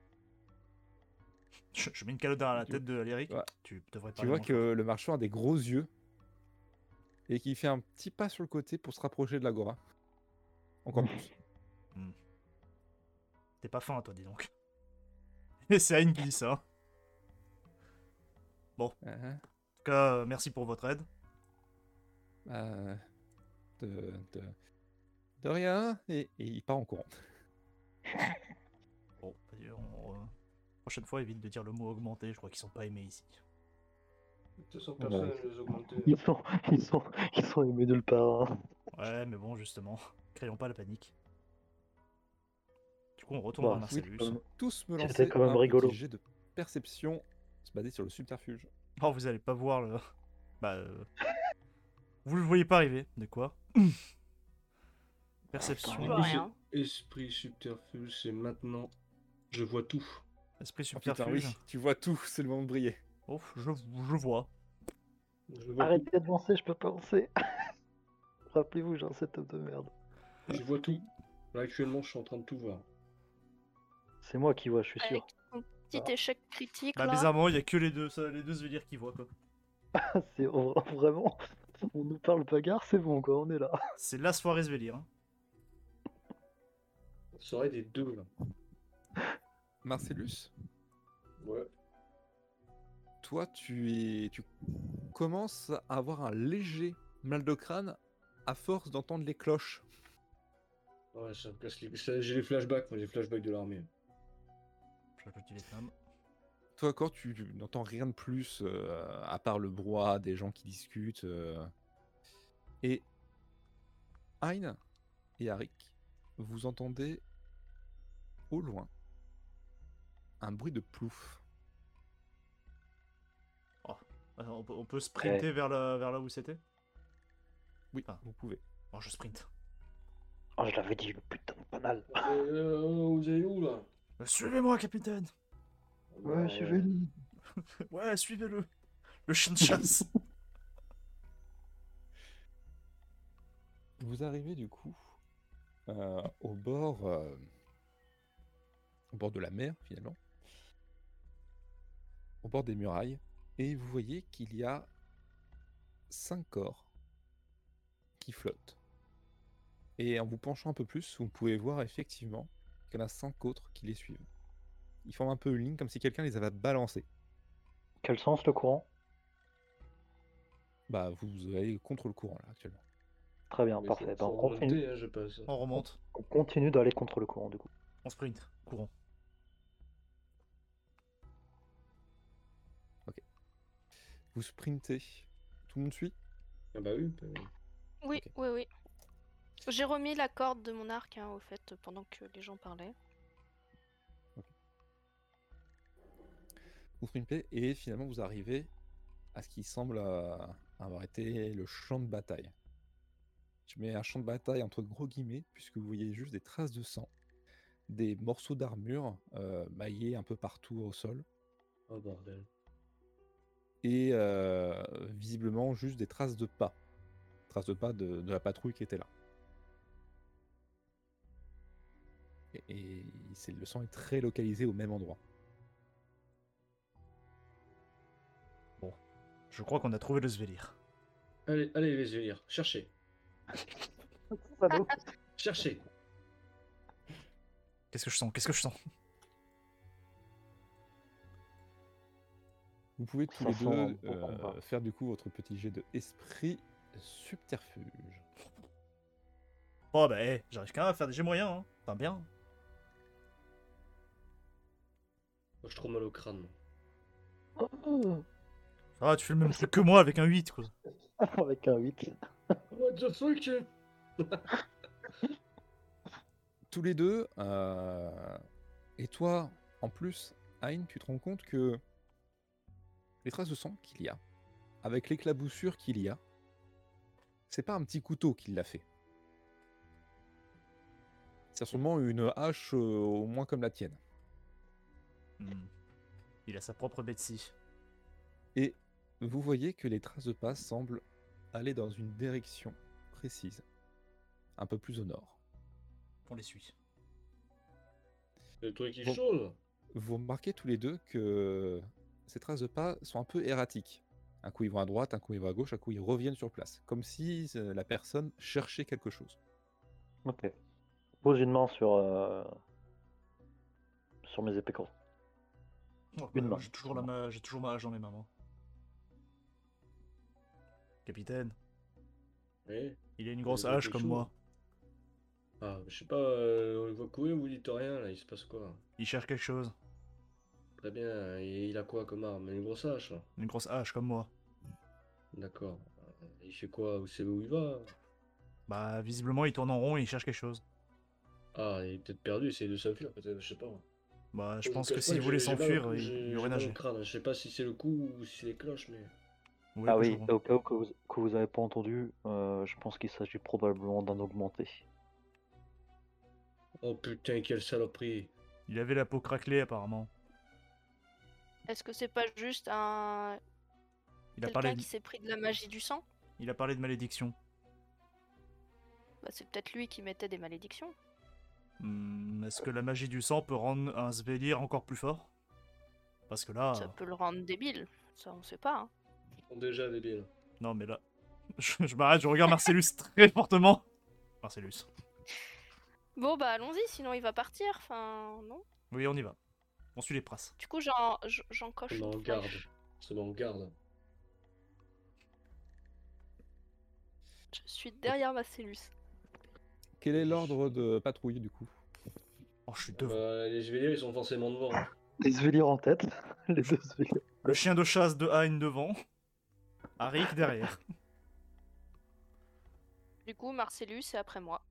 Speaker 2: Je, je mets une calotte à la
Speaker 4: Tu-
Speaker 2: tête de Aléric,
Speaker 4: ouais.
Speaker 2: tu devrais pas.
Speaker 4: Tu vois que le marchand a des gros yeux et qu'il fait un petit pas sur le côté pour se rapprocher de l'agora. Encore plus.
Speaker 2: T'es pas fin, toi, dis donc. Et c'est à une glisse, hein.
Speaker 4: Uh-huh.
Speaker 2: En tout cas, euh, merci pour votre aide.
Speaker 4: Euh, de, de, de rien, et, et il part en courant.
Speaker 2: Bon, d'ailleurs, on, euh, prochaine fois, évite de dire le mot augmenté, je crois qu'ils sont pas aimés ici.
Speaker 5: De toute façon, personne ne les
Speaker 1: Ils sont, ils sont, ils sont aimés nulle part. hein.
Speaker 2: Ouais, mais bon, justement, créons pas la panique. Du coup, on retourne
Speaker 1: Bah,
Speaker 2: à
Speaker 4: Oui,
Speaker 2: Marcellus.
Speaker 4: euh, tous me
Speaker 1: C'était
Speaker 4: lancer
Speaker 1: quand même
Speaker 4: un petit
Speaker 1: rigolo.
Speaker 4: jet de perception se basé sur le subterfuge.
Speaker 2: Oh, vous allez pas voir le. Bah. euh, Vous le voyez pas arriver. De quoi
Speaker 6: Je
Speaker 2: Perception,
Speaker 6: vois rien.
Speaker 5: Esprit subterfuge, c'est maintenant. Je vois tout.
Speaker 2: esprit
Speaker 4: Oh putain,
Speaker 2: subterfuge.
Speaker 4: oui, tu vois tout, c'est le moment de briller.
Speaker 2: Oh, je, je vois.
Speaker 5: Je vois,
Speaker 1: Arrêtez de lancer, je peux pas lancer. Rappelez-vous, j'ai un setup de merde.
Speaker 5: je vois tout. Là, actuellement, je suis en train de tout voir.
Speaker 1: C'est moi qui vois, je suis
Speaker 6: Avec
Speaker 1: sûr.
Speaker 6: ton petit échec critique
Speaker 2: Bah,
Speaker 6: là.
Speaker 2: bizarrement, il y a que les deux, ça, les deux se veut dire qui voient quoi.
Speaker 1: C'est vraiment. On nous parle bagarre, c'est bon quoi, on est là.
Speaker 2: C'est la soirée Svelir. Hein.
Speaker 5: Ça aurait des deux, là.
Speaker 4: Marcellus,
Speaker 5: Ouais.
Speaker 4: toi, tu, es, tu commences à avoir un léger mal de crâne à force d'entendre les cloches.
Speaker 5: Ouais, ça me casse les... ça- J'ai les flashbacks, moi, les flashbacks de l'armée.
Speaker 2: Je rajoute du Vietnam.
Speaker 4: Toi, quand tu, tu n'entends rien de plus, euh, à part le brouhaha des gens qui discutent. euh, Et Hein et Arik, vous entendez au loin un bruit de plouf.
Speaker 2: Alors, Ah, on, peut, on peut sprinter vers, la, vers là où c'était
Speaker 4: Oui,
Speaker 2: Ah.
Speaker 4: vous pouvez.
Speaker 2: Bon, je sprint.
Speaker 1: Oh, je l'avais dit, le putain de panal.
Speaker 5: Et, euh, vous allez où, là
Speaker 2: Euh, Suivez-moi, capitaine
Speaker 1: Ouais, j'ai
Speaker 5: Euh,
Speaker 1: vu.
Speaker 2: Ouais, suivez-le Le chien de chasse
Speaker 4: Vous arrivez du coup euh, au bord, euh, au bord de la mer finalement, au bord des murailles, et vous voyez qu'il y a cinq corps qui flottent. Et en vous penchant un peu plus, vous pouvez voir effectivement qu'il y en a cinq autres qui les suivent. Ils forment un peu une ligne comme si quelqu'un les avait balancés.
Speaker 1: Quel sens le courant
Speaker 4: Bah, vous allez contre le courant là actuellement.
Speaker 1: Très bien,
Speaker 5: mais
Speaker 1: parfait.
Speaker 5: faut-
Speaker 1: Ben,
Speaker 5: faut
Speaker 1: on, continue,
Speaker 5: remonter, hein, je passe.
Speaker 2: On remonte,
Speaker 1: on continue d'aller contre le courant du coup.
Speaker 2: on sprint, courons.
Speaker 4: Vous sprintez. Tout le monde suit
Speaker 5: Ah bah oui. bah oui.
Speaker 6: Oui,
Speaker 4: Ok.
Speaker 6: oui, oui.
Speaker 3: J'ai remis la corde de mon arc, hein, au fait, pendant que les gens parlaient.
Speaker 4: vous frimpez, et finalement vous arrivez à ce qui semble euh, avoir été le champ de bataille. Je mets un champ de bataille entre gros guillemets, puisque vous voyez juste des traces de sang, des morceaux d'armure euh, maillés un peu partout au sol,
Speaker 5: Oh bordel.
Speaker 4: et euh, visiblement juste des traces de pas. Traces de pas de, de la patrouille qui était là. Et, et c'est- le sang est très localisé au même endroit.
Speaker 2: Je crois qu'on a trouvé le Svelir.
Speaker 5: Allez, allez les yeux, cherchez.
Speaker 1: Salaud.
Speaker 5: Cherchez.
Speaker 2: Qu'est-ce que je sens Qu'est-ce que je sens
Speaker 4: Vous pouvez tous
Speaker 1: Ça
Speaker 4: les
Speaker 1: sent
Speaker 4: deux
Speaker 1: bon combat.
Speaker 4: euh, faire du coup votre petit jet de esprit subterfuge.
Speaker 2: Oh bah, hé, j'arrive quand même à faire des jets moyens, hein. Enfin, bien.
Speaker 5: Moi, je trop mal au crâne. moi. Oh.
Speaker 2: Ah, tu fais le même truc que moi avec un 8, quoi.
Speaker 1: Avec un 8.
Speaker 5: What the fuck
Speaker 4: Tous les deux, euh, et toi en plus, Hein, tu te rends compte que les traces de sang qu'il y a, avec l'éclaboussure qu'il y a, c'est pas un petit couteau qui l'a fait. C'est sûrement une hache euh, au moins comme la tienne.
Speaker 2: Hmm. Il a sa propre Betsy.
Speaker 4: Et vous voyez que les traces de pas semblent aller dans une direction précise, un peu plus au nord.
Speaker 2: On les suit.
Speaker 5: Le truc qui
Speaker 4: Bon.
Speaker 5: chaud là.
Speaker 4: vous remarquez tous les deux que euh, ces traces de pas sont un peu erratiques. Un coup ils vont à droite, un coup ils vont à gauche, un coup ils reviennent sur place, comme si euh, la personne cherchait quelque chose.
Speaker 1: Ok. Pose une main sur. euh, sur mes épées courtes.
Speaker 2: Moi,
Speaker 1: Une
Speaker 2: euh,
Speaker 1: main.
Speaker 2: J'ai toujours, la ma... j'ai toujours ma hache dans mes mains. moi. Capitaine,
Speaker 5: Oui.
Speaker 2: il a une grosse
Speaker 5: avez
Speaker 2: hache
Speaker 5: quelque
Speaker 2: comme
Speaker 5: chose
Speaker 2: moi.
Speaker 5: Ah, je sais pas, euh, on le voit courir, vous dites rien là, il se passe quoi?
Speaker 2: Il cherche quelque chose.
Speaker 5: Très bien, et il a quoi comme arme? Une grosse hache, là.
Speaker 2: Une grosse hache comme moi.
Speaker 5: D'accord. Euh, Il fait quoi? Vous savez où il va?
Speaker 2: Bah, visiblement, il tourne en rond et il cherche quelque chose.
Speaker 5: Ah, il est peut-être perdu, essayez de s'enfuir peut-être, je sais pas.
Speaker 2: Bah, je
Speaker 5: vous
Speaker 2: pense
Speaker 5: cache
Speaker 2: que
Speaker 5: pas
Speaker 2: s'il
Speaker 5: j'ai-
Speaker 2: voulait
Speaker 5: j'ai mal au-
Speaker 2: s'enfuir,
Speaker 5: j'ai-
Speaker 2: il-
Speaker 5: j'ai
Speaker 2: il aurait
Speaker 5: mal au
Speaker 2: nagé.
Speaker 5: crâne, Je sais pas si c'est le coup ou si c'est les cloches, mais.
Speaker 2: Oui,
Speaker 1: Ah
Speaker 2: bah, je
Speaker 1: oui,
Speaker 2: comprends.
Speaker 1: au cas où que vous, que vous avez pas entendu, euh, je pense qu'il s'agit probablement d'un augmenté.
Speaker 5: Oh putain, quelle saloperie!
Speaker 2: Il avait la peau craquelée apparemment.
Speaker 3: Est-ce que c'est pas juste un
Speaker 2: Il a, parlé
Speaker 3: quelqu'un
Speaker 2: de...
Speaker 3: qui s'est pris de la magie du sang
Speaker 2: il a parlé de malédiction.
Speaker 3: Bah, C'est peut-être lui qui mettait des malédictions.
Speaker 2: Hmm, Est-ce que la magie du sang peut rendre un Svelir encore plus fort Parce que là.
Speaker 3: Ça peut le rendre débile. Ça, on sait pas. hein.
Speaker 5: Ils sont déjà débiles.
Speaker 2: Non, mais là. Je, je m'arrête, je regarde Marcellus très fortement. Marcellus.
Speaker 3: Bon, bah allons-y, sinon il va partir. Enfin, non.
Speaker 2: Oui, on y va. On suit les traces.
Speaker 3: Du coup, j'en j- j'en coche
Speaker 5: On en
Speaker 3: une
Speaker 5: garde.
Speaker 3: flèche.
Speaker 5: C'est bon, on garde.
Speaker 3: Je suis derrière ma cellule.
Speaker 4: Quel est l'ordre de patrouille du coup
Speaker 2: Oh, je suis devant.
Speaker 5: Euh, les juvéliers, ils sont forcément devant.
Speaker 1: Les Svelir en tête, les deux Svelir.
Speaker 2: Le chien de chasse de Hein devant. Arik derrière.
Speaker 3: Du coup, Marcellus est après moi.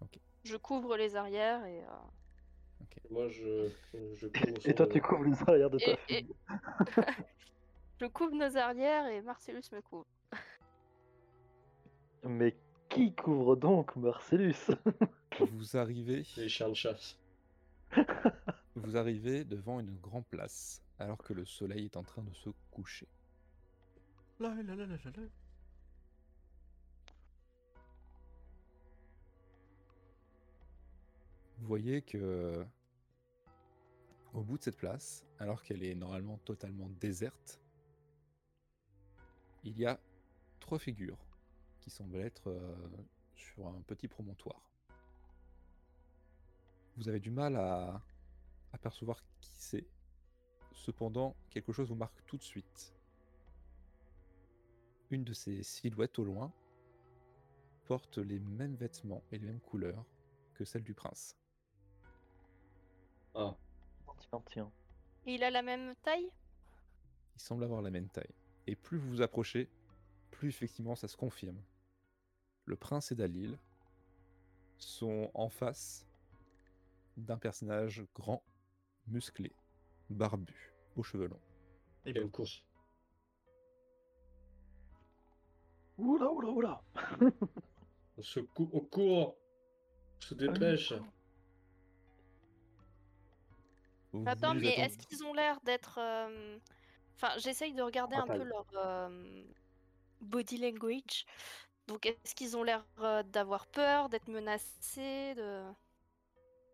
Speaker 4: Ok.
Speaker 3: Je couvre les arrières et, euh,
Speaker 5: Moi, je. je cours sans
Speaker 1: Et toi,
Speaker 5: le-
Speaker 1: tu couvres les arrières de ta
Speaker 3: et- et-
Speaker 1: fille.
Speaker 3: je couvre nos arrières et Marcellus me couvre.
Speaker 1: Mais qui couvre donc Marcellus
Speaker 4: Vous arrivez,
Speaker 5: Les chiens de chasse.
Speaker 4: vous arrivez devant une grande place alors que le soleil est en train de se coucher.
Speaker 2: Là, là, là, là, là, là.
Speaker 4: Vous voyez que au bout de cette place, alors qu'elle est normalement totalement déserte, il y a trois figures qui semblent être euh, sur un petit promontoire. Vous avez du mal à apercevoir qui c'est. Cependant, quelque chose vous marque tout de suite. Une de ces silhouettes au loin porte les mêmes vêtements et les mêmes couleurs que celle du prince.
Speaker 5: Ah,
Speaker 1: Tiens, tiens.
Speaker 3: Et il a la même taille
Speaker 4: Il semble avoir la même taille. Et plus vous vous approchez, plus effectivement ça se confirme. Le prince et Dalil sont en face d'un personnage grand, musclé, barbu, aux cheveux longs.
Speaker 2: Et
Speaker 5: quelle
Speaker 2: bon.
Speaker 5: course.
Speaker 1: Oula, oula, oula
Speaker 5: On se cou... on court On se
Speaker 3: Ah,
Speaker 5: dépêche
Speaker 4: Vous
Speaker 3: Attends,
Speaker 4: vous
Speaker 3: mais
Speaker 4: attendez-
Speaker 3: est-ce qu'ils ont l'air d'être. euh, Enfin, j'essaye de regarder un peu
Speaker 1: Bataille.
Speaker 3: leur euh, body language. Donc, est-ce qu'ils ont l'air euh, d'avoir peur, d'être menacés de...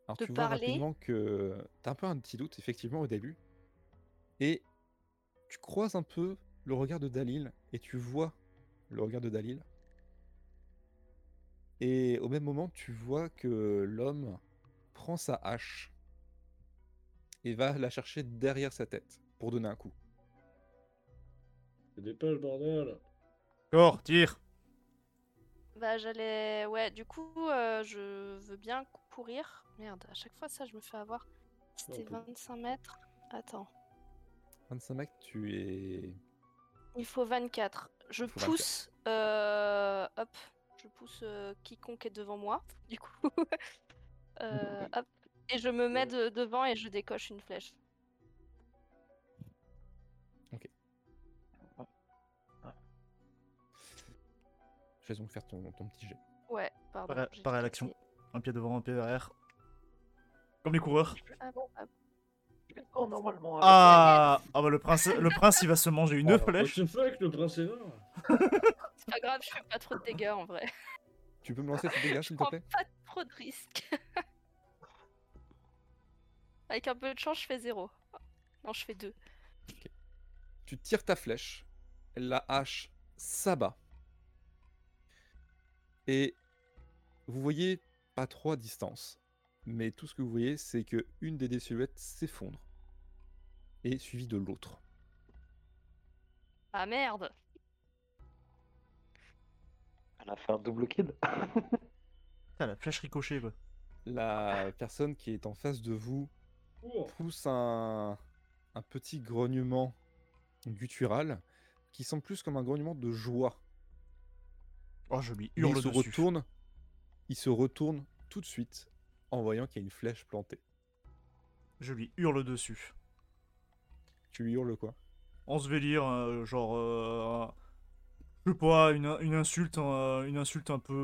Speaker 4: Alors,
Speaker 3: de
Speaker 4: tu
Speaker 3: parler
Speaker 4: vois rapidement que t'as un peu un petit doute effectivement au début, et tu croises un peu le regard de Dalil et tu vois le regard de Dalil, et au même moment tu vois que l'homme prend sa hache et va la chercher derrière sa tête pour donner un coup.
Speaker 5: Se dépêche, bordel
Speaker 2: Corps, tire
Speaker 3: Bah, j'allais. Ouais, du coup, euh, je veux bien cou- courir. Merde, à chaque fois, ça, je me fais avoir. C'était
Speaker 5: peut-
Speaker 3: 25 mètres. Attends,
Speaker 4: 25 mètres, tu es
Speaker 3: il faut 24. Je
Speaker 4: Faut 24.
Speaker 3: pousse. euh, Hop, je pousse euh, quiconque est devant moi, du coup. Euh, hop. Et je me mets de- devant et je décoche une flèche.
Speaker 4: je vais donc faire ton, ton petit jet.
Speaker 3: Ouais, pardon.
Speaker 2: Pareil-
Speaker 3: j'ai
Speaker 2: pareil à
Speaker 3: stressé.
Speaker 2: Un pied devant, un pied derrière. Comme les coureurs.
Speaker 3: Ah bon, ah bon.
Speaker 1: Oh, normalement. avec-
Speaker 2: Ah Ah bah le prince, le prince il va se manger
Speaker 4: Ah,
Speaker 2: une
Speaker 5: Oh,
Speaker 2: flèche.
Speaker 5: What the fuck, le prince est mort
Speaker 3: C'est pas grave, je fais pas trop de dégâts en vrai.
Speaker 4: Tu peux me lancer tes dégâts s'il te
Speaker 3: prends
Speaker 4: plaît
Speaker 3: Pas trop de risques. Avec un peu de chance, je fais 0. Non, je fais 2.
Speaker 4: Tu tires ta flèche, la hache s'abat. Et vous voyez pas trop à distance, mais tout ce que vous voyez, c'est que une des deux silhouettes s'effondre et suivi de l'autre.
Speaker 3: Ah merde
Speaker 1: Elle a fait un double kill.
Speaker 2: Putain, la flèche ricochée, quoi.
Speaker 4: La personne qui est en face de vous pousse un, un petit grognement guttural qui semble plus comme un grognement de joie.
Speaker 2: Oh, je lui
Speaker 4: Mais
Speaker 2: hurle
Speaker 4: il se
Speaker 2: dessus.
Speaker 4: retourne, il se retourne tout de suite en voyant qu'il y a une flèche plantée.
Speaker 2: Je lui hurle dessus.
Speaker 4: Tu lui hurles quoi
Speaker 2: On se veut dire, euh, genre, euh, je sais pas, une, une insulte, euh, une insulte un peu,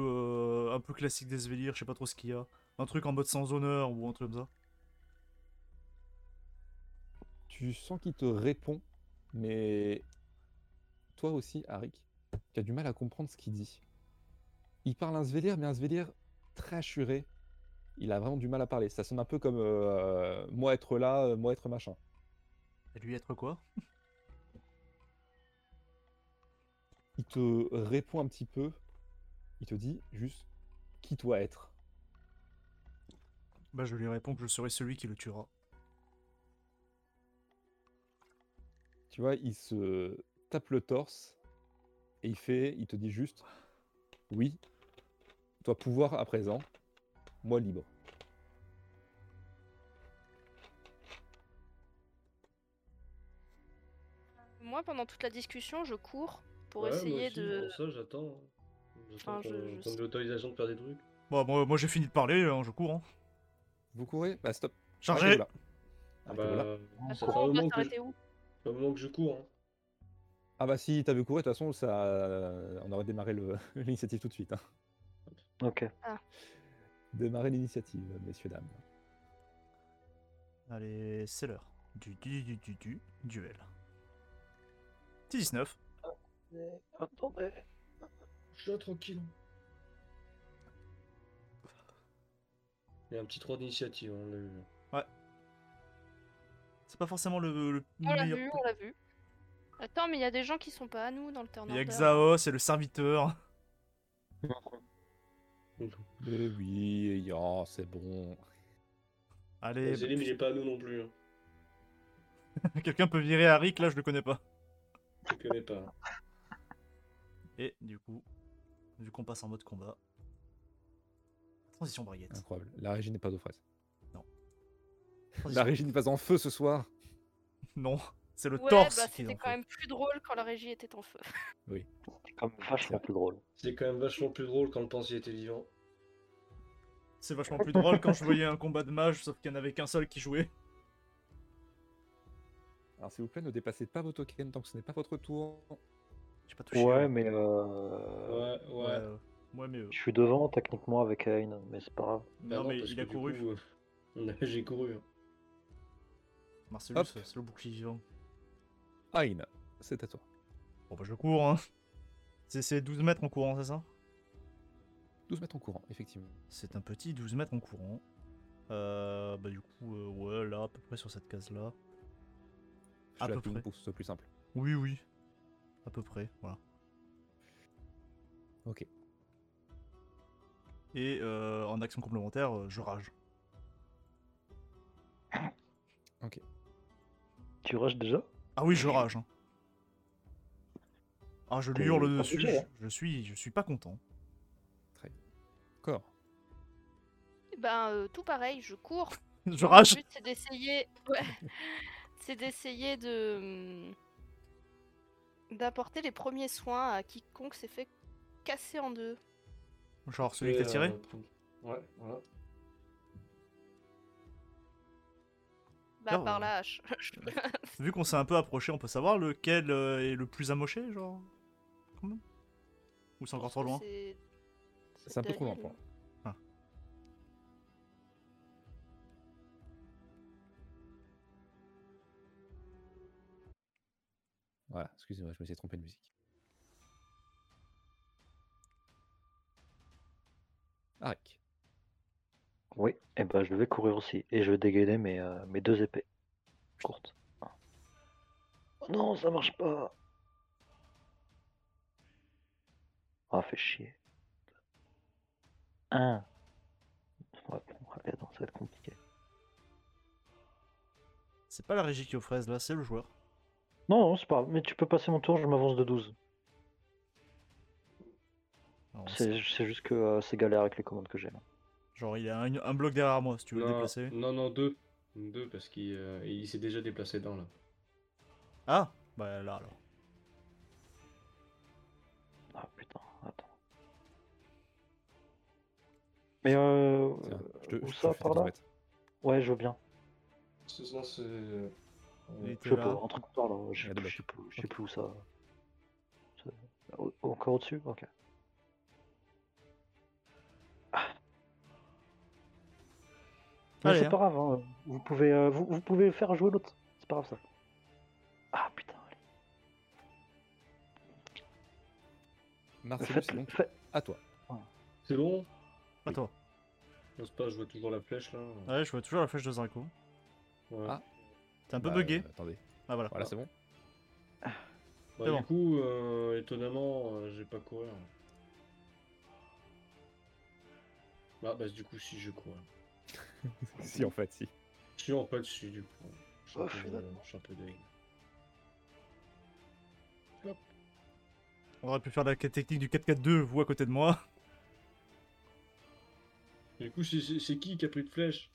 Speaker 2: euh, un peu classique des Svelir, je sais pas trop ce qu'il y a. Un truc en mode sans honneur ou un truc comme ça.
Speaker 4: Tu sens qu'il te répond, mais toi aussi, Arik, tu as du mal à comprendre ce qu'il dit. Il parle un Svelir, mais un Svelir très assuré. Il a vraiment du mal à parler. Ça sonne un peu comme euh, moi être là, euh, moi être machin.
Speaker 2: Et lui être quoi
Speaker 4: Il te répond un petit peu. Il te dit juste qui toi être.
Speaker 2: Bah, je lui réponds que je serai celui qui le tuera.
Speaker 4: Tu vois, il se tape le torse et il fait, il te dit juste oui, toi pouvoir à présent, moi libre.
Speaker 3: Moi, pendant toute la discussion, je cours pour
Speaker 5: Ouais, moi
Speaker 3: essayer
Speaker 5: aussi,
Speaker 3: de...
Speaker 5: pour ça, j'attends. J'attends
Speaker 3: Enfin, je-
Speaker 5: qu'on
Speaker 3: je
Speaker 5: qu'on me
Speaker 3: sais.
Speaker 5: donne l'autorisation de faire des trucs.
Speaker 2: Bon, Bah, moi, moi j'ai fini de parler, hein, je cours. Hein.
Speaker 4: Vous courez Bah stop.
Speaker 2: Chargé
Speaker 4: Arrêtez-vous là.
Speaker 5: Ah
Speaker 4: Arrêtez-vous là.
Speaker 5: bah, ça
Speaker 3: Attends,
Speaker 5: fait un
Speaker 3: on doit
Speaker 5: moment que je-
Speaker 3: s'arrêter où
Speaker 5: ça fait un moment que je cours. hein.
Speaker 4: Ah bah si t'avais couru, de toute façon, ça... euh, on aurait démarré le- l'initiative tout de suite. hein.
Speaker 1: Ok.
Speaker 4: Démarrer l'initiative, messieurs, dames.
Speaker 2: Allez, c'est l'heure du, du, du, du, du duel. 19.
Speaker 1: Attendez.
Speaker 5: Je suis là, tranquille. Il y a un petit 3 d'initiative, hein, on l'a vu.
Speaker 2: C'est pas forcément le, le
Speaker 3: On l'a
Speaker 2: meilleur.
Speaker 3: vu, on l'a vu. Attends, mais il y a des gens qui sont pas à nous dans le turn
Speaker 2: Il y a
Speaker 3: order.
Speaker 2: Xaos, c'est le serviteur.
Speaker 4: Mais Eh oui, ya, c'est bon.
Speaker 2: Allez, bah,
Speaker 5: Zélim, il est pas à nous non plus. hein.
Speaker 2: quelqu'un peut virer Arik, là je le connais pas.
Speaker 5: Je le connais pas.
Speaker 2: Et du coup, vu qu'on passe en mode combat. Transition braguette.
Speaker 4: Incroyable. La régie n'est pas aux fraises. La
Speaker 2: Transition-
Speaker 4: régie n'est pas en feu ce soir.
Speaker 2: Non, c'est le
Speaker 3: Ouais,
Speaker 2: torse
Speaker 3: bah,
Speaker 2: qui est
Speaker 3: c'était
Speaker 2: en
Speaker 3: quand
Speaker 2: feu.
Speaker 3: même plus drôle quand la régie était en feu.
Speaker 1: C'est quand même vachement plus drôle.
Speaker 5: C'est quand même vachement plus drôle quand le pensier était vivant.
Speaker 2: C'est vachement plus drôle quand je voyais un combat de mage, sauf qu'il n'y en avait qu'un seul qui jouait.
Speaker 4: Alors s'il vous plaît, ne dépassez pas vos tokens tant que ce n'est pas votre tour.
Speaker 2: J'ai pas touché. hein.
Speaker 1: Ouais, mais euh,
Speaker 5: Ouais, ouais.
Speaker 2: ouais. euh, ouais, mais. euh,
Speaker 1: je suis devant techniquement avec Ayn, mais c'est pas grave.
Speaker 5: Bah
Speaker 2: non, mais
Speaker 5: parce
Speaker 2: il
Speaker 5: que
Speaker 2: a
Speaker 5: du
Speaker 2: couru.
Speaker 5: coup, euh, on a- J'ai couru. hein.
Speaker 2: Marcellus, euh,
Speaker 4: Hop.
Speaker 2: c'est le bouclier vivant.
Speaker 4: Aïn, c'est à toi.
Speaker 2: Bon bah je cours, hein. C'est- C'est 12 mètres en courant, c'est ça
Speaker 4: 12 mètres en courant, effectivement.
Speaker 2: C'est un petit 12 mètres en courant. Euh, bah du coup, euh, ouais, là, à peu près sur cette case-là.
Speaker 4: Je
Speaker 2: À
Speaker 4: la
Speaker 2: peu
Speaker 4: ping
Speaker 2: près.
Speaker 4: pour que ce soit plus simple.
Speaker 2: Oui, oui. À peu près, voilà.
Speaker 4: Ok.
Speaker 2: Et euh, en action complémentaire, euh, je rage.
Speaker 1: Tu rushes déjà
Speaker 2: Ah oui, je rage. hein. Ah, je lui hurle
Speaker 1: T'es
Speaker 2: dessus.
Speaker 1: obligé,
Speaker 2: Je,
Speaker 1: hein.
Speaker 2: je suis, je suis pas content.
Speaker 4: Corps.
Speaker 3: Eh Ben, euh, tout pareil, je cours.
Speaker 2: Je rage.
Speaker 3: Le but, c'est d'essayer... ouais, c'est d'essayer de... hum, D'apporter les premiers soins à quiconque s'est fait casser en deux.
Speaker 2: Genre celui qui
Speaker 5: Et,
Speaker 2: t'a tiré.
Speaker 5: euh, Ouais, voilà.
Speaker 3: Bah,
Speaker 2: Ah,
Speaker 3: par
Speaker 2: ouais.
Speaker 3: la hache.
Speaker 2: Vu qu'on s'est un peu approché, on peut savoir lequel euh, est le plus amoché, genre. Quand même Ou c'est encore trop loin
Speaker 3: C'est-
Speaker 4: C'est un peu hein. Ah. trop loin
Speaker 3: Dalil.
Speaker 4: pour moi. Voilà, excusez-moi, je me suis trompé de musique. Arik.
Speaker 1: Oui. Et ben je vais courir aussi et je vais dégainer mes, euh, mes deux épées courtes. Oh non, ça marche pas. Ah, fait chier. Un. Ouais, bon, allez, non, ça va être compliqué.
Speaker 2: C'est pas la régie qui est aux fraises, là, c'est le joueur.
Speaker 1: Non, non, c'est pas. grave, Mais tu peux passer mon tour, je m'avance de 12.
Speaker 2: Alors,
Speaker 1: C'est c'est juste que euh, c'est galère avec les commandes que j'ai. là.
Speaker 2: Genre, il a un, un bloc derrière moi, si tu veux le
Speaker 5: non,
Speaker 2: déplacer.
Speaker 5: non, non, deux. Deux, parce qu'il euh, il s'est déjà déplacé d'un, là.
Speaker 2: Ah Bah là, alors.
Speaker 1: Ah putain, attends. Mais euh.
Speaker 4: Tiens, je
Speaker 1: où
Speaker 4: te, je te
Speaker 1: ça,
Speaker 4: fais
Speaker 1: par
Speaker 4: des
Speaker 1: là
Speaker 4: droites.
Speaker 1: Ouais, je veux bien.
Speaker 5: Ce soir, c'est...
Speaker 2: Il était
Speaker 1: Je sais
Speaker 2: là.
Speaker 1: pas, entre couloirs là, je sais
Speaker 4: Ouais,
Speaker 1: plus,
Speaker 4: bah,
Speaker 1: je sais plus- je sais plus où ça. ça- au- Encore au-dessus Ok. Ah. Mais
Speaker 2: Allez,
Speaker 1: c'est
Speaker 2: hein.
Speaker 1: pas grave, hein, vous, pouvez, euh, vous, vous pouvez faire jouer l'autre, c'est pas grave ça. Ah putain, allez.
Speaker 4: Marcellus,
Speaker 1: Faites-
Speaker 4: c'est donc
Speaker 1: faites-
Speaker 4: à toi.
Speaker 5: C'est bon
Speaker 2: À toi.
Speaker 5: Non, c'est pas, je vois toujours la flèche, là.
Speaker 2: Ah, Ouais, je vois toujours la flèche de Zinco.
Speaker 5: Ouais.
Speaker 4: Ah.
Speaker 2: T'es un peu
Speaker 4: Bah,
Speaker 2: bugué.
Speaker 4: euh, attendez,
Speaker 2: Ah voilà.
Speaker 4: voilà, c'est bon.
Speaker 5: Bah,
Speaker 2: c'est bon.
Speaker 5: Du coup, euh, étonnamment, euh, j'ai pas courir. Bah, bah, du coup, si je cours.
Speaker 4: si, en fait, si.
Speaker 5: Si, en fait, si, du coup. Je suis un
Speaker 1: Oh,
Speaker 5: peu de-
Speaker 1: finalement.
Speaker 5: je suis un peu dingue.
Speaker 2: On aurait pu faire la technique du 4-4-2, vous à côté de moi.
Speaker 5: Du coup, c'est- c'est c'est qui qui a pris de flèche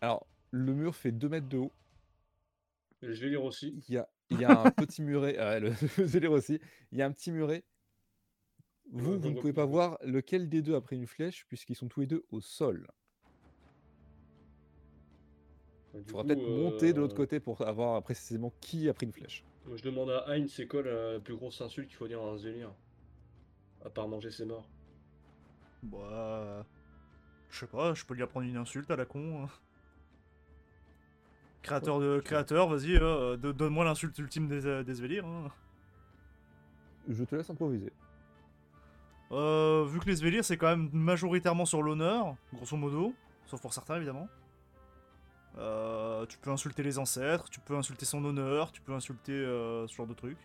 Speaker 4: Alors, le mur fait 2 mètres de haut.
Speaker 5: Et Je vais lire aussi.
Speaker 4: Il y a, il y a un petit muret. ah, le, le zélure aussi. Il y a un petit muret. Vous,
Speaker 5: Ouais,
Speaker 4: vous ne
Speaker 5: donc,
Speaker 4: pouvez pas
Speaker 5: donc,
Speaker 4: voir lequel des deux a pris une flèche, puisqu'ils sont tous les deux au sol.
Speaker 5: Bah, du
Speaker 4: Il faudra
Speaker 5: coup,
Speaker 4: peut-être monter de l'autre
Speaker 5: euh,
Speaker 4: côté pour avoir précisément qui a pris une flèche.
Speaker 5: moi, Je demande à Hein, c'est quoi la plus grosse insulte qu'il faut dire à un Zélire À part manger ses morts.
Speaker 2: Bah. euh, Je sais pas, je peux lui apprendre une insulte à la con. hein. Créateur de. Créateur, vas-y, euh, de- donne-moi l'insulte ultime des, euh, des Svelir, hein.
Speaker 4: Je te laisse improviser.
Speaker 2: Euh, vu que les Svelir, c'est quand même majoritairement sur l'honneur, grosso modo, sauf pour certains évidemment. Euh, tu peux insulter les ancêtres, tu peux insulter son honneur, tu peux insulter euh, ce genre de trucs.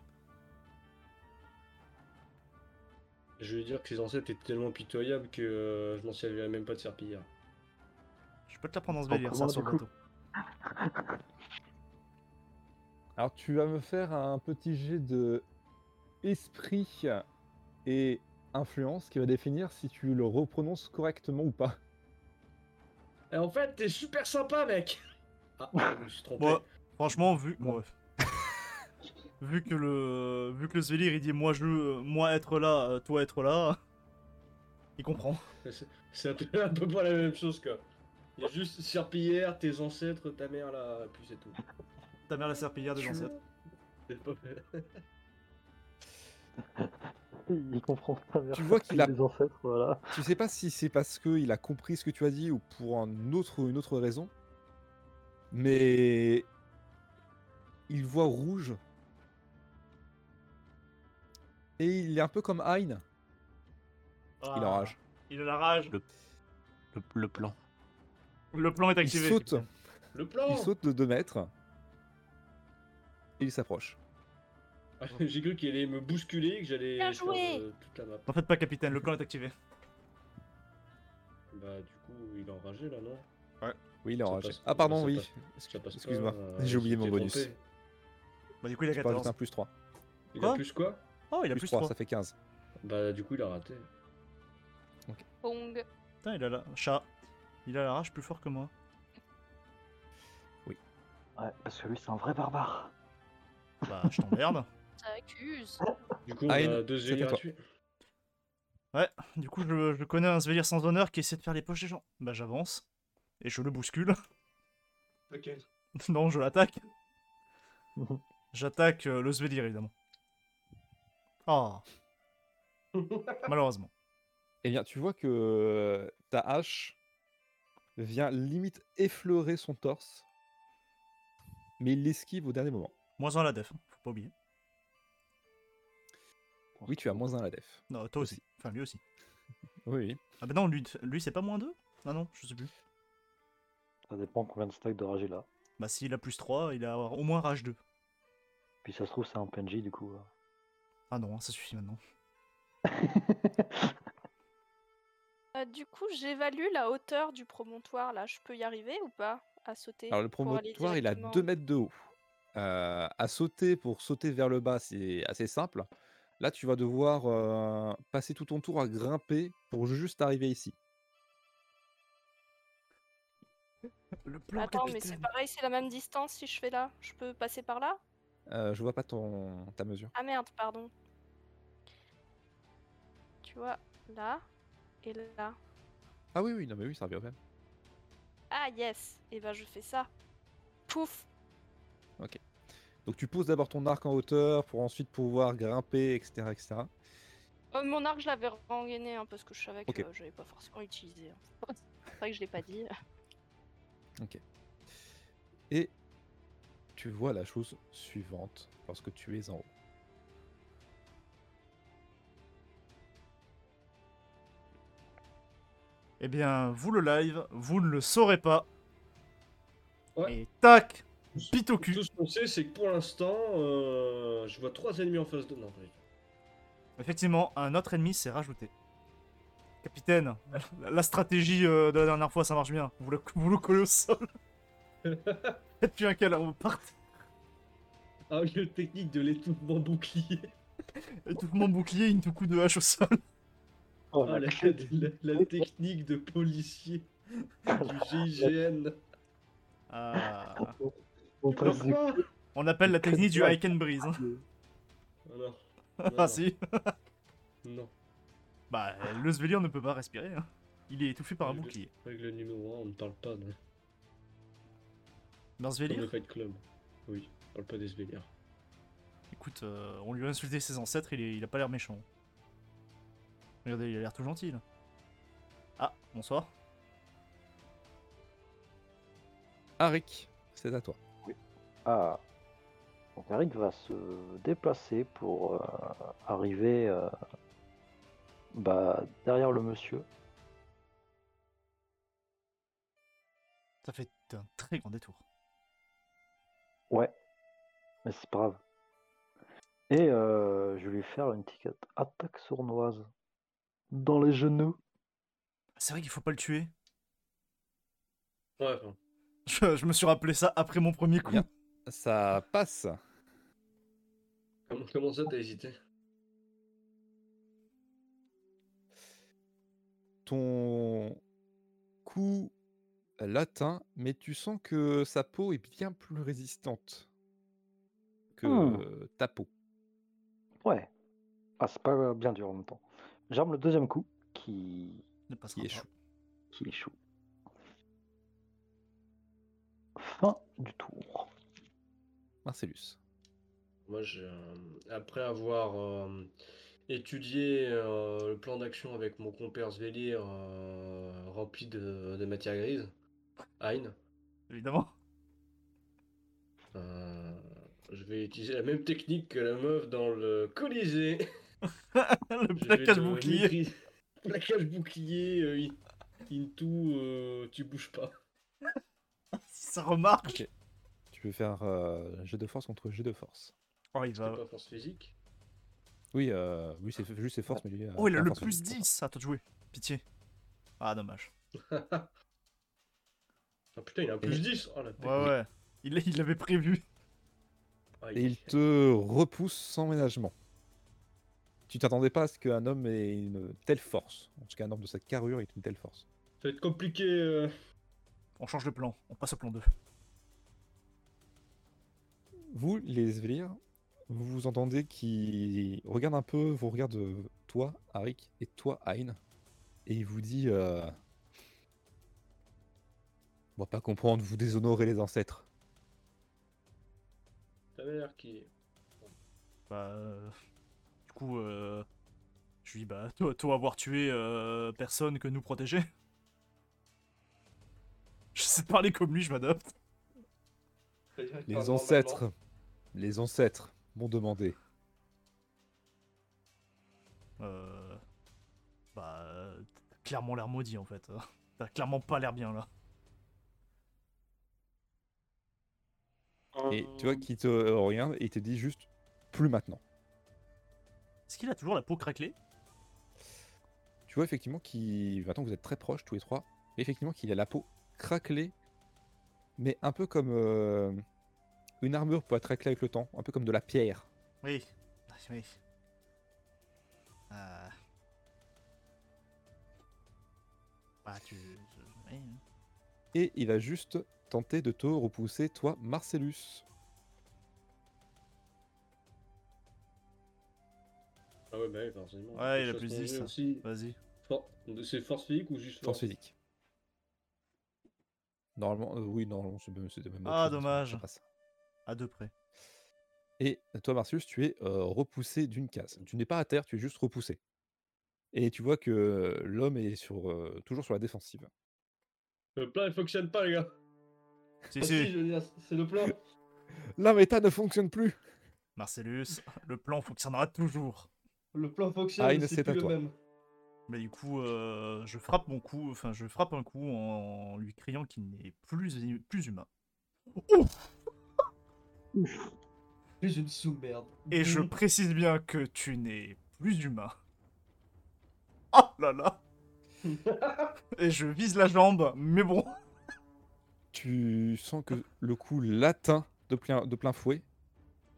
Speaker 5: Je vais dire que ses ancêtres étaient tellement pitoyables que euh, je m'en servirais même pas de serpillard.
Speaker 2: Je peux te l'apprendre en Svelir, ça,
Speaker 1: comment,
Speaker 2: sur le
Speaker 1: du coup
Speaker 2: bateau.
Speaker 4: Alors, tu vas me faire un petit jet de esprit et influence qui va définir si tu le reprononces correctement ou pas.
Speaker 5: Et Eh, en fait, t'es super sympa, mec Ah, je me suis trompé.
Speaker 2: Ouais. Franchement, vu.
Speaker 4: Bon.
Speaker 2: Bref. vu que le. Vu que le Svelir il dit moi je. Moi être là, euh, toi être là. Il comprend.
Speaker 5: C'est un peu, un peu pas la même chose, quoi. Il y a juste serpillière, tes ancêtres, ta mère, là, et puis c'est tout.
Speaker 2: Ta mère la serpillière des Ah, ancêtres.
Speaker 5: C'est pas fait.
Speaker 1: Il comprend pas.
Speaker 4: Tu vois qu'il a-
Speaker 1: Les ancêtres, voilà.
Speaker 4: Tu sais pas si c'est parce qu'il a compris ce que tu as dit ou pour un autre, une autre raison, mais il voit rouge et il est un peu comme Hein. Il
Speaker 2: Ah,
Speaker 4: enrage.
Speaker 2: Il a la rage.
Speaker 1: Le, le plan.
Speaker 2: Le plan est
Speaker 4: Il
Speaker 2: activé.
Speaker 4: saute,
Speaker 5: Le plan
Speaker 4: il saute de 2 mètres et il s'approche.
Speaker 5: Ah, J'ai cru qu'il allait me bousculer, que j'allais
Speaker 6: Bien
Speaker 5: faire,
Speaker 6: joué
Speaker 5: euh, toute la map.
Speaker 2: N'en faites pas capitaine, le plan est activé.
Speaker 5: Bah, du coup, il est enragé, là, non
Speaker 4: Oui, il est
Speaker 5: Ça
Speaker 4: enragé.
Speaker 5: passe-
Speaker 4: Ah pardon,
Speaker 5: ça
Speaker 4: oui.
Speaker 5: passe- Ça passe pas,
Speaker 4: Excuse-moi,
Speaker 5: euh,
Speaker 4: j'ai oublié
Speaker 5: je
Speaker 4: mon
Speaker 5: t'ai
Speaker 4: bonus.
Speaker 5: trompé.
Speaker 2: Bah du coup il a
Speaker 4: Tu peux rajouter
Speaker 2: 14.
Speaker 4: un plus 3.
Speaker 5: Il
Speaker 2: Quoi
Speaker 5: a plus quoi
Speaker 2: Oh il a
Speaker 4: Plus,
Speaker 2: plus
Speaker 4: 3,
Speaker 2: 3.
Speaker 4: ça fait 15.
Speaker 5: Bah, du coup, il a raté.
Speaker 3: Pong.
Speaker 2: Putain il a la. Chat. Il a la rage plus fort que moi.
Speaker 1: Ouais, parce que lui, c'est un vrai barbare.
Speaker 2: Bah je t'emmerde.
Speaker 3: Ça accuse.
Speaker 5: Du coup, on
Speaker 4: Aïn,
Speaker 5: a deux
Speaker 4: Ah, c'est à
Speaker 5: élites à
Speaker 4: toi.
Speaker 5: tuer.
Speaker 2: Du coup je, je connais un Svelir sans honneur qui essaie de faire les poches des gens. Bah j'avance. Et je le bouscule.
Speaker 5: Ok.
Speaker 2: non je l'attaque. J'attaque euh, le Svelir évidemment. Ah malheureusement.
Speaker 4: Eh bien, tu vois que euh, ta hache vient limite effleurer son torse, mais il l'esquive au dernier moment.
Speaker 2: Moins un à la def, hein, faut pas oublier.
Speaker 4: Oui, tu as moins 1 à la def.
Speaker 2: Non toi aussi. Enfin lui aussi.
Speaker 4: Oui, oui.
Speaker 2: Ah bah non lui, lui c'est pas moins 2 Ah non je sais plus.
Speaker 1: Ça dépend combien de stacks de rage il a.
Speaker 2: Bah s'il a plus 3 il a au moins rage 2.
Speaker 1: Puis ça se trouve, c'est un PNJ du coup. euh.
Speaker 2: Ah non hein, ça suffit maintenant.
Speaker 3: Euh, du coup, j'évalue la hauteur du promontoire là. Je peux y arriver ou pas à sauter
Speaker 4: Alors le
Speaker 3: pour aller
Speaker 4: promontoire, il a 2
Speaker 3: directement-
Speaker 4: mètres de haut. Euh, à sauter pour sauter vers le bas, c'est assez simple. Là, tu vas devoir euh, passer tout ton tour à grimper pour juste arriver ici.
Speaker 2: Le plan
Speaker 3: Attends, mais c'est
Speaker 2: capitaine.
Speaker 3: pareil, c'est la même distance si je fais là. Je peux passer par là
Speaker 4: Euh, je vois pas ton ta mesure.
Speaker 3: Ah merde, pardon. Tu vois, là et là.
Speaker 4: Ah oui, oui, non mais oui, ça revient au même.
Speaker 3: Ah yes Et ben je fais ça. Pouf
Speaker 4: Donc tu poses d'abord ton arc en hauteur pour ensuite pouvoir grimper, etc., etc.
Speaker 3: Euh, Mon arc, je l'avais rengainé hein, parce que je savais que
Speaker 4: Ok.
Speaker 3: euh, j'avais pas forcément utilisé. hein. C'est vrai que je l'ai pas dit.
Speaker 4: Et tu vois la chose suivante lorsque tu es en haut.
Speaker 2: Eh bien, vous le live, vous ne le saurez pas.
Speaker 5: Ouais.
Speaker 2: Et tac Bite au cul
Speaker 5: Tout ce qu'on sait, c'est que pour l'instant, euh, je vois trois ennemis en face de. Non, mais-
Speaker 2: Effectivement, un autre ennemi s'est rajouté. Capitaine, la- la stratégie euh, de la dernière fois, ça marche bien. Vous le, vous le collez au sol. Et puis un câlin, on part.
Speaker 5: Ah oui, le technique de l'étouffement bouclier.
Speaker 2: Et tout mon bouclier, une coup de hache au sol.
Speaker 1: Oh,
Speaker 5: Ah,
Speaker 1: la
Speaker 5: la,
Speaker 1: queue
Speaker 5: la- la technique de policier du GIGN.
Speaker 2: Ah.
Speaker 1: au
Speaker 5: Tu vois
Speaker 1: presse du
Speaker 5: pas
Speaker 2: On appelle la technique du high and breeze. hein.
Speaker 5: Ah non.
Speaker 2: Ah si.
Speaker 5: Non.
Speaker 2: Bah, le Svelir ne peut pas respirer. hein. Il est étouffé par un bouclier.
Speaker 5: Avec le numéro 1, on ne parle pas de.
Speaker 2: Dans
Speaker 5: Comme le
Speaker 2: Ben, Svelir,
Speaker 5: Fight Club. Oui, on parle pas des Svelir.
Speaker 2: écoute, euh, on lui a insulté ses ancêtres, il, est- il a pas l'air méchant. Regardez, il a l'air tout gentil. là. Ah, bonsoir.
Speaker 4: Arik, c'est à toi.
Speaker 1: Ah. Donc Arik va se déplacer pour euh, arriver euh, bah, derrière le monsieur.
Speaker 2: Ça fait un très grand détour.
Speaker 1: Ouais. Mais c'est pas grave. Et euh, je vais lui faire une petite attaque sournoise. Dans les genoux.
Speaker 2: C'est vrai qu'il faut pas le tuer.
Speaker 5: Ouais, enfin,
Speaker 2: Je, je me suis rappelé ça après mon premier coup.
Speaker 4: Bien. Ça passe.
Speaker 5: comment, comment ça t'as hésité
Speaker 4: Ton coup l'atteint, mais tu sens que sa peau est bien plus résistante que
Speaker 1: Hmm.
Speaker 4: euh, ta peau.
Speaker 1: Ouais. Ah, c'est pas bien dur en même temps. J'arme le deuxième coup qui,
Speaker 2: Ne passera
Speaker 4: Il
Speaker 2: pas.
Speaker 4: échoue.
Speaker 1: qui échoue. Fin du tour.
Speaker 4: Marcellus.
Speaker 5: Moi, je, euh, après avoir euh, étudié euh, le plan d'action avec mon compère Svelir euh, rempli de, de matière grise, Hein,
Speaker 2: Évidemment.
Speaker 5: euh, je vais utiliser la même technique que la meuf dans le Colisée.
Speaker 2: le
Speaker 5: Je vais
Speaker 2: plaquage
Speaker 5: te
Speaker 2: bouclier.
Speaker 5: maîtriser- Plaquage bouclier, euh, in- into, euh, tu bouges pas.
Speaker 2: Ça remarque.
Speaker 4: Tu peux faire euh, jet de force contre jet de force.
Speaker 2: Oh, il
Speaker 5: C'était
Speaker 2: va.
Speaker 5: pas force physique.
Speaker 4: Oui, euh, oui c'est juste ses forces, mais lui.
Speaker 2: Oh, il a
Speaker 4: pas
Speaker 2: le
Speaker 4: forcément
Speaker 2: plus
Speaker 4: de force.
Speaker 2: 10 à toi de jouer. Pitié. Ah, dommage.
Speaker 5: Ah putain, il a un plus 10. Oh la
Speaker 2: Ouais, ouais. Il il l'avait prévu.
Speaker 4: Et il te repousse sans ménagement. Tu t'attendais pas à ce qu'un homme ait une telle force. En tout cas, un homme de cette carrure ait une telle force.
Speaker 5: Ça va être compliqué. euh.
Speaker 2: On change de plan. On passe au plan 2.
Speaker 4: Vous, les Svelir, vous vous entendez qui regarde un peu, vous regarde euh, toi, Arik, et toi, Ayn. Et il vous dit euh... On va pas comprendre, vous déshonorez les ancêtres.
Speaker 5: Ça avait l'air qui.
Speaker 2: Bah. euh, Du coup, euh... je lui dis bah, toi, toi avoir tué euh, personne que nous protéger. Je sais parler comme lui, je m'adapte.
Speaker 5: Ah
Speaker 4: Les ancêtres, les ancêtres m'ont demandé.
Speaker 2: Euh... Bah. euh, t'as Clairement l'air maudit en fait. T'as clairement pas l'air bien là.
Speaker 4: Et tu vois qu'il te euh, regarde et il te dit juste plus maintenant.
Speaker 2: Est-ce qu'il a toujours la peau craquelée
Speaker 4: Tu vois effectivement qu'il. Maintenant que vous êtes très proches tous les trois, effectivement qu'il a la peau craquelée mais un peu comme euh, une armure pour être éclairée avec le temps, un peu comme de la pierre.
Speaker 2: Oui. Ah, Oui. Euh. Bah, tu. oui.
Speaker 4: Et il va juste tenter de te repousser, toi, Marcellus.
Speaker 5: Ah ouais, bah ouais, forcément.
Speaker 2: Ouais,
Speaker 5: Quelque
Speaker 2: il a
Speaker 5: chose
Speaker 2: plus
Speaker 5: qu'on
Speaker 2: 10,
Speaker 5: met
Speaker 2: ça.
Speaker 5: aussi.
Speaker 2: Vas-y.
Speaker 5: For- C'est force physique ou juste
Speaker 4: Force physique. Normalement, euh, oui, normalement, c'est même- c'était même. autre
Speaker 2: Ah,
Speaker 4: chose, mais ça-
Speaker 2: dommage.
Speaker 4: ça passe.
Speaker 2: À deux près.
Speaker 4: Et toi, Marcius, tu es euh, repoussé d'une case. Tu n'es pas à terre, tu es juste repoussé. Et tu vois que l'homme est sur, euh, toujours sur la défensive.
Speaker 5: Le plan il fonctionne pas, les gars.
Speaker 2: Si,
Speaker 5: Ah, si,
Speaker 2: si.
Speaker 5: je veux dire, c'est le plan.
Speaker 4: La méta ne fonctionne plus
Speaker 2: Marcellus, le plan fonctionnera toujours.
Speaker 5: Le plan fonctionne.
Speaker 4: Ah,
Speaker 5: mais
Speaker 4: il ne
Speaker 5: c'est
Speaker 4: sait
Speaker 5: plus
Speaker 4: à
Speaker 5: le
Speaker 4: toi.
Speaker 5: même.
Speaker 2: Mais du coup, euh, je frappe mon coup, enfin, je frappe un coup en lui criant qu'il n'est plus, plus humain.
Speaker 5: Plus une sous-merde.
Speaker 2: Et je
Speaker 5: Mhm.
Speaker 2: précise bien que tu n'es plus humain. Oh là là Et je vise la jambe, mais bon.
Speaker 4: Tu sens que le coup l'atteint de plein, de plein fouet.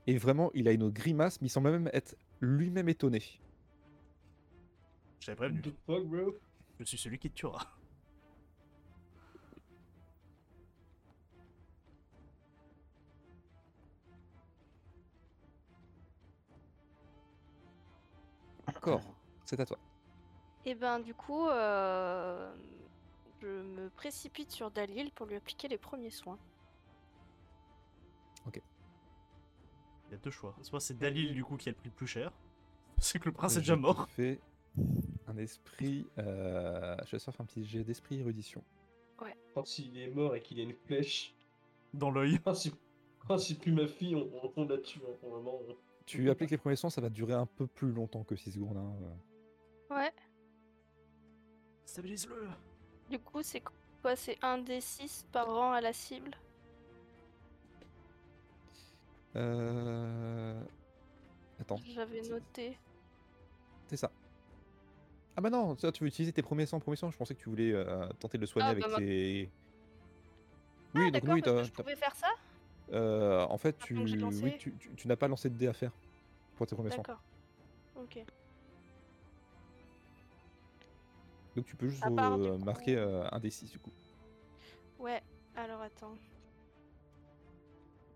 Speaker 4: Et vraiment, il a une grimace, mais il semble même être lui-même étonné.
Speaker 2: J'avais
Speaker 5: What
Speaker 2: prévenu,
Speaker 5: the fuck, bro
Speaker 2: je suis celui qui te tuera.
Speaker 4: D'accord, c'est à toi.
Speaker 3: Et ben du coup, euh, je me précipite sur Dalil pour lui appliquer les premiers soins.
Speaker 2: Il y a deux choix. Soit c'est Dalil du coup qui a le prix le plus cher. Ah, C'est que le prince
Speaker 4: Je
Speaker 2: est déjà
Speaker 4: te
Speaker 2: mort.
Speaker 4: fais un esprit. euh, Je vais te faire un petit jet d'esprit érudition.
Speaker 5: Quand s'il est mort et qu'il a une flèche,
Speaker 2: Dans l'œil.
Speaker 5: quand c'est quand c'est plus ma fille, on, on- on la tue, hein, vraiment.
Speaker 4: Tu appliques les premiers soins, ça va durer un peu plus longtemps que 6 secondes. hein, euh.
Speaker 3: Ouais.
Speaker 2: Stabilise-le
Speaker 3: Du coup, c'est quoi C'est 1 des 6 par an à la cible
Speaker 4: Euh, Attends,
Speaker 3: J'avais noté.
Speaker 4: c'est ça. Ah bah non, ça, tu veux utiliser tes premiers soins, premiers soins. Je pensais que tu voulais euh, tenter de le soigner
Speaker 3: Ah,
Speaker 4: avec
Speaker 3: bah, bah. Ah,
Speaker 4: tes. Oui, donc
Speaker 3: d'accord,
Speaker 4: oui,
Speaker 3: parce que
Speaker 4: t'as-
Speaker 3: je
Speaker 4: t'as-
Speaker 3: pouvais faire ça
Speaker 4: euh, en fait,
Speaker 3: Ah,
Speaker 4: tu,
Speaker 3: donc j'ai lancé.
Speaker 4: oui, tu, tu- tu n'as pas lancé de dés à faire pour tes premiers soins.
Speaker 3: D'accord. Ok.
Speaker 4: Donc tu peux juste
Speaker 3: À part, du
Speaker 4: euh,
Speaker 3: coup-
Speaker 4: marquer euh, un des 6 du coup.
Speaker 3: Ouais, alors attends.
Speaker 2: Un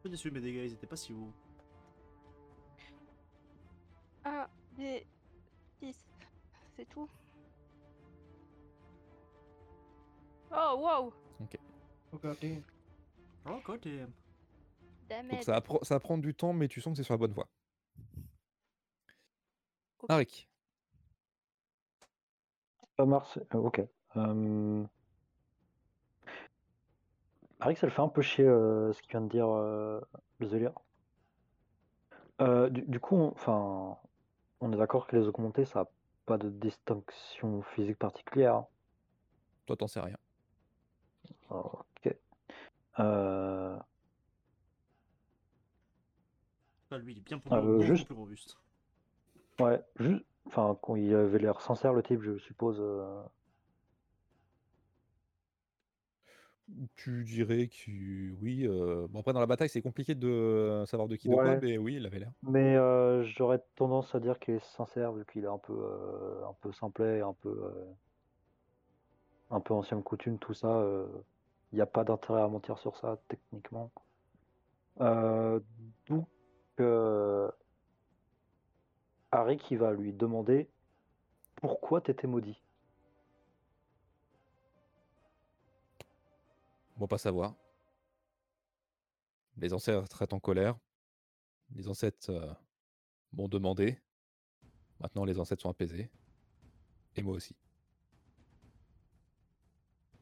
Speaker 2: peu déçu, mes dégâts, ils étaient pas si hauts.
Speaker 3: 1 des 6. C'est tout Oh, wow
Speaker 5: Ok, ok.
Speaker 2: Oh, côté
Speaker 4: Donc
Speaker 3: Damage
Speaker 4: ça va, pro- ça va prendre du temps, mais tu sens que c'est sur la bonne voie.
Speaker 3: Ok.
Speaker 4: Arik,
Speaker 1: Pas Mars, euh, ok. Euh... Pareil que ça le fait un peu chier euh, ce qu'il vient de dire euh, le Zélia. Euh, du, du coup, on, 'fin, on est d'accord que les augmentés, ça n'a pas de distinction physique particulière. hein.
Speaker 4: toi t'en sais rien.
Speaker 1: Ok. Euh,
Speaker 2: Bah, lui, il est bien plus,
Speaker 1: Ah, euh,
Speaker 2: beaucoup
Speaker 1: juste-
Speaker 2: plus robuste.
Speaker 1: Ouais, juste, enfin, quand il avait l'air sincère, le type, je suppose. euh,
Speaker 4: Tu dirais que oui. euh, Bon après dans la bataille c'est compliqué de savoir de qui de quoi,
Speaker 1: Ouais.
Speaker 4: mais oui il avait l'air.
Speaker 1: Mais euh, j'aurais tendance à dire qu'il est sincère, vu qu'il est un peu, euh, un peu simplet, un peu, euh, un peu ancienne coutume, tout ça. euh, Il n'y a pas d'intérêt à mentir sur ça, techniquement. Euh, donc, euh, Harry qui va lui demander pourquoi t'étais maudit.
Speaker 4: On va pas savoir. Les ancêtres étaient en colère. Les ancêtres euh, m'ont demandé. Maintenant les ancêtres sont apaisés. Et moi aussi.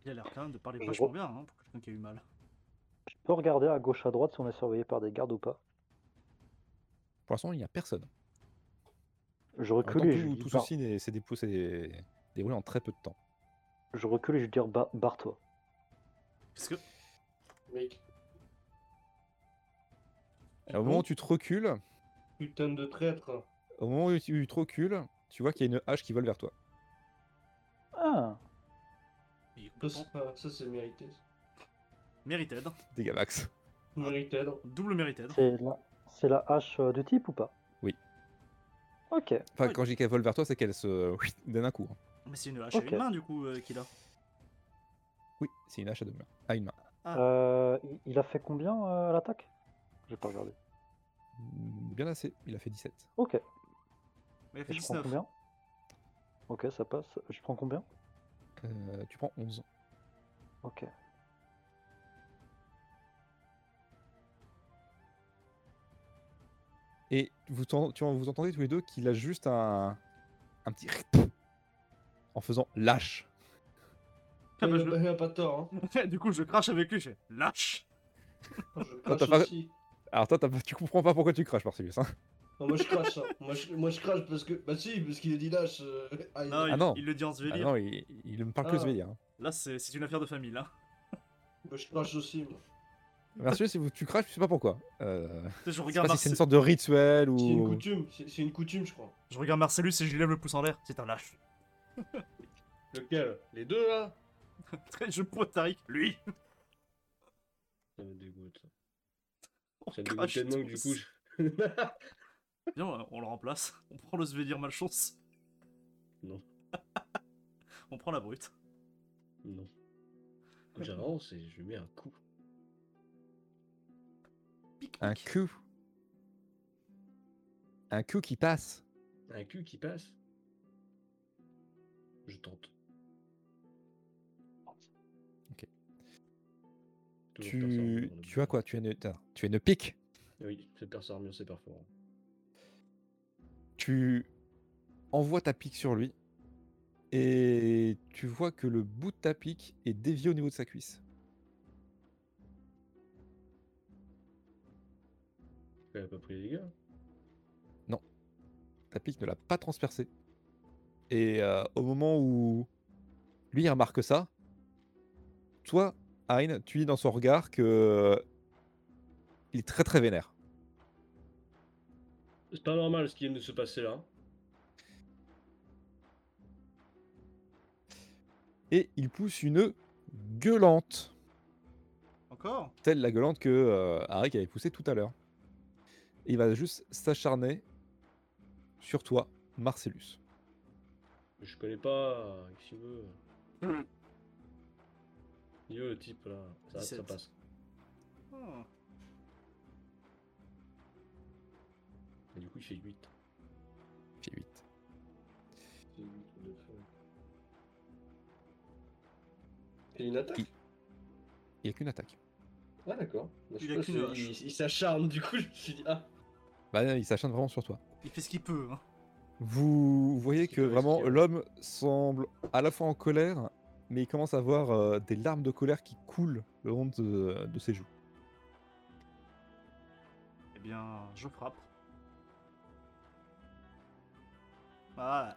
Speaker 2: Il a l'air quand même de parler
Speaker 1: Je
Speaker 2: vachement
Speaker 1: re-
Speaker 2: bien hein, pour quelqu'un qui a eu mal.
Speaker 1: Je peux regarder à gauche, à droite si on est surveillé par des gardes ou pas.
Speaker 4: Pour l'instant il n'y a personne.
Speaker 1: Je
Speaker 4: En même temps,
Speaker 1: recule et je lui
Speaker 4: tout,
Speaker 1: dis
Speaker 4: tout
Speaker 1: Bar-
Speaker 4: ceci n'est- s'est dépou- s'est déroulé en très peu de temps.
Speaker 1: je recule et je lui dis Bar- barre-toi.
Speaker 2: Parce que.
Speaker 5: Mec,
Speaker 4: Et au moment où tu te recules,
Speaker 5: putain de traître.
Speaker 4: au moment où tu te recules, tu vois qu'il y a une hache qui vole vers toi.
Speaker 1: Ah,
Speaker 2: Il est
Speaker 5: Ça,
Speaker 2: content.
Speaker 5: c'est- ah, ça, c'est mérité.
Speaker 2: Mérited.
Speaker 4: Dégâts max.
Speaker 5: Mérited.
Speaker 2: Double mérited.
Speaker 1: C'est la, c'est la hache euh, de type ou pas
Speaker 4: Oui.
Speaker 1: Ok.
Speaker 4: Enfin,
Speaker 2: Oui.
Speaker 4: quand je dis qu'elle vole vers toi, c'est qu'elle se donne un coup. hein.
Speaker 2: Mais c'est une hache
Speaker 1: Ok.
Speaker 2: à une main du coup euh, qu'il a.
Speaker 4: Oui, c'est une hache à deux mains. À une main.
Speaker 2: Ah.
Speaker 1: Euh, il- il a fait combien euh, à l'attaque J'ai pas regardé.
Speaker 4: Mm, Bien assez, il a fait 17.
Speaker 1: Ok. Et
Speaker 2: Mais il a fait
Speaker 1: je prends
Speaker 2: 19.
Speaker 1: combien Ok, ça passe. Je prends combien
Speaker 4: Euh, tu prends 11.
Speaker 1: Ok.
Speaker 4: Et vous, t'en- tu en- vous entendez tous les deux qu'il a juste un, un petit en faisant lâche.
Speaker 2: Ah bah, je
Speaker 5: il a pas tort, hein.
Speaker 2: du coup, je crache avec lui, je fais lâche.
Speaker 5: Je
Speaker 4: t'as
Speaker 5: crache
Speaker 4: pas-
Speaker 5: aussi.
Speaker 4: Alors toi, t'as pas- tu comprends pas pourquoi tu craches, Marcellus. Hein
Speaker 5: Non, moi je crache, hein. moi, je, moi je crache parce que. Bah si, parce qu'il a dit lâche. euh, ah, il-
Speaker 2: Non, il,
Speaker 4: non.
Speaker 2: il le dit en
Speaker 4: Ah
Speaker 2: svelir.
Speaker 4: non, il, il me parle que
Speaker 5: Ah.
Speaker 4: Svelia. Hein.
Speaker 2: Là, c'est c'est une affaire de famille là.
Speaker 5: Moi je crache aussi. moi.
Speaker 4: Marcellus, si vous- tu craches, je sais pas pourquoi. Euh,
Speaker 2: Tu sais, Je
Speaker 4: je sais
Speaker 2: regarde,
Speaker 4: pas si c'est
Speaker 2: Marce-
Speaker 4: une sorte de rituel
Speaker 5: C'est une
Speaker 4: ou.
Speaker 5: coutume, c'est c'est une coutume, je crois.
Speaker 2: je regarde Marcellus et je lui lève le pouce en l'air. C'est un lâche.
Speaker 5: Lequel Les deux là
Speaker 2: je pointe Tariq. Lui
Speaker 5: Ça me dégoûte.
Speaker 2: On
Speaker 5: Ça me dégoûte
Speaker 2: Oh, crache
Speaker 5: tellement que du
Speaker 2: tous.
Speaker 5: coup. je-
Speaker 2: Viens, on- on le remplace. On prend le Svelir malchance.
Speaker 5: Non.
Speaker 2: on prend la brute.
Speaker 5: non. J'avance et je lui mets un coup.
Speaker 2: Pic,
Speaker 4: Un
Speaker 2: pic.
Speaker 4: coup. Un coup qui passe.
Speaker 5: Un cul qui passe Je tente.
Speaker 4: Ok.
Speaker 5: Toujours Persarmion
Speaker 4: Tu,
Speaker 5: dans le
Speaker 4: tu
Speaker 5: bouquin.
Speaker 4: as quoi tu as, une, t'as- tu as une pique.
Speaker 5: Oui, c'est Persarmion, c'est perforant.
Speaker 4: Tu envoies ta pique sur lui. Et tu vois que le bout de ta pique est dévié au niveau de sa cuisse.
Speaker 5: Elle a pas pris les dégâts
Speaker 4: ta pique ne l'a pas transpercé. Et euh, au moment où lui il remarque ça, toi, Hein, tu dis dans son regard que euh, il est très très vénère.
Speaker 5: C'est pas normal ce qui vient de se passer là.
Speaker 4: Et il pousse une gueulante,
Speaker 2: Encore
Speaker 4: telle la gueulante que euh, Arik avait poussée tout à l'heure. Et il va juste s'acharner sur toi, Marcellus.
Speaker 5: Je connais pas, si tu veux. Yo, le type là, ça, ça
Speaker 2: 17.
Speaker 5: passe.
Speaker 2: Hmm.
Speaker 5: Et du coup, il fait 8.
Speaker 4: J'ai 8.
Speaker 5: C'est une attaque
Speaker 4: Il- Il n'y a qu'une attaque.
Speaker 5: Ah, d'accord. Bah, je
Speaker 2: Il a
Speaker 5: sais
Speaker 2: qu'une
Speaker 5: pas, c'est- Il, il s'acharne, du coup, je me suis dit, ah,
Speaker 4: Bah, il s'acharne vraiment sur toi.
Speaker 2: Il fait ce qu'il peut. Hein.
Speaker 4: Vous voyez
Speaker 5: qui
Speaker 4: que
Speaker 5: peut
Speaker 4: vraiment
Speaker 5: risquer, ouais.
Speaker 4: l'homme semble à la fois en colère, mais il commence à avoir euh, des larmes de colère qui coulent le long de, de ses joues.
Speaker 2: Eh bien, je frappe. Ah,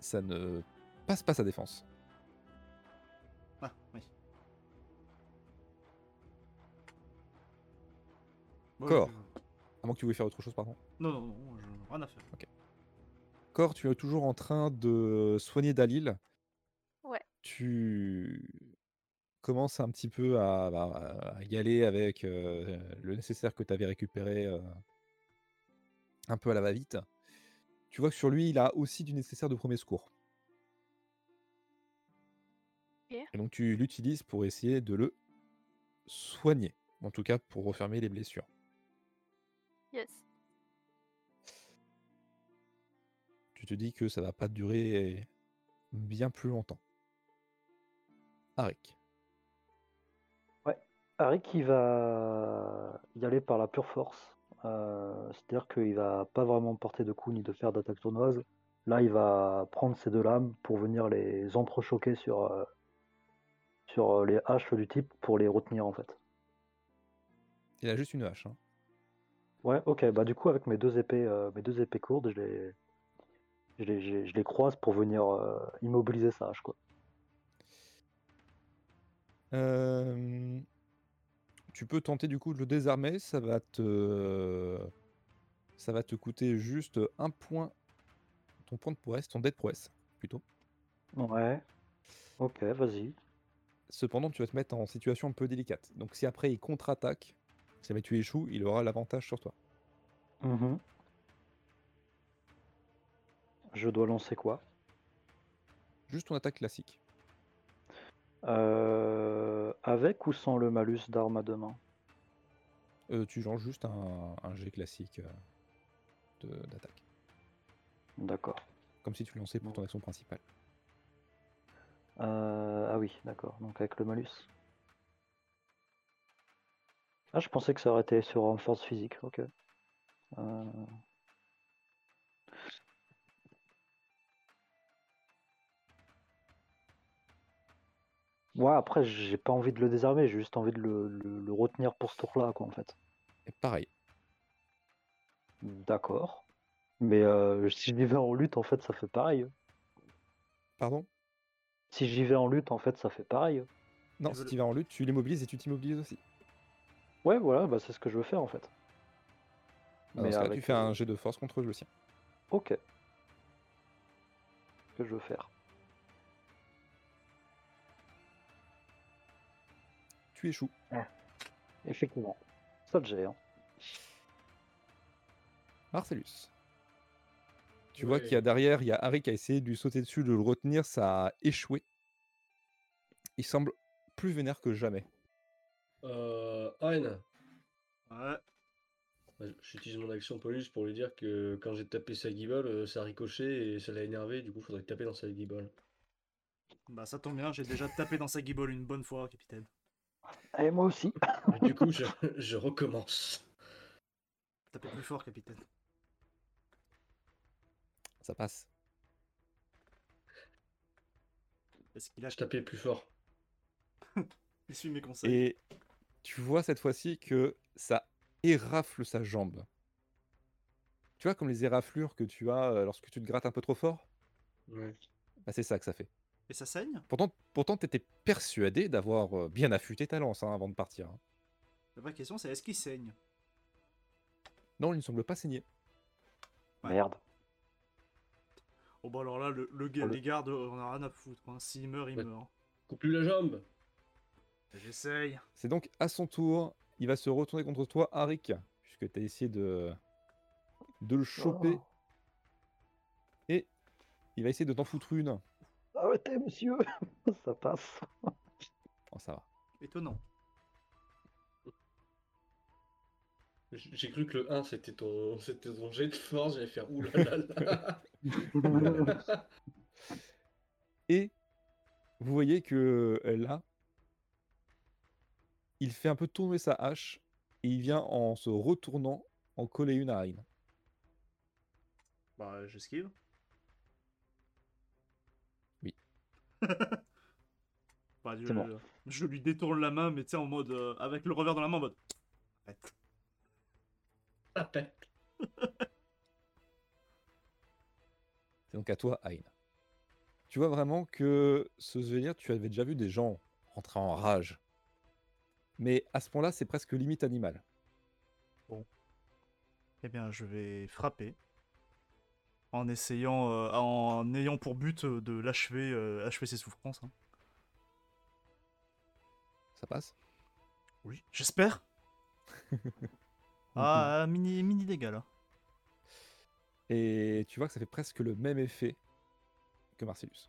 Speaker 4: Ça ne passe pas sa défense.
Speaker 2: ah oui. Bon,
Speaker 4: Corps.
Speaker 2: je-
Speaker 4: À moins que tu voulais faire autre chose, pardon.
Speaker 2: Non, non, non, je- rien à faire.
Speaker 4: Cor, tu es toujours en train de soigner Dalil.
Speaker 6: Ouais.
Speaker 4: Tu commences un petit peu à, bah, à y aller avec euh, le nécessaire que tu avais récupéré euh, un peu à la va-vite. Tu vois que sur lui, il a aussi du nécessaire de premier secours.
Speaker 6: Ok.
Speaker 4: Et donc tu l'utilises pour essayer de le soigner. En tout cas, pour refermer les blessures.
Speaker 6: Yes.
Speaker 4: tu te dis que ça va pas durer bien plus longtemps. Arik.
Speaker 1: Harry qui va y aller par la pure force. Euh, C'est-à-dire qu'il va pas vraiment porter de coups ni de faire d'attaque tournoise. Là, il va prendre ces deux lames pour venir les entrechoquer sur, euh, sur euh, les haches du type pour les retenir en fait.
Speaker 4: Il a juste une hache. hein.
Speaker 1: Ouais, ok, bah du coup avec mes deux épées, euh, mes deux épées courtes, je les, je les, je les- je les croise pour venir euh, immobiliser sa hache quoi.
Speaker 4: Euh, Tu peux tenter du coup de le désarmer. Ça va te, ça va te coûter juste un point. Ton point de prouesse, ton dé de prouesse plutôt.
Speaker 1: Ouais. Ok, vas-y.
Speaker 4: Cependant, tu vas te mettre en situation un peu délicate. Donc, si après il contre-attaque, si jamais tu échoues, il aura l'avantage sur toi.
Speaker 1: Mhm. Je dois lancer quoi
Speaker 4: Juste ton attaque classique.
Speaker 1: Euh, Avec ou sans le malus d'arme à deux mains
Speaker 4: Euh, tu lances juste un, un jet classique euh, de- d'attaque.
Speaker 1: D'accord.
Speaker 4: Comme si tu lançais pour ton action principale.
Speaker 1: Euh, ah oui, d'accord. Donc avec le malus. Ah, je pensais que ça aurait été sur en force physique. Ok. Euh, Ouais, après, j'ai pas envie de le désarmer, j'ai juste envie de le, le- le retenir pour ce tour-là, quoi, en fait.
Speaker 4: Et pareil.
Speaker 1: D'accord. Mais euh, si j'y vais en lutte, en fait, ça fait pareil.
Speaker 4: Pardon
Speaker 1: Si j'y vais en lutte, en fait, ça fait pareil.
Speaker 4: Non,
Speaker 2: Et
Speaker 4: si
Speaker 2: voilà.
Speaker 4: tu vas en lutte, tu l'immobilises et tu t'immobilises aussi.
Speaker 1: Ouais, voilà, bah, c'est ce que je veux faire, en fait.
Speaker 4: Ah, Dans ce cas-là, tu
Speaker 1: avec,
Speaker 4: fais
Speaker 1: euh,
Speaker 4: un jet de force contre le sien.
Speaker 1: Ok. Ce que je veux faire.
Speaker 4: Tu échoues.
Speaker 1: Effectivement. Ça le gère.
Speaker 4: Marcellus. Tu vois
Speaker 5: Ouais.
Speaker 4: qu'il y a derrière, il y a Harry qui a essayé de lui sauter dessus, de le retenir, ça a échoué. Il semble plus vénère que jamais.
Speaker 5: Euh, Hein,
Speaker 2: Ouais.
Speaker 5: bah, j'utilise mon action police pour lui dire que quand j'ai tapé sa guibole, euh, ça a ricoché et ça l'a énervé, du coup, faudrait taper dans sa guibole.
Speaker 2: Bah ça tombe bien, j'ai déjà tapé dans sa guibole une bonne fois, capitaine.
Speaker 1: Et moi aussi.
Speaker 5: Et Ah, du coup, je, je recommence.
Speaker 2: Tapez plus fort, capitaine.
Speaker 4: Ça passe.
Speaker 2: Parce qu'il a
Speaker 5: Je tapais plus fort.
Speaker 2: Il suit mes conseils.
Speaker 4: Et tu vois cette fois-ci que ça érafle sa jambe. Tu vois comme les éraflures que tu as euh, lorsque tu te grattes un peu trop fort
Speaker 5: Ouais.
Speaker 4: Bah, C'est ça que ça fait.
Speaker 2: Et ça saigne
Speaker 4: Pourtant, pourtant tu étais persuadé d'avoir euh, bien affûté ta lance hein, avant de partir. hein.
Speaker 2: La vraie question c'est est-ce qu'il saigne
Speaker 4: Non, il ne semble pas saigner.
Speaker 2: Ouais.
Speaker 1: Merde.
Speaker 2: Oh bah alors là, le, le gars-
Speaker 1: Oh, le-
Speaker 2: les gardes, euh, on a rien à foutre. Hein. S'il meurt, il
Speaker 5: Ouais.
Speaker 2: meurt.
Speaker 5: Coupe lui la jambe.
Speaker 2: J'essaye.
Speaker 4: C'est donc à son tour, il va se retourner contre toi, Arik, puisque tu as essayé de, de le choper.
Speaker 1: Oh.
Speaker 4: Et il va essayer de t'en foutre une.
Speaker 1: Arrêtez, monsieur. ça passe.
Speaker 4: Oh, ça va.
Speaker 2: Étonnant.
Speaker 5: J- J'ai cru que le 1 c'était ton, c'était ton jet de force, j'allais faire oulala.
Speaker 4: Et vous voyez que euh, là, il fait un peu tourner sa hache et il vient en se retournant en coller une à Arin.
Speaker 2: Bah j'esquive.
Speaker 4: Oui.
Speaker 2: bah, je,
Speaker 1: C'est bon.
Speaker 2: je lui détourne la main, mais tu sais, en mode. euh, avec le revers dans la main, en mode. Arrête.
Speaker 4: C'est donc à toi, Arin. Tu vois vraiment que ce souvenir, tu avais déjà vu des gens rentrer en rage. Mais à ce point-là, c'est presque limite animal.
Speaker 2: Eh bien, je vais frapper. En essayant. euh, en ayant pour but euh, de l'achever, euh, achever ses souffrances. hein.
Speaker 4: Ça passe
Speaker 2: Oui. J'espère. ah, euh, mini, mini dégâts là.
Speaker 4: Et tu vois que ça fait presque le même effet que Marcellus.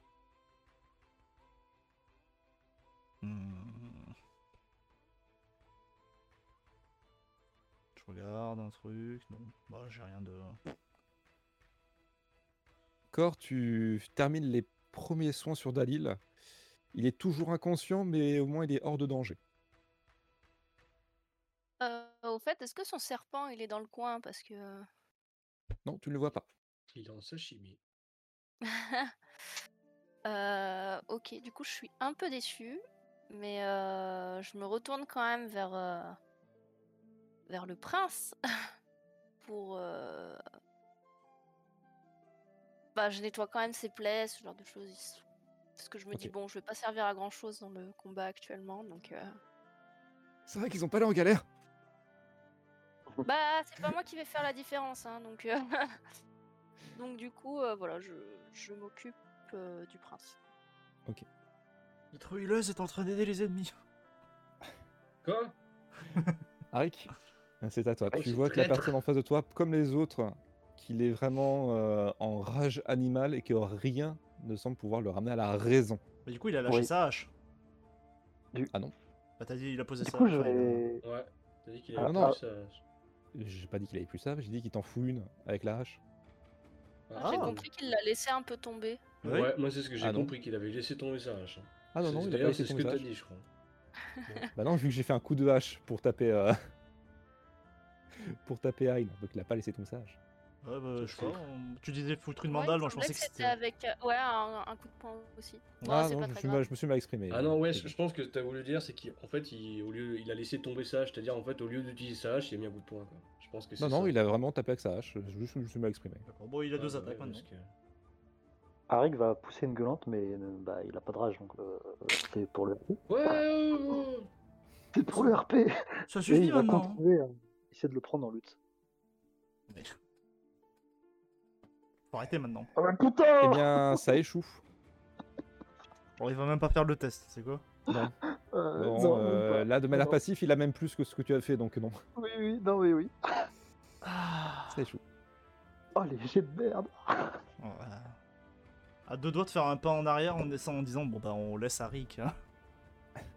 Speaker 2: Hmm. Je regarde un truc. Non, bah j'ai rien de.
Speaker 4: Cor, tu termines les premiers soins sur Dalil. Il est toujours inconscient, mais au moins il est hors de danger.
Speaker 3: Euh, au fait, est-ce que son serpent, il est dans le coin Parce que... euh,
Speaker 4: Non, tu ne le vois pas.
Speaker 5: Il est en sashimi.
Speaker 3: Euh, ok, du coup, je suis un peu déçue, mais euh, je me retourne quand même vers, euh, vers le prince pour. euh, Bah, je nettoie quand même ses plaies, ce genre de choses. ils sont- Parce que je me dis,
Speaker 4: Ok.
Speaker 3: bon, je vais pas servir à grand chose dans le combat actuellement, donc. euh,
Speaker 4: C'est vrai qu'ils ont pas l'air en galère.
Speaker 3: Bah, c'est pas moi qui vais faire la différence, hein, donc. euh, donc, du coup, euh, voilà, je, je m'occupe euh, du prince.
Speaker 2: Notre huileuse est en train d'aider les ennemis.
Speaker 5: Quoi
Speaker 4: Arik, c'est à toi.
Speaker 5: Ah oui,
Speaker 4: tu
Speaker 5: c'est
Speaker 4: vois que la
Speaker 5: traître.
Speaker 4: personne en face de toi, comme les autres, qu'il est vraiment euh, en rage animale et que rien ne semble pouvoir le ramener à la raison.
Speaker 2: Mais du coup, il a lâché
Speaker 7: Oui.
Speaker 2: sa hache.
Speaker 4: Ah non,
Speaker 2: Bah, t'as dit, il a posé
Speaker 7: Du
Speaker 2: sa
Speaker 7: coup,
Speaker 2: hache.
Speaker 7: je vais.
Speaker 5: Ouais. T'as dit qu'il
Speaker 4: Ah
Speaker 5: avait
Speaker 4: non.
Speaker 5: plus ça.
Speaker 4: j'ai pas dit qu'il avait plus ça, j'ai dit qu'il t'en fout une avec la hache.
Speaker 2: Ah.
Speaker 3: J'ai compris qu'il l'a laissé un peu tomber.
Speaker 2: Ouais.
Speaker 5: Ouais, moi c'est ce que j'ai
Speaker 4: Ah non.
Speaker 5: compris, qu'il avait laissé tomber sa hache. hein.
Speaker 4: Ah non,
Speaker 5: C'est-
Speaker 4: non, il a pas
Speaker 5: D'ailleurs,
Speaker 4: laissé
Speaker 5: c'est ce
Speaker 4: tomber
Speaker 5: que
Speaker 4: sa
Speaker 5: t'as
Speaker 4: hache.
Speaker 5: dit, je crois.
Speaker 4: Bah non, vu que j'ai fait un coup de hache pour taper. euh, pour taper Ayn, donc il a pas laissé tomber sa hache.
Speaker 2: Ouais, bah, je sais pas, on- Tu disais foutre une
Speaker 3: Ouais,
Speaker 2: mandale,
Speaker 3: il
Speaker 2: moi je
Speaker 3: semblait
Speaker 2: pensais que c'était.
Speaker 3: avec euh, ouais, un, un coup de poing aussi. Bon,
Speaker 4: ah
Speaker 3: c'est
Speaker 4: non,
Speaker 3: pas
Speaker 4: je,
Speaker 3: très
Speaker 4: suis
Speaker 3: grave.
Speaker 4: mal- je me suis mal exprimé.
Speaker 5: Ah non,
Speaker 4: euh,
Speaker 5: ouais,
Speaker 4: c'est
Speaker 5: je, je pense que t'as voulu dire, c'est qu'en fait, il, au lieu, il a laissé tomber sa hache, c'est-à-dire en fait, au lieu d'utiliser sa hache, il a mis un coup de poing. Quoi. Je pense que
Speaker 4: bon.
Speaker 5: c'est
Speaker 4: Non, non,
Speaker 5: ça.
Speaker 4: il a vraiment tapé avec sa hache, je je- je me suis mal exprimé.
Speaker 2: D'accord, Bon, il a deux
Speaker 3: Euh,
Speaker 5: Ouais,
Speaker 2: attaques
Speaker 5: ouais,
Speaker 2: maintenant.
Speaker 5: parce que-
Speaker 1: Arik va pousser une gueulante, mais euh, bah, il a pas de rage, donc euh, c'est pour le RP.
Speaker 5: Ouais, ouais, ouais.
Speaker 1: C'est pour le RP Et
Speaker 2: Ça suffit
Speaker 1: il va
Speaker 2: maintenant.
Speaker 1: continuer à essayer de le prendre en lutte.
Speaker 2: hein. Mais- Faut arrêter maintenant.
Speaker 1: Ah bah
Speaker 4: Eh
Speaker 1: putain
Speaker 4: bien, ça échoue.
Speaker 2: Bon, il va même pas faire le test, c'est quoi
Speaker 1: Euh,
Speaker 4: Non,
Speaker 1: non, même
Speaker 4: euh,
Speaker 1: pas.
Speaker 4: là, de manière
Speaker 1: Non.
Speaker 4: passive, il a même plus que ce que tu as fait, donc non,
Speaker 1: Oui, oui, non, oui, oui.
Speaker 4: ça échoue.
Speaker 1: Oh, les jets de merde
Speaker 2: Voilà. À deux doigts de faire un pas en arrière en, descend- en disant Bon, bah, on laisse Arik. Hein.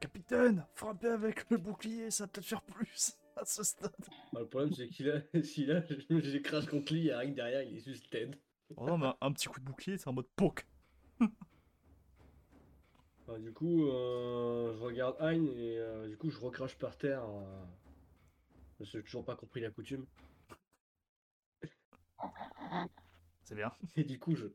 Speaker 2: Capitaine, frappez avec le bouclier, ça va peut-être faire plus à ce stade.
Speaker 5: Bah, le problème, c'est qu'il a, s'il a, j'écrase contre lui, il y a rien que derrière, il est juste dead.
Speaker 2: Oh non, mais un, un petit coup de bouclier, c'est en mode poke.
Speaker 5: Bah, du coup, euh, je regarde Hein et euh, du coup, je recrache par terre. euh, parce que j'ai toujours pas compris la coutume.
Speaker 2: C'est bien.
Speaker 5: Et du coup, je.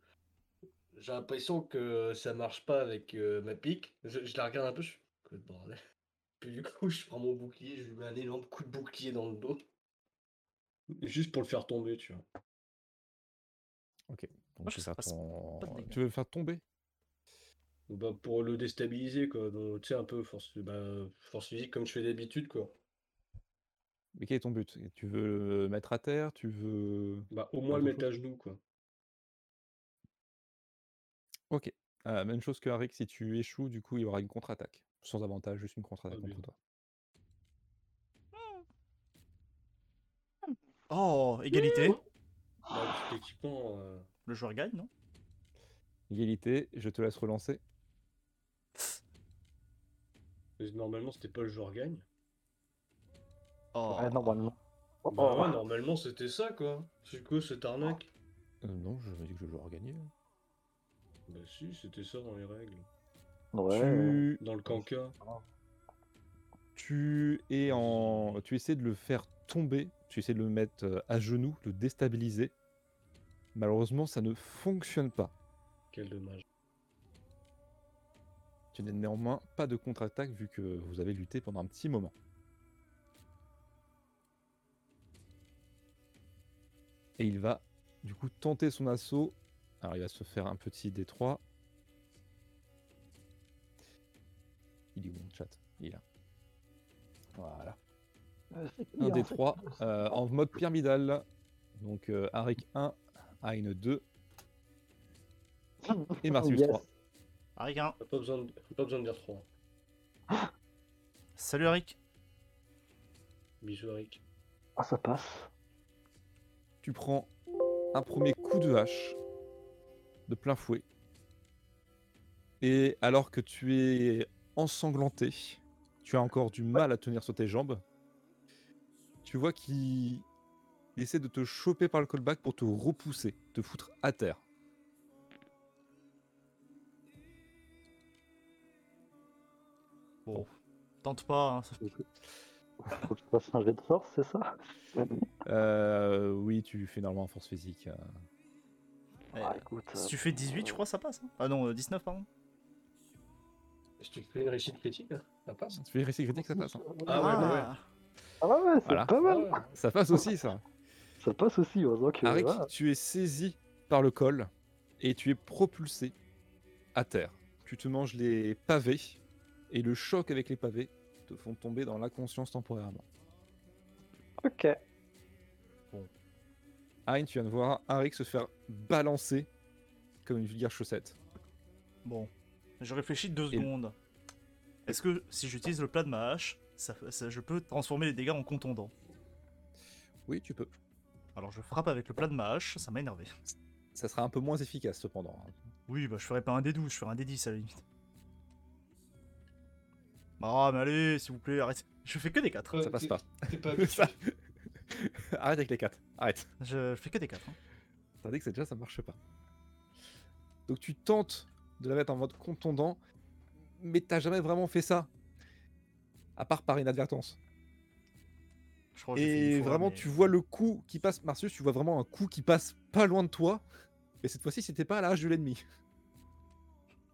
Speaker 5: J'ai l'impression que ça marche pas avec euh, ma pique. Je, je la regarde un peu, je suis. Que de bordel. Puis du coup, je prends mon bouclier, je lui mets un énorme coup de bouclier dans le dos. Juste pour le faire tomber, tu vois.
Speaker 4: Donc,
Speaker 2: Moi, je
Speaker 4: tu, veux
Speaker 2: sais
Speaker 4: faire
Speaker 2: pas, c'est
Speaker 4: ton-
Speaker 2: pas de dégâts.
Speaker 4: tu veux me faire tomber
Speaker 5: Bah, pour le déstabiliser, quoi. Donc, tu sais, un peu force, bah, force physique comme je fais d'habitude, quoi.
Speaker 4: Mais quel est ton but Tu veux le mettre à terre Tu veux.
Speaker 5: Bah, au moins
Speaker 4: Autre
Speaker 5: le mettre à genoux, quoi.
Speaker 4: Ok. Euh, même chose que Arik, si tu échoues, du coup, il y aura une contre-attaque. Sans avantage, juste une contre-attaque
Speaker 5: Ah,
Speaker 4: contre
Speaker 5: bien.
Speaker 4: toi.
Speaker 2: Oh, égalité.
Speaker 5: Bah, tout équipement. euh,
Speaker 2: Le joueur gagne, non
Speaker 4: Égalité, je te laisse relancer.
Speaker 5: parce que Normalement, c'était pas le joueur gagne.
Speaker 2: Oh,
Speaker 1: Ouais, normalement. Oh,
Speaker 5: Bah
Speaker 1: oh.
Speaker 5: ouais, normalement, c'était ça, quoi. C'est quoi cette arnaque
Speaker 4: Euh, non, je me dis que je vais hein. regagner.
Speaker 5: Bah, si, c'était ça dans les règles.
Speaker 1: Ouais.
Speaker 4: Tu...
Speaker 5: Dans le canca.
Speaker 4: tu es en. Tu essaies de le faire tomber. Tu essaies de le mettre euh, à genoux, de le déstabiliser. Malheureusement, ça ne fonctionne pas.
Speaker 5: Quel dommage.
Speaker 4: Tu n'as néanmoins pas de contre-attaque vu que vous avez lutté pendant un petit moment. Et il va du coup tenter son assaut. Alors il va se faire un petit D3. Il est où mon chat Il est là. Voilà.
Speaker 1: Euh, c'est qui,
Speaker 4: Un
Speaker 1: en fait
Speaker 4: D3 euh, en mode pyramidal. Donc euh, Arik 1, Ayn 2 et Martius
Speaker 1: Yes.
Speaker 4: 3.
Speaker 2: Arik, hein.
Speaker 5: Pas besoin de, pas besoin de dire 3.
Speaker 2: Salut Arik.
Speaker 5: Bisous, Eric.
Speaker 1: Ah, ça passe.
Speaker 4: tu prends un premier coup de hache de plein fouet. Et alors que tu es ensanglanté, tu as encore du mal à tenir sur tes jambes. Tu vois qu'il essaie de te choper par le callback pour te repousser, te foutre à terre.
Speaker 2: Bon, tente pas. hein.
Speaker 1: Faut que je fasse un jet de force, c'est ça
Speaker 4: Euh, oui, tu fais normalement en force physique. euh.
Speaker 2: Eh,
Speaker 1: Ah, écoute.
Speaker 2: Si tu fais 18, je crois, ça passe. hein. Ah non, euh, 19, pardon.
Speaker 5: Est-ce que tu fais une réussite critique là Ça passe
Speaker 4: Tu fais récit critique, ça passe. hein.
Speaker 5: Ah ouais, bah ouais.
Speaker 1: Ah bah ouais, c'est
Speaker 4: Voilà.
Speaker 1: pas
Speaker 5: Ah
Speaker 1: mal.
Speaker 5: ouais.
Speaker 4: Ça passe aussi, ça.
Speaker 1: Ça passe aussi, heureusement que.
Speaker 4: Arik,
Speaker 1: voilà.
Speaker 4: tu es saisi par le col et tu es propulsé à terre. Tu te manges les pavés et le choc avec les pavés te font tomber dans l'inconscience temporairement.
Speaker 1: Ok.
Speaker 4: Hein, tu viens de voir Arik se faire balancer comme une vulgaire chaussette.
Speaker 2: Bon, Je réfléchis deux
Speaker 4: Et-
Speaker 2: secondes. Est-ce que si j'utilise le plat de ma hache, ça- ça- je peux transformer les dégâts en contondant
Speaker 4: Oui, tu peux.
Speaker 2: Alors je frappe avec le plat de ma hache, ça m'a énervé.
Speaker 4: Ça sera un peu moins efficace cependant. hein.
Speaker 2: Oui, bah je ferai pas un D12, je ferai un D10 à la limite. Ah, mais allez, s'il vous plaît, arrêtez. Je fais que des 4.
Speaker 5: Ouais,
Speaker 4: ça passe
Speaker 5: t'es-
Speaker 4: pas.
Speaker 5: t'es pas habitué.
Speaker 4: Ça- Arrête avec les 4. Arrête.
Speaker 2: Je fais que des hein. 4.
Speaker 4: T'as dit que c'est déjà ça marche pas. Donc tu tentes de la mettre en mode contondant, mais t'as jamais vraiment fait ça. À part par inadvertance.
Speaker 2: Je crois que Oh, j'ai fait
Speaker 4: Et
Speaker 2: une fois,
Speaker 4: vraiment,
Speaker 2: mais-
Speaker 4: tu vois le coup qui passe, Marcius, tu vois vraiment un coup qui passe pas loin de toi. Mais cette fois-ci, c'était pas à la hache de l'ennemi.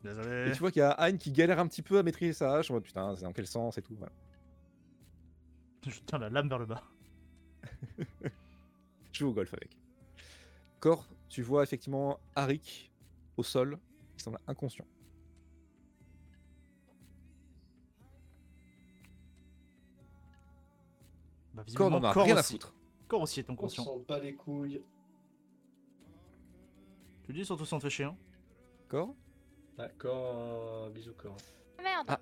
Speaker 2: Désolé. Eh.
Speaker 4: Et tu vois qu'il y a Anne qui galère un petit peu à maîtriser sa hache. En mode putain, c'est dans quel sens et tout. voilà.
Speaker 2: Je tiens la lame vers le bas.
Speaker 4: Je joue au golf avec. Cor, tu vois effectivement Arik au sol, qui semble inconscient.
Speaker 2: Bah,
Speaker 4: Cor
Speaker 2: visiblement,
Speaker 4: n'en a
Speaker 2: corps
Speaker 4: rien à
Speaker 2: aussi.
Speaker 4: foutre.
Speaker 2: Corps aussi est
Speaker 5: On
Speaker 2: inconscient.
Speaker 5: s'en bat les couilles.
Speaker 2: Tu le dis surtout sans te faire chier, hein.
Speaker 4: Cor
Speaker 5: D'accord, bisous corps.
Speaker 3: Merde,
Speaker 4: Ah.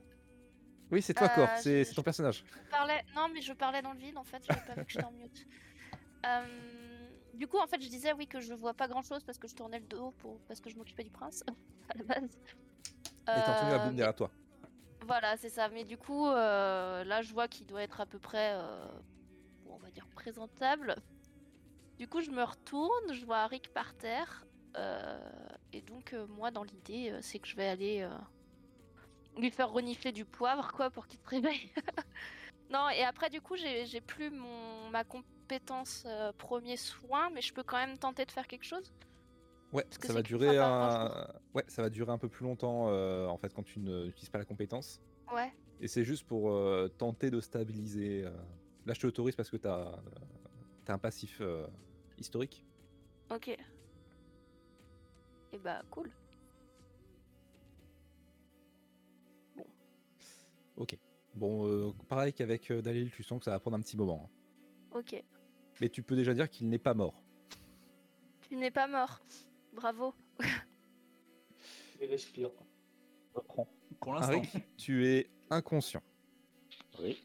Speaker 4: Oui, c'est toi, Cor,
Speaker 3: Euh,
Speaker 4: c'est
Speaker 3: je-
Speaker 4: c'est ton personnage.
Speaker 3: je parlais. Non, mais je parlais dans le vide en fait, j'avais pas vu que j'étais en mute. Euh, Du coup, en fait, je disais oui que je vois pas grand chose parce que je tournais le dos pour... parce que je m'occupais du prince à la base.
Speaker 4: Et t'as entendu la
Speaker 3: Euh,
Speaker 4: boum derrière toi.
Speaker 3: Voilà, c'est ça. Mais du coup, euh, là, je vois qu'il doit être à peu près, euh, bon, on va dire, présentable. Du coup, je me retourne, je vois Rick par terre. euh, et donc, euh, moi, dans l'idée, euh, c'est que je vais aller euh, lui faire renifler du poivre, quoi, pour qu'il se réveille. non, et après, du coup, j'ai j'ai plus mon, ma compétence euh, premier soin, mais je peux quand même tenter de faire quelque chose.
Speaker 4: Ouais,
Speaker 3: que
Speaker 4: ça
Speaker 3: c'est hein,
Speaker 4: va
Speaker 3: qu'une
Speaker 4: durer
Speaker 3: fois par-
Speaker 4: un... ouais, ça va durer un peu plus longtemps euh, en fait quand tu ne- n'utilises pas la compétence.
Speaker 3: Ouais.
Speaker 4: Et c'est juste pour euh, tenter de stabiliser. euh. Là, je te l'autorise parce que t'as euh, t'as un passif euh, historique.
Speaker 3: Ok. Et bah, cool.
Speaker 4: Bon, euh, pareil qu'avec euh, Dalil, tu sens que ça va prendre un petit moment. hein.
Speaker 3: Ok.
Speaker 4: Mais tu peux déjà dire qu'il n'est pas mort.
Speaker 3: Tu n'es pas mort. Bravo.
Speaker 5: Et respire.
Speaker 1: reprends.
Speaker 2: Pour l'instant.
Speaker 4: Arik, tu es inconscient.
Speaker 1: Oui.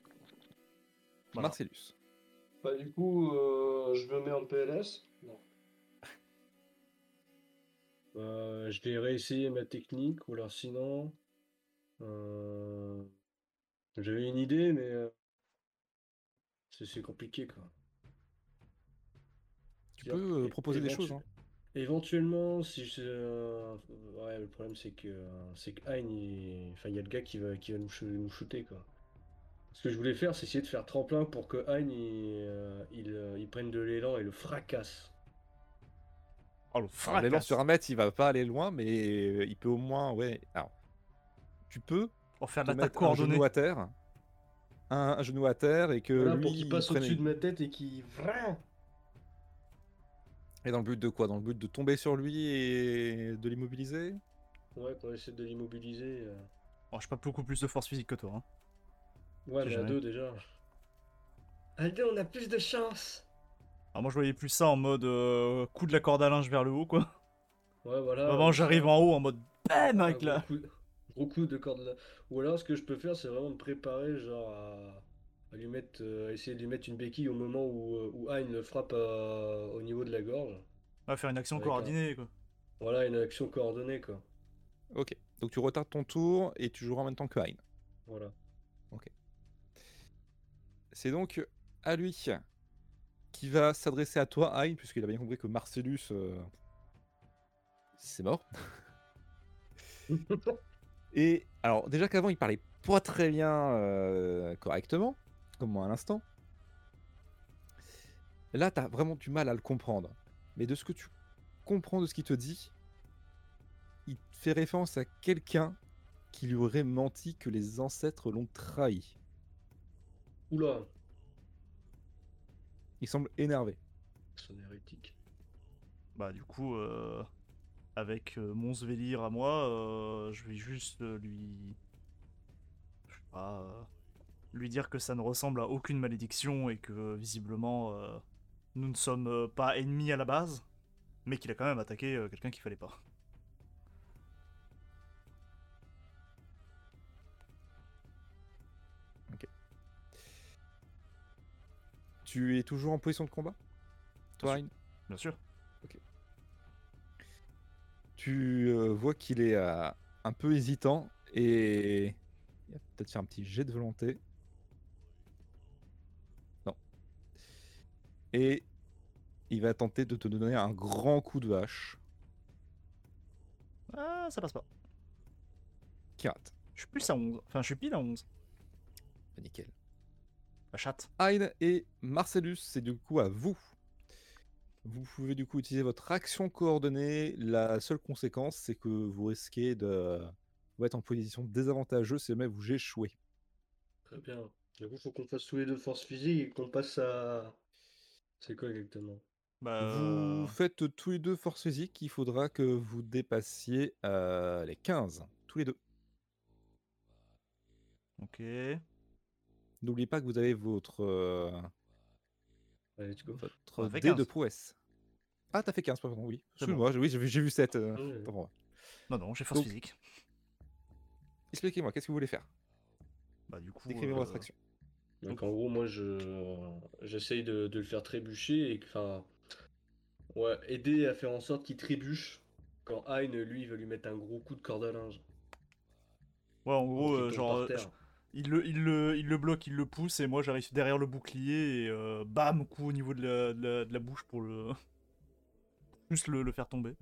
Speaker 2: Voilà.
Speaker 4: Marcellus.
Speaker 5: Bah du coup, euh, je me mets en PLS. Non. Euh, je vais réessayer ma technique, ou alors sinon... euh, J'avais une idée, mais... euh, c'est- C'est compliqué, quoi.
Speaker 4: Tu peux euh, proposer des choses. hein.
Speaker 5: Éventuellement, si je... euh, Ouais, le problème c'est que euh, c'est que Hein, il... enfin, il y a le gars qui va qui va nous, ch- nous shooter quoi. Ce que je voulais faire, c'est essayer de faire tremplin pour que Hein il, euh, il, euh, il prenne de l'élan et le fracasse.
Speaker 2: Oh le
Speaker 4: Alors, l'élan
Speaker 2: fracasse.
Speaker 4: sur un mètre, il va pas aller loin, mais euh, il peut au moins. Ouais. Alors, tu peux
Speaker 2: Pour faire
Speaker 4: te
Speaker 2: de l'attaque
Speaker 4: mettre un
Speaker 2: coordonnée.
Speaker 4: genou à terre. Un, un genou à terre et que
Speaker 5: Voilà,
Speaker 4: Euh, lui,
Speaker 5: pour qu'il
Speaker 4: il
Speaker 5: passe
Speaker 4: prenne
Speaker 5: au-dessus
Speaker 4: une-
Speaker 5: de ma tête et qu'il Vrin
Speaker 4: Et dans le but de quoi Dans le but de tomber sur lui et de l'immobiliser
Speaker 5: Ouais, qu'on essaie de l'immobiliser. euh.
Speaker 2: Oh, j'ai pas beaucoup plus de force physique que toi, hein.
Speaker 5: Ouais,
Speaker 2: Sait
Speaker 5: mais à
Speaker 2: jamais.
Speaker 5: deux déjà. À deux, on a plus de chance.
Speaker 2: Alors Ah, moi je voyais plus ça en mode euh, coup de la corde à linge vers le haut quoi.
Speaker 5: Ouais, voilà.
Speaker 2: Vraiment
Speaker 5: euh,
Speaker 2: j'arrive en haut en mode BAM avec
Speaker 5: Un
Speaker 2: la...
Speaker 5: gros coup, gros coup de corde là. Ou alors, ce que je peux faire, c'est vraiment me préparer, genre à, à lui mettre, euh, à essayer de lui mettre une béquille au moment où, euh, où Hein le frappe euh, au niveau de la gorge.
Speaker 2: Ah, faire une action
Speaker 5: Avec un-
Speaker 2: coordonnée quoi.
Speaker 5: Voilà, une action coordonnée, quoi.
Speaker 4: Ok. Donc tu retardes ton tour et tu joueras en même temps que Hein.
Speaker 5: Voilà.
Speaker 4: C'est donc à lui qui va s'adresser à toi, Hein, puisqu'il a bien compris que Marcellus, euh, c'est mort. Et alors déjà qu'avant il parlait pas très bien euh, correctement, comme moi à l'instant. Là t'as vraiment du mal à le comprendre. Mais de ce que tu comprends de ce qu'il te dit, il fait référence à quelqu'un qui lui aurait menti que les ancêtres l'ont trahi.
Speaker 5: Oula,
Speaker 4: Il semble énervé.
Speaker 5: son hérétique.
Speaker 2: Bah du coup euh, avec euh, mon Svelir à moi, euh, je vais juste euh, lui... Je sais pas... euh, lui dire que ça ne ressemble à aucune malédiction et que visiblement euh, nous ne sommes euh, pas ennemis à la base, mais qu'il a quand même attaqué euh, quelqu'un qu'il fallait pas.
Speaker 4: Tu es toujours en position de combat Toi,
Speaker 2: sûr.
Speaker 4: Arin
Speaker 2: Bien sûr.
Speaker 4: Tu euh, vois qu'il est euh, un peu hésitant et il va peut-être faire un petit jet de volonté. Non. Et il va tenter de te donner un grand coup de hache
Speaker 2: Ah, ça passe pas.
Speaker 4: qui rate.
Speaker 2: Je suis plus à 11. Enfin, je suis pile à 11.
Speaker 4: Bah, Nickel.
Speaker 2: La chatte.
Speaker 4: Hein et Marcellus, c'est du coup à vous. Vous pouvez du coup utiliser votre action coordonnée. La seule conséquence, c'est que vous risquez de vous être en position désavantageuse si jamais vous échouez.
Speaker 5: Très bien. Du coup, faut qu'on fasse tous les deux force physique et qu'on passe à. C'est quoi exactement
Speaker 2: Bah, euh,
Speaker 4: Vous faites tous les deux force physique, il faudra que vous dépassiez euh, les 15, tous les deux.
Speaker 2: Ok.
Speaker 4: N'oubliez pas que vous avez votre, euh,
Speaker 5: Allez, let's go.
Speaker 4: votre
Speaker 2: On a fait
Speaker 4: dé
Speaker 2: 15.
Speaker 4: de prouesse. Ah, t'as fait 15, pardon, oui.
Speaker 2: C'est bon.
Speaker 4: Excuse-moi, j'ai- oui, j'ai vu- j'ai vu euh, 7.
Speaker 5: Oui, oui.
Speaker 2: Non, non, j'ai force
Speaker 4: Donc-
Speaker 2: physique.
Speaker 4: Expliquez-moi, qu'est-ce que vous voulez faire
Speaker 2: Bah, du coup.
Speaker 4: Décrivez-moi
Speaker 2: euh,
Speaker 4: votre action.
Speaker 5: Donc en gros, moi, je j'essaye de, de le faire trébucher et que- enfin, ouais, aider à faire en sorte qu'il trébuche quand Hein, lui, il va lui mettre un gros coup de corde à linge.
Speaker 2: Ouais, en
Speaker 5: Donc,
Speaker 2: gros,
Speaker 5: il
Speaker 2: euh,
Speaker 5: tombe
Speaker 2: genre,
Speaker 5: par
Speaker 2: euh,
Speaker 5: terre.
Speaker 2: je- il le, il, le, il le bloque, il le pousse, et moi j'arrive derrière le bouclier, et euh, bam, coup au niveau de la, de la, de la bouche pour le. Juste le, le faire tomber.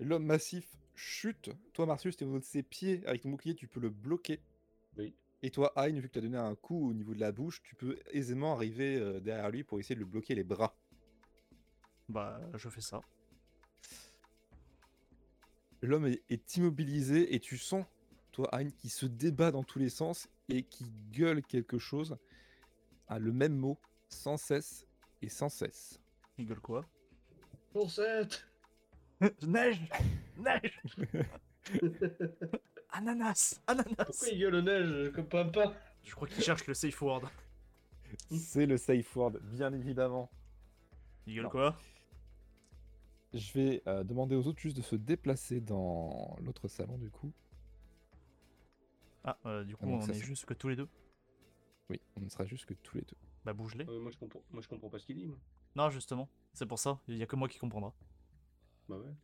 Speaker 4: L'homme massif chute. Toi, Marcus, tu es au niveau de ses pieds. Avec ton bouclier, tu peux le bloquer.
Speaker 5: Oui.
Speaker 4: Et toi, Hein, vu que tu as donné un coup au niveau de la bouche, tu peux aisément arriver euh, derrière lui pour essayer de le bloquer les bras.
Speaker 2: Bah, je fais ça.
Speaker 4: L'homme est, est immobilisé et tu sens, toi, Hein, qui se débat dans tous les sens et qui gueule quelque chose à le même mot, sans cesse et sans cesse.
Speaker 2: Il gueule quoi
Speaker 5: Pour cette
Speaker 2: Neige Neige Ananas
Speaker 5: Pourquoi
Speaker 2: Ananas
Speaker 5: il gueule au neige comme papa
Speaker 2: Je crois qu'il cherche le safe word.
Speaker 4: C'est le safe word, bien évidemment.
Speaker 2: Il gueule
Speaker 4: Non.
Speaker 2: quoi
Speaker 4: Je vais euh, demander aux autres juste de se déplacer dans l'autre salon, du coup.
Speaker 2: Ah, euh, du coup,
Speaker 4: donc
Speaker 2: on
Speaker 4: ça,
Speaker 2: est
Speaker 4: c'est-
Speaker 2: juste que tous les deux
Speaker 4: Oui, on ne sera juste que tous les deux.
Speaker 2: Bah, bouge-les.
Speaker 5: Euh, moi, je comprends... moi, je comprends pas ce qu'il dit. Moi.
Speaker 2: Non, justement, c'est pour ça, il y a que moi qui comprendra.
Speaker 5: Bah ouais.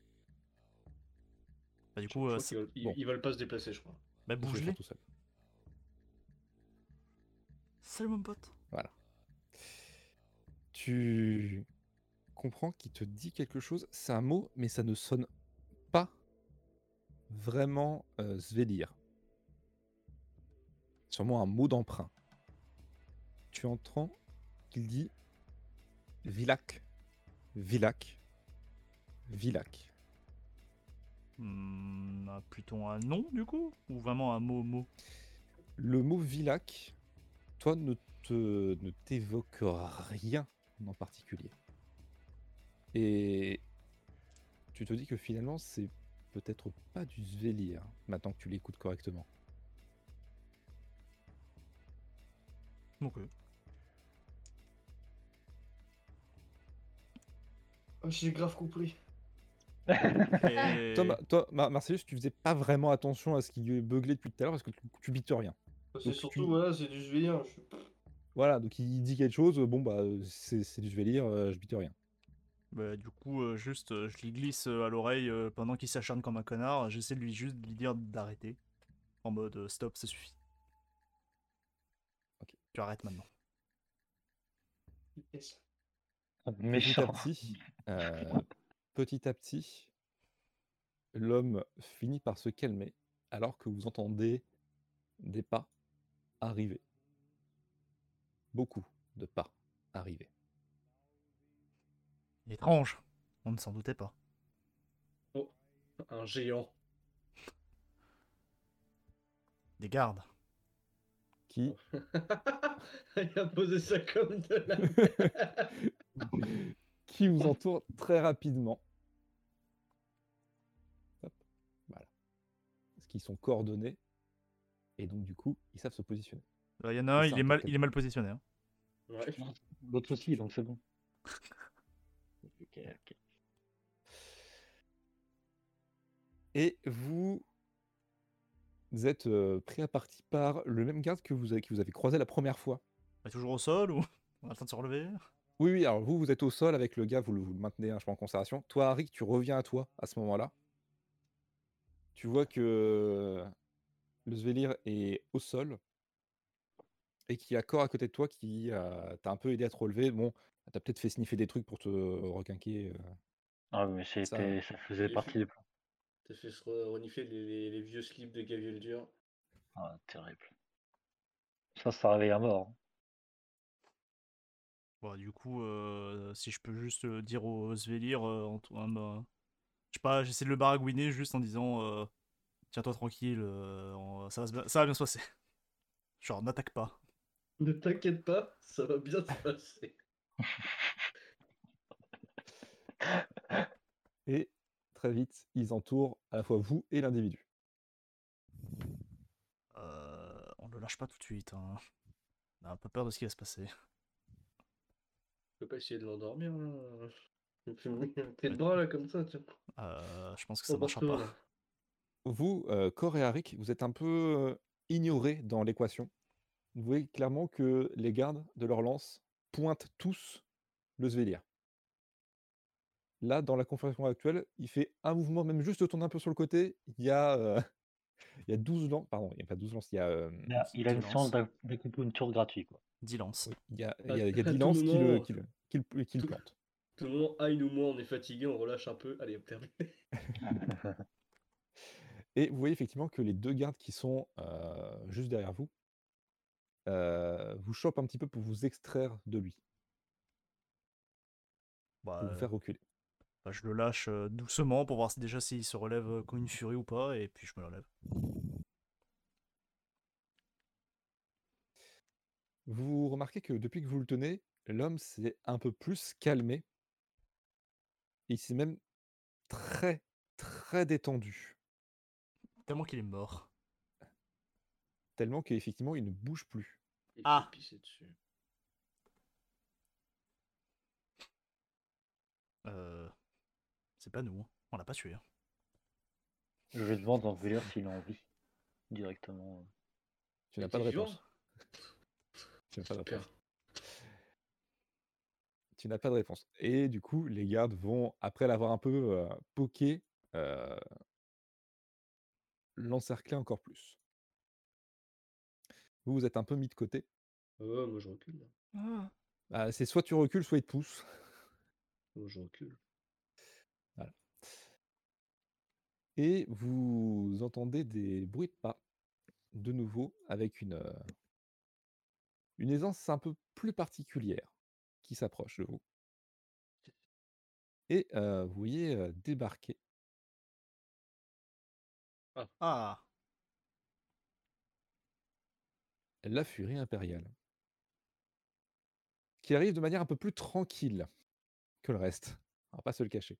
Speaker 2: Bah, du
Speaker 5: Je
Speaker 2: coup,
Speaker 5: crois
Speaker 2: euh,
Speaker 5: qu'ils
Speaker 2: c'est-
Speaker 5: veulent- ils,
Speaker 4: bon.
Speaker 5: ils veulent pas se déplacer, je crois.
Speaker 2: bah,
Speaker 4: Je vais faire
Speaker 2: bouge-les.
Speaker 4: tout seul.
Speaker 2: Salut mon pote.
Speaker 4: Tu comprends qu'il te dit quelque chose. C'est un mot, mais ça ne sonne pas vraiment euh, Svelir. Sûrement un mot d'emprunt. Tu entends qu'il dit Vilac, Vilac, Vilac.
Speaker 2: Hmm, ah, plutôt un nom, du coup Ou vraiment un mot, mot
Speaker 4: Le mot Vilac, toi, ne te ne t'évoque rien en particulier. Et tu te dis que finalement, c'est peut-être pas du Svelir, maintenant que tu l'écoutes correctement.
Speaker 2: Ok.
Speaker 5: J'ai Ah, grave compris.
Speaker 2: Et-
Speaker 4: Toi, Ma- toi, Ma- Marcellus, tu faisais pas vraiment attention à ce qui beuglait depuis tout à l'heure parce que tu, tu bites rien.
Speaker 5: C'est
Speaker 4: Donc,
Speaker 5: surtout,
Speaker 4: tu-
Speaker 5: voilà, c'est du juvénile. Je...
Speaker 4: Voilà, donc il dit quelque chose, bon bah euh, c'est c'est du Svelir, euh, je bite rien.
Speaker 2: Bah, du coup, euh, juste, euh, je lui glisse euh, à l'oreille euh, pendant qu'il s'acharne comme un connard. J'essaie de lui juste de lui dire d'arrêter. En mode euh, stop, ça suffit.
Speaker 4: Ok.
Speaker 2: Tu arrêtes maintenant.
Speaker 5: Yes.
Speaker 4: Petit à
Speaker 1: Méchant.
Speaker 4: petit, euh, petit à petit, l'homme finit par se calmer alors que vous entendez des pas arriver. Beaucoup de pas arriver.
Speaker 2: Étrange. On ne s'en doutait pas.
Speaker 5: Un géant.
Speaker 2: Des gardes.
Speaker 4: Qui
Speaker 5: il a posé ça comme de la.
Speaker 4: qui vous entoure très rapidement. Hop, voilà. Parce qu'ils sont coordonnés et donc du coup, ils savent se positionner.
Speaker 2: Euh, Il y en a un,
Speaker 4: C'est
Speaker 2: il
Speaker 4: ça,
Speaker 2: est, mal,
Speaker 4: t'inquiète
Speaker 2: il est mal positionné. hein.
Speaker 5: Ouais.
Speaker 1: L'autre aussi, donc c'est bon.
Speaker 4: Et vous êtes euh, pris à partie par le même garde que vous avez, qui vous avez croisé la première fois.
Speaker 2: Elle est toujours au sol ou on a le temps de se relever
Speaker 4: Oui, oui, alors vous, vous êtes au sol avec le gars, vous le, vous le maintenez, hein, je pense, en conservation. Toi, Harry, tu reviens à toi à ce moment-là. Tu vois que le Svelir est au sol et qu'il y a Cor à côté de toi qui euh, t'a un peu aidé à te relever. Bon, t'as peut-être fait sniffer des trucs pour te requinquer. euh.
Speaker 1: Ah, mais c'était,
Speaker 4: Ça-
Speaker 1: ça faisait
Speaker 5: j'ai
Speaker 1: partie
Speaker 5: fait-
Speaker 1: des plans.
Speaker 5: T'as fait se re- renifler les, les- les vieux slips de Gaviol Dur.
Speaker 1: Ah, terrible. Ça, ça réveille à mort. hein.
Speaker 2: Bon, Bah, du coup, euh, si je peux juste euh, dire au Svelir, euh, en tout- en, euh, je sais pas, j'essaie de le baragouiner juste en disant euh, Tiens-toi tranquille, euh, on- ça, va, se bien- ça va bien se passer. Genre, n'attaque pas.
Speaker 5: Ne t'inquiète pas, ça va bien se passer.
Speaker 4: Et très vite, ils entourent à la fois vous et l'individu.
Speaker 2: Euh, on le lâche pas tout de suite. hein. On a un peu peur de ce qui va se passer.
Speaker 5: Je peux pas essayer de l'endormir. hein. T'es de bras là comme ça, tiens.
Speaker 2: Euh, je pense que ça
Speaker 5: Oh,
Speaker 2: marchera
Speaker 5: partout,
Speaker 2: pas.
Speaker 5: là.
Speaker 4: Vous, euh, Cor et Arik, vous êtes un peu euh, ignorés dans l'équation. Vous voyez clairement que les gardes de leur lance pointent tous le Svelir. Là, dans la configuration actuelle, il fait un mouvement, même juste de tourner un peu sur le côté. Il y a, euh, il y a 12 lances. Pardon, il n'y a pas 12 lances, il y a, euh,
Speaker 1: Il a, il a
Speaker 2: tu
Speaker 1: une
Speaker 2: lances.
Speaker 1: séance d'ac- d'acupuncture gratuite. Quoi.
Speaker 2: Dis lance.
Speaker 4: oui, il y a, il
Speaker 5: À-
Speaker 4: y a- il y a
Speaker 5: à
Speaker 4: 10
Speaker 5: tout
Speaker 4: lances qui le,
Speaker 5: moment,
Speaker 4: qui le- qui le- qui le
Speaker 5: tout-
Speaker 4: plantent.
Speaker 5: Tout le monde, aïe ou moi, on est fatigué, on relâche un peu. Allez, terminé.
Speaker 4: Et vous voyez effectivement que les deux gardes qui sont euh, juste derrière vous euh, vous chopent un petit peu pour vous extraire de lui,
Speaker 2: Bah,
Speaker 4: pour vous
Speaker 2: euh,
Speaker 4: faire reculer.
Speaker 2: bah, je le lâche euh, doucement pour voir si- déjà s'il se relève euh, comme une furie ou pas, et puis je me relève.
Speaker 4: Vous remarquez que depuis que vous le tenez, l'homme s'est un peu plus calmé. Il s'est même très, très détendu.
Speaker 2: Tellement qu'il est mort.
Speaker 4: Tellement qu'effectivement, il ne bouge plus.
Speaker 5: Il
Speaker 2: Ah.
Speaker 5: s'est pissé dessus.
Speaker 2: Euh, C'est pas nous. hein. On l'a pas tué. hein.
Speaker 1: Je lui demande en Velir s'il a envie directement.
Speaker 4: Tu
Speaker 5: Il
Speaker 4: n'as pas de
Speaker 5: était vivant
Speaker 4: réponse. Tu n'as pas de
Speaker 5: Super.
Speaker 4: réponse. tu n'as pas de réponse. Et du coup, les gardes vont, après l'avoir un peu euh, poqué, euh, l'encercler encore plus. Vous, vous êtes un peu mis de côté.
Speaker 5: Ouais, moi je recule. hein. là.
Speaker 4: Bah, c'est soit tu recules, soit il te pousse.
Speaker 5: Moi je recule.
Speaker 4: Et vous entendez des bruits de pas, de nouveau, avec une, euh, une aisance un peu plus particulière qui s'approche de vous. Et euh, vous voyez euh, débarquer
Speaker 2: Ah
Speaker 4: la furie impériale, qui arrive de manière un peu plus tranquille que le reste. On va pas se le cacher.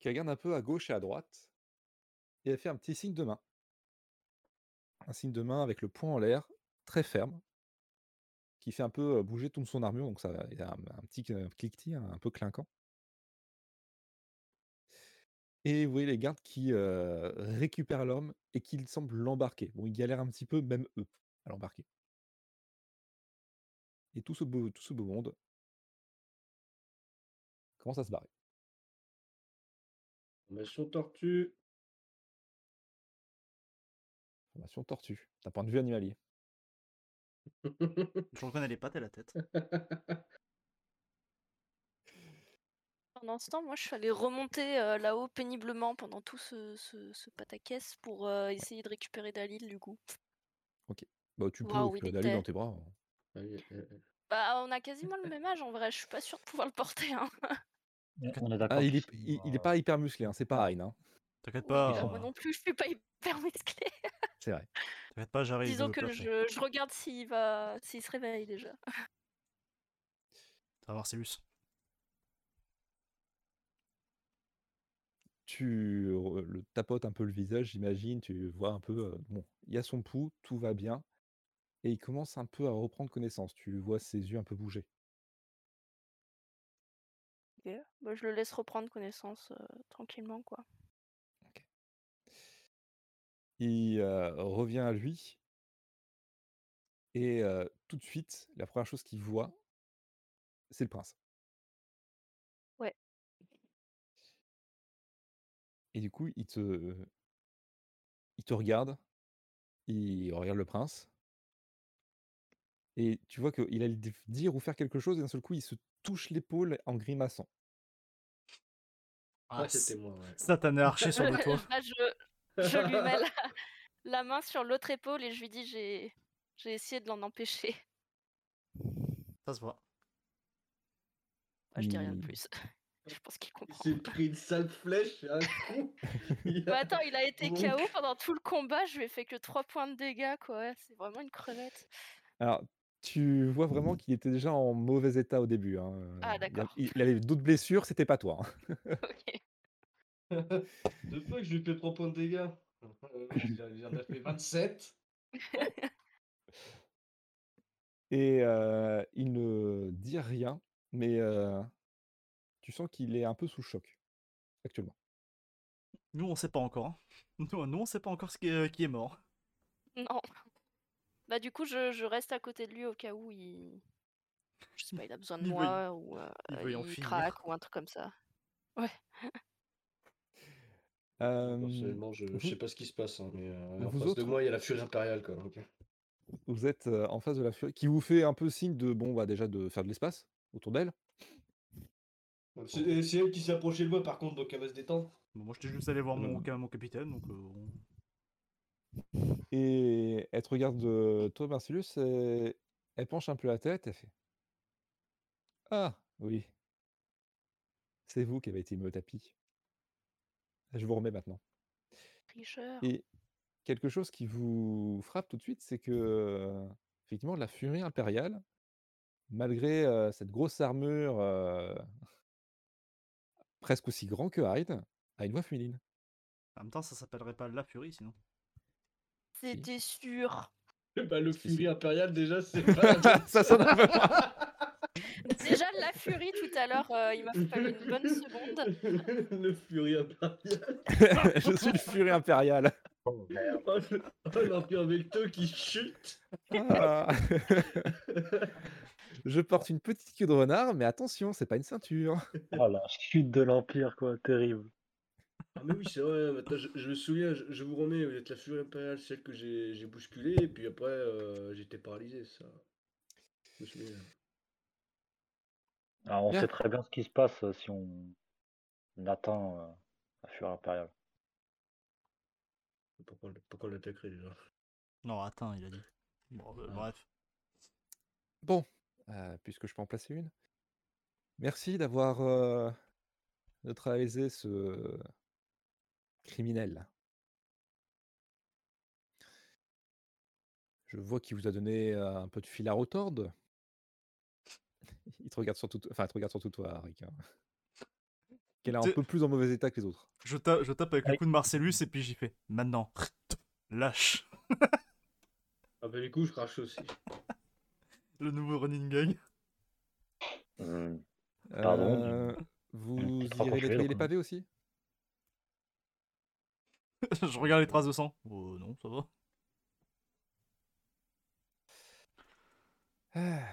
Speaker 4: Qui regarde un peu à gauche et à droite, et elle fait un petit signe de main. Un signe de main avec le poing en l'air, très ferme, qui fait un peu euh, bouger toute son armure, donc ça il y a un, un petit cl- cliquetis, hein, un peu clinquant. Et vous voyez les gardes qui euh, récupèrent l'homme et qui semblent l'embarquer. Bon, ils galèrent un petit peu, même eux, à l'embarquer. Et tout ce, beau, tout ce beau monde commence à se barrer.
Speaker 5: Formation tortue.
Speaker 4: Formation tortue, d'un point de vue animalier.
Speaker 2: Je reconnais les pattes et la tête.
Speaker 3: Pendant ce temps, moi, je suis allée remonter euh, là-haut péniblement pendant tout ce, ce, ce pataquès pour euh, essayer de récupérer Dalil, du coup.
Speaker 4: Bah, tu peux
Speaker 6: Waouh,
Speaker 4: tu
Speaker 6: il
Speaker 4: peux l'aller dans
Speaker 6: était-
Speaker 4: tes bras. hein.
Speaker 5: Allez, euh, euh,
Speaker 3: Bah, on a quasiment le même âge, en vrai. Je suis pas sûre de pouvoir le porter, hein.
Speaker 1: On- On est d'accord.
Speaker 4: Ah, il,
Speaker 1: qu'ils
Speaker 4: est,
Speaker 1: sont,
Speaker 4: il, il est
Speaker 1: euh,
Speaker 4: pas hyper musclé, hein, c'est pas Hein.
Speaker 2: T'inquiète
Speaker 3: Oui,
Speaker 2: pas,
Speaker 3: bah,
Speaker 1: sont-
Speaker 2: euh,
Speaker 3: moi non plus, je suis pas hyper musclée.
Speaker 4: C'est vrai.
Speaker 2: t'inquiète pas, j'arrive.
Speaker 3: Disons
Speaker 2: euh,
Speaker 3: que
Speaker 2: plafond.
Speaker 3: je, je regarde s'il va, s'il se réveille déjà.
Speaker 2: Ça va, Marcellus.
Speaker 4: tu re- le tapotes un peu le visage, j'imagine, tu vois un peu, euh, bon, il y a son pouls, tout va bien, et il commence un peu à reprendre connaissance, tu vois ses yeux un peu bouger.
Speaker 3: Ok. Bah, je le laisse reprendre connaissance euh, tranquillement, quoi.
Speaker 4: Il euh, revient à lui, Et euh, tout de suite, la première chose qu'il voit, c'est le prince.
Speaker 6: Ouais.
Speaker 4: Et du coup, il te, il te regarde, il regarde le prince, et tu vois qu'il allait dé- dire ou faire quelque chose, et d'un seul coup, il se touche l'épaule en grimaçant.
Speaker 5: Ah,
Speaker 2: Ah,
Speaker 5: c'était moi, ouais.
Speaker 2: Satané Archer sur le toit.
Speaker 6: Là, je, je lui mets la, la main sur l'autre épaule et je lui dis j'ai j'ai essayé de l'en empêcher.
Speaker 2: Ça se voit.
Speaker 6: Moi, Ah, je dis rien de
Speaker 4: Il-
Speaker 6: plus. je pense qu'il
Speaker 5: Il
Speaker 6: comprend.
Speaker 5: s'est pris une sale flèche, un coup. Il
Speaker 6: Bah
Speaker 5: a-
Speaker 6: attends, il a été
Speaker 5: Donc-
Speaker 6: KO pendant tout le combat, je lui ai fait que 3 points de dégâts, quoi. C'est vraiment une crevette.
Speaker 4: Alors, tu vois vraiment qu'il était déjà en mauvais état au début. hein,
Speaker 6: Mmh. Ah,
Speaker 4: euh, il a-
Speaker 6: d'accord.
Speaker 4: Il, il avait d'autres blessures, c'était pas toi. hein.
Speaker 6: Ok.
Speaker 5: Deux fois que je lui fais 3 points de dégâts. Euh, J'en ai fait 27.
Speaker 4: Et euh, il ne dit rien, mais euh, tu sens qu'il est un peu sous le choc actuellement.
Speaker 2: Nous, on sait pas encore. hein. Nous, nous, on sait pas encore ce qui est, euh, qui est mort.
Speaker 6: Non. Bah du coup, je, je reste à côté de lui au cas où il... Je sais pas, il a besoin de
Speaker 2: Il veut y-
Speaker 6: moi ou euh,
Speaker 2: il
Speaker 6: euh,
Speaker 2: veut y en
Speaker 6: il
Speaker 2: finir.
Speaker 6: craque ou un truc comme ça.
Speaker 4: Euh,
Speaker 5: Personnellement, je, je
Speaker 4: vous-
Speaker 5: sais pas ce qui se passe, hein, mais euh, en
Speaker 4: vous
Speaker 5: face de
Speaker 4: autres
Speaker 5: moi, il y a la furie impériale, quoi. donc, euh,
Speaker 4: vous êtes euh, en face de la furie, qui vous fait un peu signe de, bon, bah déjà de faire de l'espace autour d'elle.
Speaker 5: C'est euh, c'est elle qui s'est approchée de moi, par contre, donc elle va se détendre.
Speaker 2: Bon, moi, j'étais juste allé voir mon,
Speaker 4: Euh.
Speaker 2: ca- mon capitaine, donc. euh, on-
Speaker 4: Et elle te regarde, euh, toi, Marcellus, et elle penche un peu la tête, elle fait Ah, oui. C'est vous qui avez été mis au tapis. Je vous remets maintenant.
Speaker 6: Tricheur.
Speaker 4: Et quelque chose qui vous frappe tout de suite, c'est que, euh, effectivement, la furie impériale, malgré euh, cette grosse armure euh, presque aussi grand que Hyde, a une voix féminine.
Speaker 2: En même temps, ça s'appellerait pas la furie sinon.
Speaker 6: C'était sûr.
Speaker 5: Bah, le
Speaker 4: Si, si.
Speaker 5: furie impériale, déjà, c'est pas.
Speaker 4: Ça sonne un peu moins.
Speaker 6: Déjà la furie tout à l'heure, euh, il m'a fallu une bonne seconde.
Speaker 5: le furie impériale.
Speaker 4: Je suis le furie impériale.
Speaker 5: Oh, le- oh, l'empire Vecto qui chute.
Speaker 4: Ah. Je porte une petite queue de renard, mais attention, c'est pas une ceinture.
Speaker 1: Oh la chute de l'Empire, quoi, terrible.
Speaker 5: Ah, mais oui, c'est vrai, maintenant, je, je me souviens, je, je vous remets, vous êtes la furie impériale, celle que j'ai j'ai bousculée, et puis après, euh, j'étais paralysé, ça. Je me souviens.
Speaker 1: Alors, on
Speaker 4: Bien.
Speaker 1: sait très bien ce qui se passe euh, si on, on atteint euh, la Furie impériale.
Speaker 5: Pourquoi, on- pourquoi on l'attaquerait déjà
Speaker 2: Non, attends, il a dit. Bon, euh,
Speaker 5: Ah.
Speaker 2: bref.
Speaker 4: Bon, euh, puisque je peux en placer une. Merci d'avoir euh, neutralisé ce criminel. Je vois qu'il vous a donné euh, un peu de fil à retordre. Il te regarde surtout, enfin, il te regarde surtout toi, Rick. hein. Qu'elle est un
Speaker 2: T'es-
Speaker 4: peu plus en mauvais état que les autres.
Speaker 2: Je, ta- je tape avec le
Speaker 1: Allez.
Speaker 2: coup de Marcellus et puis j'y fais. Maintenant, lâche
Speaker 5: Ah, bah, du coup, je crache aussi.
Speaker 2: le nouveau running gang.
Speaker 4: Mmh.
Speaker 1: Pardon.
Speaker 4: Euh, vous
Speaker 1: petite croix
Speaker 4: irez
Speaker 1: qu'on fait,
Speaker 4: nettoyer les
Speaker 1: donc, hein.
Speaker 4: pavés aussi
Speaker 2: je regarde les traces de sang. Oh non, ça va.
Speaker 4: Ah.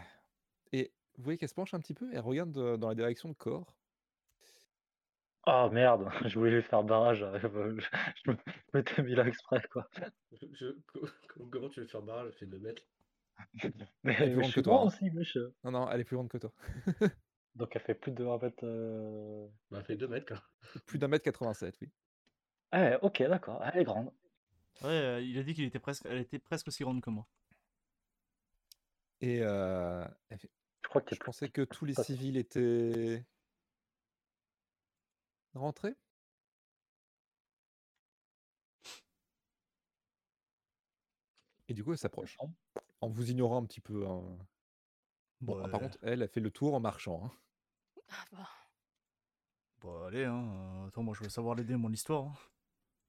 Speaker 4: Et vous voyez qu'elle se penche un petit peu, elle regarde euh, dans la direction de corps.
Speaker 1: Ah merde, je voulais juste faire barrage. euh, Je, je me- je m'étais mis là exprès, quoi.
Speaker 5: Je- je- co- co- comment tu veux faire barrage Je fais 2 mètres.
Speaker 1: Mais,
Speaker 4: Elle
Speaker 1: mais
Speaker 4: est plus
Speaker 1: je
Speaker 4: grande que
Speaker 1: suis
Speaker 4: toi,
Speaker 1: grand
Speaker 4: hein.
Speaker 1: aussi, wesh.
Speaker 4: Non, non, elle est plus grande que toi.
Speaker 1: Donc elle fait plus de 1 mètre. euh,
Speaker 5: Bah, fait 2 mètres, quoi.
Speaker 4: Plus d'un mètre 87, oui.
Speaker 1: Eh, ok, d'accord, elle est grande.
Speaker 2: Ouais, euh, il a dit qu'il était presque, elle était presque aussi grande que moi.
Speaker 4: Et euh, elle fait,
Speaker 1: Je crois que
Speaker 4: je
Speaker 1: t'es plus
Speaker 4: pensais que tous les
Speaker 1: Pas-
Speaker 4: civils étaient rentrés. Et du coup, elle s'approche.
Speaker 1: grand.
Speaker 4: En vous ignorant un petit peu. hein. Bon, ah,
Speaker 2: Ouais.
Speaker 4: par contre, elle, elle fait le tour en marchant. hein.
Speaker 6: Ah bah,
Speaker 2: Bon, allez, hein. euh, Attends, moi, je veux savoir l'aider, mon histoire. hein.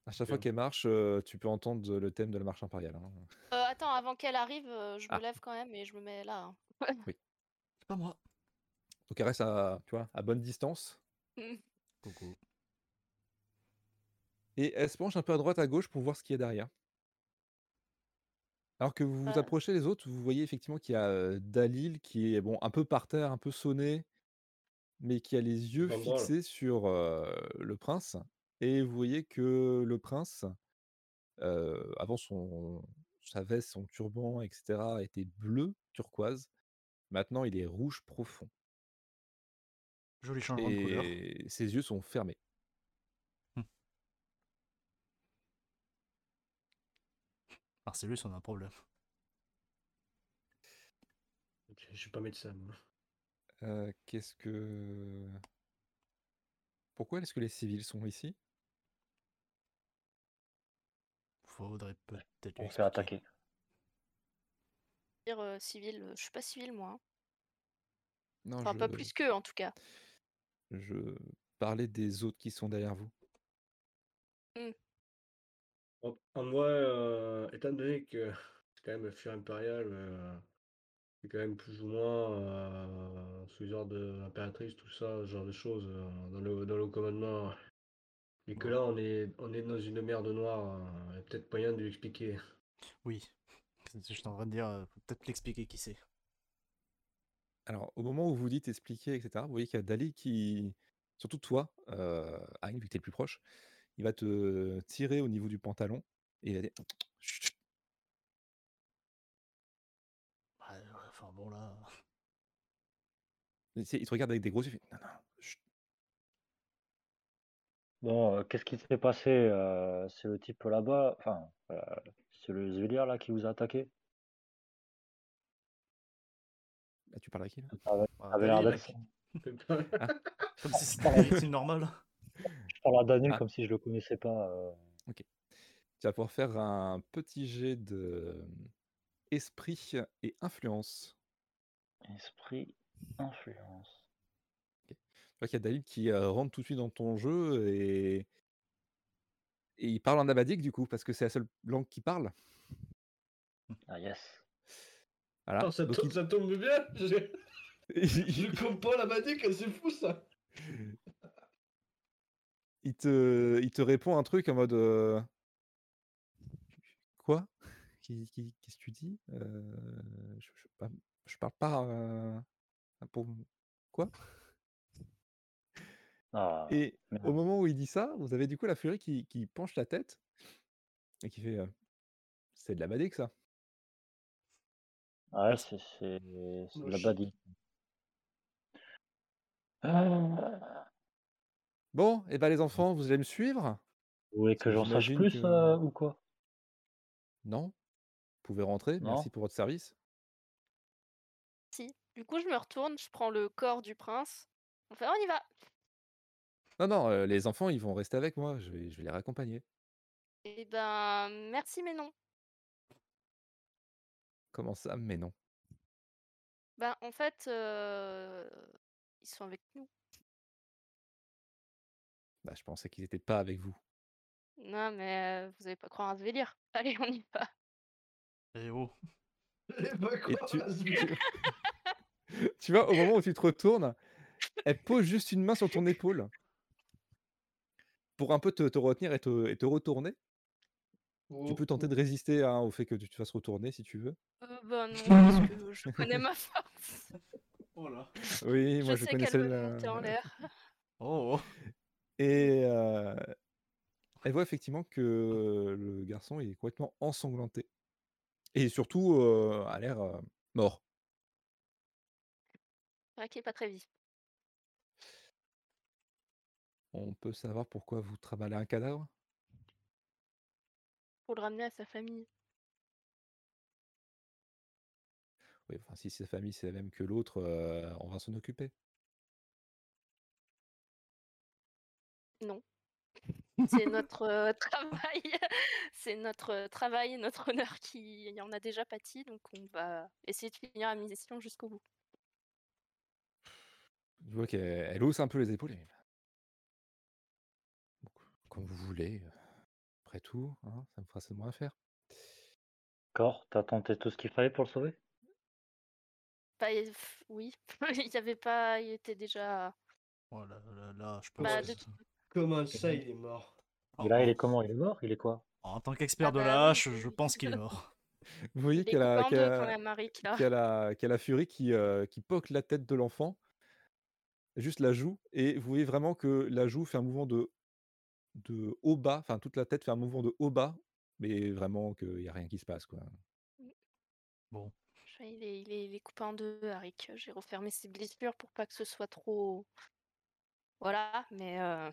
Speaker 4: À chaque fois
Speaker 5: Bien.
Speaker 4: qu'elle marche, euh, tu peux entendre le thème de la marche impériale. hein.
Speaker 6: euh, attends, avant qu'elle arrive, euh, je
Speaker 4: Ah.
Speaker 6: me lève quand même et je me mets là. hein.
Speaker 2: C'est pas moi.
Speaker 4: Donc elle reste à, tu vois, à bonne distance.
Speaker 2: Coucou.
Speaker 4: Et elle se penche un peu à droite à gauche pour voir ce qu'il y a derrière. Alors que vous vous
Speaker 6: Voilà.
Speaker 4: approchez des autres, vous voyez effectivement qu'il y a euh, Dalil qui est bon un peu par terre, un peu sonné, mais qui a les yeux
Speaker 5: Pas le droit, là.
Speaker 4: fixés sur euh, le prince. Et vous voyez que le prince, euh, avant son sa veste, son turban, etc., était bleu turquoise. Maintenant, il est rouge profond
Speaker 2: Joli changement de couleur.
Speaker 4: et ses yeux sont fermés.
Speaker 2: Marcellus, on a un problème.
Speaker 5: Je suis pas médecin, moi.
Speaker 4: Euh, Qu'est-ce que pourquoi est-ce que les civils sont ici
Speaker 2: Faudrait peut-être. lui
Speaker 1: On se fait
Speaker 2: expliquer.
Speaker 1: attaquer.
Speaker 3: Dire euh, civil, euh, je suis pas civil moi. hein.
Speaker 4: Non,
Speaker 3: Enfin, pas
Speaker 4: je-
Speaker 3: plus qu'eux en tout cas.
Speaker 4: Je parlais des autres qui sont derrière vous.
Speaker 5: Bon, à moi, euh, étant donné que c'est quand même le Fuir impérial, euh, c'est quand même plus ou moins euh, sous les ordres de l'impératrice, tout ça, ce genre de choses, euh, dans le, dans le commandement. Et que là, on est, on est dans une merde noire, euh, il y a peut-être moyen de lui expliquer.
Speaker 2: Oui. Je suis en train de dire, euh, faut peut-être l'expliquer qui c'est.
Speaker 4: Alors, au moment où vous dites expliquer, etc., vous voyez qu'il y a Dali qui, surtout toi, euh, Agne, vu que t'es le plus proche, il va te tirer au niveau du pantalon et il va dire Chut, chut.
Speaker 2: Ouais, ouais, Enfin bon là.
Speaker 4: Tu sais, Il te regarde avec des gros yeux. il fait, Non, non, chut.
Speaker 1: Bon, euh, qu'est-ce qui s'est passé euh, C'est le type là-bas, enfin, euh, c'est le Zulia là qui vous a attaqué
Speaker 4: Là, tu parles à qui
Speaker 3: Mmh.
Speaker 4: là
Speaker 2: Ah,
Speaker 1: Ça avait l'air
Speaker 2: Dali, là,
Speaker 1: d'être-
Speaker 2: Comme si c'était un reptile normal.
Speaker 1: Je parle à Daniel
Speaker 4: Ah.
Speaker 1: comme si je le connaissais pas. euh.
Speaker 4: Tu vas pouvoir faire un petit jet de esprit et influence.
Speaker 1: Esprit, influence.
Speaker 4: Tu vois qu'il y a Dalil qui euh, rentre tout de suite dans ton jeu et, et il parle en abadique du coup, parce que c'est la seule langue qui parle.
Speaker 1: Ah yes.
Speaker 4: Voilà.
Speaker 5: ça,
Speaker 4: Donc,
Speaker 5: tombe,
Speaker 4: il-
Speaker 5: ça tombe bien, je,
Speaker 4: il-
Speaker 5: je compte pas la manique, c'est fou ça!
Speaker 4: il te, il te répond un truc en mode euh, quoi Qu'est- qu'est- Qu'est-ce que tu dis Euh, je, je parle- je parle pas euh, pour quoi
Speaker 1: Ah,
Speaker 4: Et au
Speaker 1: merde.
Speaker 4: moment où il dit ça, vous avez du coup la furie qui, qui penche la tête et qui fait euh, c'est de la badée que ça.
Speaker 1: Ah ouais, c'est c'est- c'est de la
Speaker 5: Moche.
Speaker 1: badie. Euh,
Speaker 4: Ah. Bon, et
Speaker 1: Mmh.
Speaker 4: ben les enfants, vous allez me suivre
Speaker 1: Vous voulez que
Speaker 4: Parce
Speaker 1: j'en
Speaker 4: que
Speaker 1: sache
Speaker 4: j'imagine
Speaker 1: plus
Speaker 4: que-
Speaker 1: euh, ou quoi?
Speaker 4: Non Vous pouvez rentrer,
Speaker 1: Non.
Speaker 4: merci pour votre service.
Speaker 6: Si. Du coup, je me retourne, je prends le corps du prince. On fait, on y va.
Speaker 4: Non, non, euh, les enfants, ils vont rester avec moi, je vais, je vais les raccompagner.
Speaker 6: Et ben, merci, mais non.
Speaker 4: Comment ça Mais non.
Speaker 6: Ben, en fait, euh, ils sont avec nous.
Speaker 4: Bah, je pensais qu'ils n'étaient pas avec vous.
Speaker 6: Non, mais euh, vous allez pas croire à ce délire. Allez, on y va.
Speaker 2: Et oh.
Speaker 5: Les Bacois,
Speaker 4: Et tu-
Speaker 5: parce que-
Speaker 4: tu... tu vois, au moment où tu te retournes, elle pose juste une main sur ton épaule pour un peu te, te retenir et te, et te retourner. Tu
Speaker 5: Oh,
Speaker 4: peux tenter de résister hein, au fait que tu te fasses retourner si tu veux.
Speaker 6: Euh, ben non, parce que je connais ma force.
Speaker 2: Oh là.
Speaker 4: Oui, moi
Speaker 6: je
Speaker 4: je,
Speaker 6: sais
Speaker 4: connaissais
Speaker 6: qu'elle veut
Speaker 4: la-
Speaker 6: monter en l'air.
Speaker 2: Oh.
Speaker 4: Et euh, elle voit effectivement que le garçon il est complètement ensanglanté. Et surtout, euh, a l'air euh, mort.
Speaker 6: C'est vrai qu'il Ah, est pas très vif.
Speaker 4: On peut savoir pourquoi vous travaillez un cadavre
Speaker 6: Pour le ramener à sa famille.
Speaker 4: Oui, enfin, si sa famille c'est la même que l'autre, euh, on va s'en occuper.
Speaker 6: C'est notre euh, travail. C'est notre euh, travail et notre honneur qui en a déjà pâti. Donc, on va essayer de finir la mission jusqu'au bout.
Speaker 4: Tu vois qu'elle elle hausse un peu les épaules. et- Bon, Comme vous voulez. euh, Après tout, hein, ça me fera seulement à faire.
Speaker 1: D'accord, t'as tenté tout ce qu'il fallait pour le sauver?
Speaker 6: Bah, et- pff, oui, il y avait pas, il était déjà.
Speaker 2: Oh là là là, je peux.
Speaker 6: Bah,
Speaker 5: de
Speaker 6: de
Speaker 5: c'est-
Speaker 6: toute
Speaker 5: Comment ça, il est mort?
Speaker 1: Et là, il est comment? Il est mort? Il est quoi?
Speaker 2: En tant qu'expert
Speaker 6: Ah
Speaker 2: de
Speaker 6: bah
Speaker 2: la
Speaker 6: oui,
Speaker 2: hache, je
Speaker 6: oui.
Speaker 2: pense qu'il est mort.
Speaker 4: Vous voyez
Speaker 3: Il est
Speaker 4: qu'elle a,
Speaker 3: coupé en
Speaker 4: qu'elle
Speaker 3: deux,
Speaker 4: a-
Speaker 3: quand même, Arik, là.
Speaker 4: qui a la, qui a la furie qui, euh, qui poque la tête de l'enfant, juste la joue, et vous voyez vraiment que la joue fait un mouvement de, de haut bas, enfin toute la tête fait un mouvement de haut bas, mais vraiment qu'il n'y a rien qui se passe. quoi.
Speaker 3: Je- Il est, il, est, il est coupé en deux, Arik. J'ai refermé ses blessures pour pas que ce soit trop. Voilà, mais euh,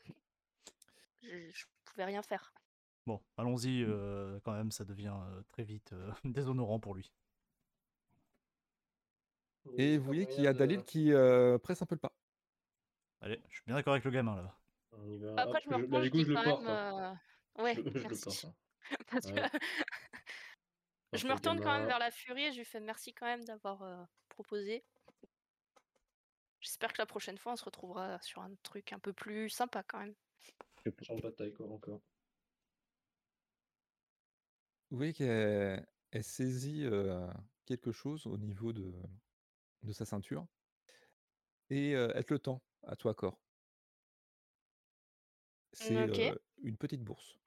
Speaker 3: je, je pouvais rien faire.
Speaker 2: Bon, allons-y, euh, quand même, ça devient euh, très vite euh, déshonorant pour lui.
Speaker 4: Et
Speaker 5: pas
Speaker 4: vous voyez qu'il y
Speaker 5: moyen
Speaker 4: a
Speaker 5: de-
Speaker 4: Dalil qui euh, presse un peu le pas.
Speaker 2: Allez, je suis bien d'accord avec le gamin là.
Speaker 5: euh, On y va.
Speaker 3: Après,
Speaker 5: Hop,
Speaker 3: je me
Speaker 5: je-
Speaker 3: reprends,
Speaker 5: bah,
Speaker 3: je
Speaker 5: du coup,
Speaker 3: dis
Speaker 5: je le
Speaker 3: quand
Speaker 5: porte.
Speaker 3: même.
Speaker 5: hein.
Speaker 3: euh, Ouais,
Speaker 5: Je je le
Speaker 3: merci.
Speaker 5: porte. hein.
Speaker 3: Parce
Speaker 5: Ouais.
Speaker 3: que- je
Speaker 5: Porte
Speaker 3: me
Speaker 5: le
Speaker 3: retourne quand
Speaker 5: gamin.
Speaker 3: même vers la furie et je lui fais merci quand même d'avoir euh, proposé. J'espère que la prochaine fois, on se retrouvera sur un truc un peu plus sympa quand même.
Speaker 5: J'en bataille, quoi, encore.
Speaker 4: Vous voyez qu'elle elle saisit euh, quelque chose au niveau de, de sa ceinture, et euh, elle te le tend à toi corps. C'est
Speaker 3: Mmh, ok.
Speaker 4: euh, une petite bourse.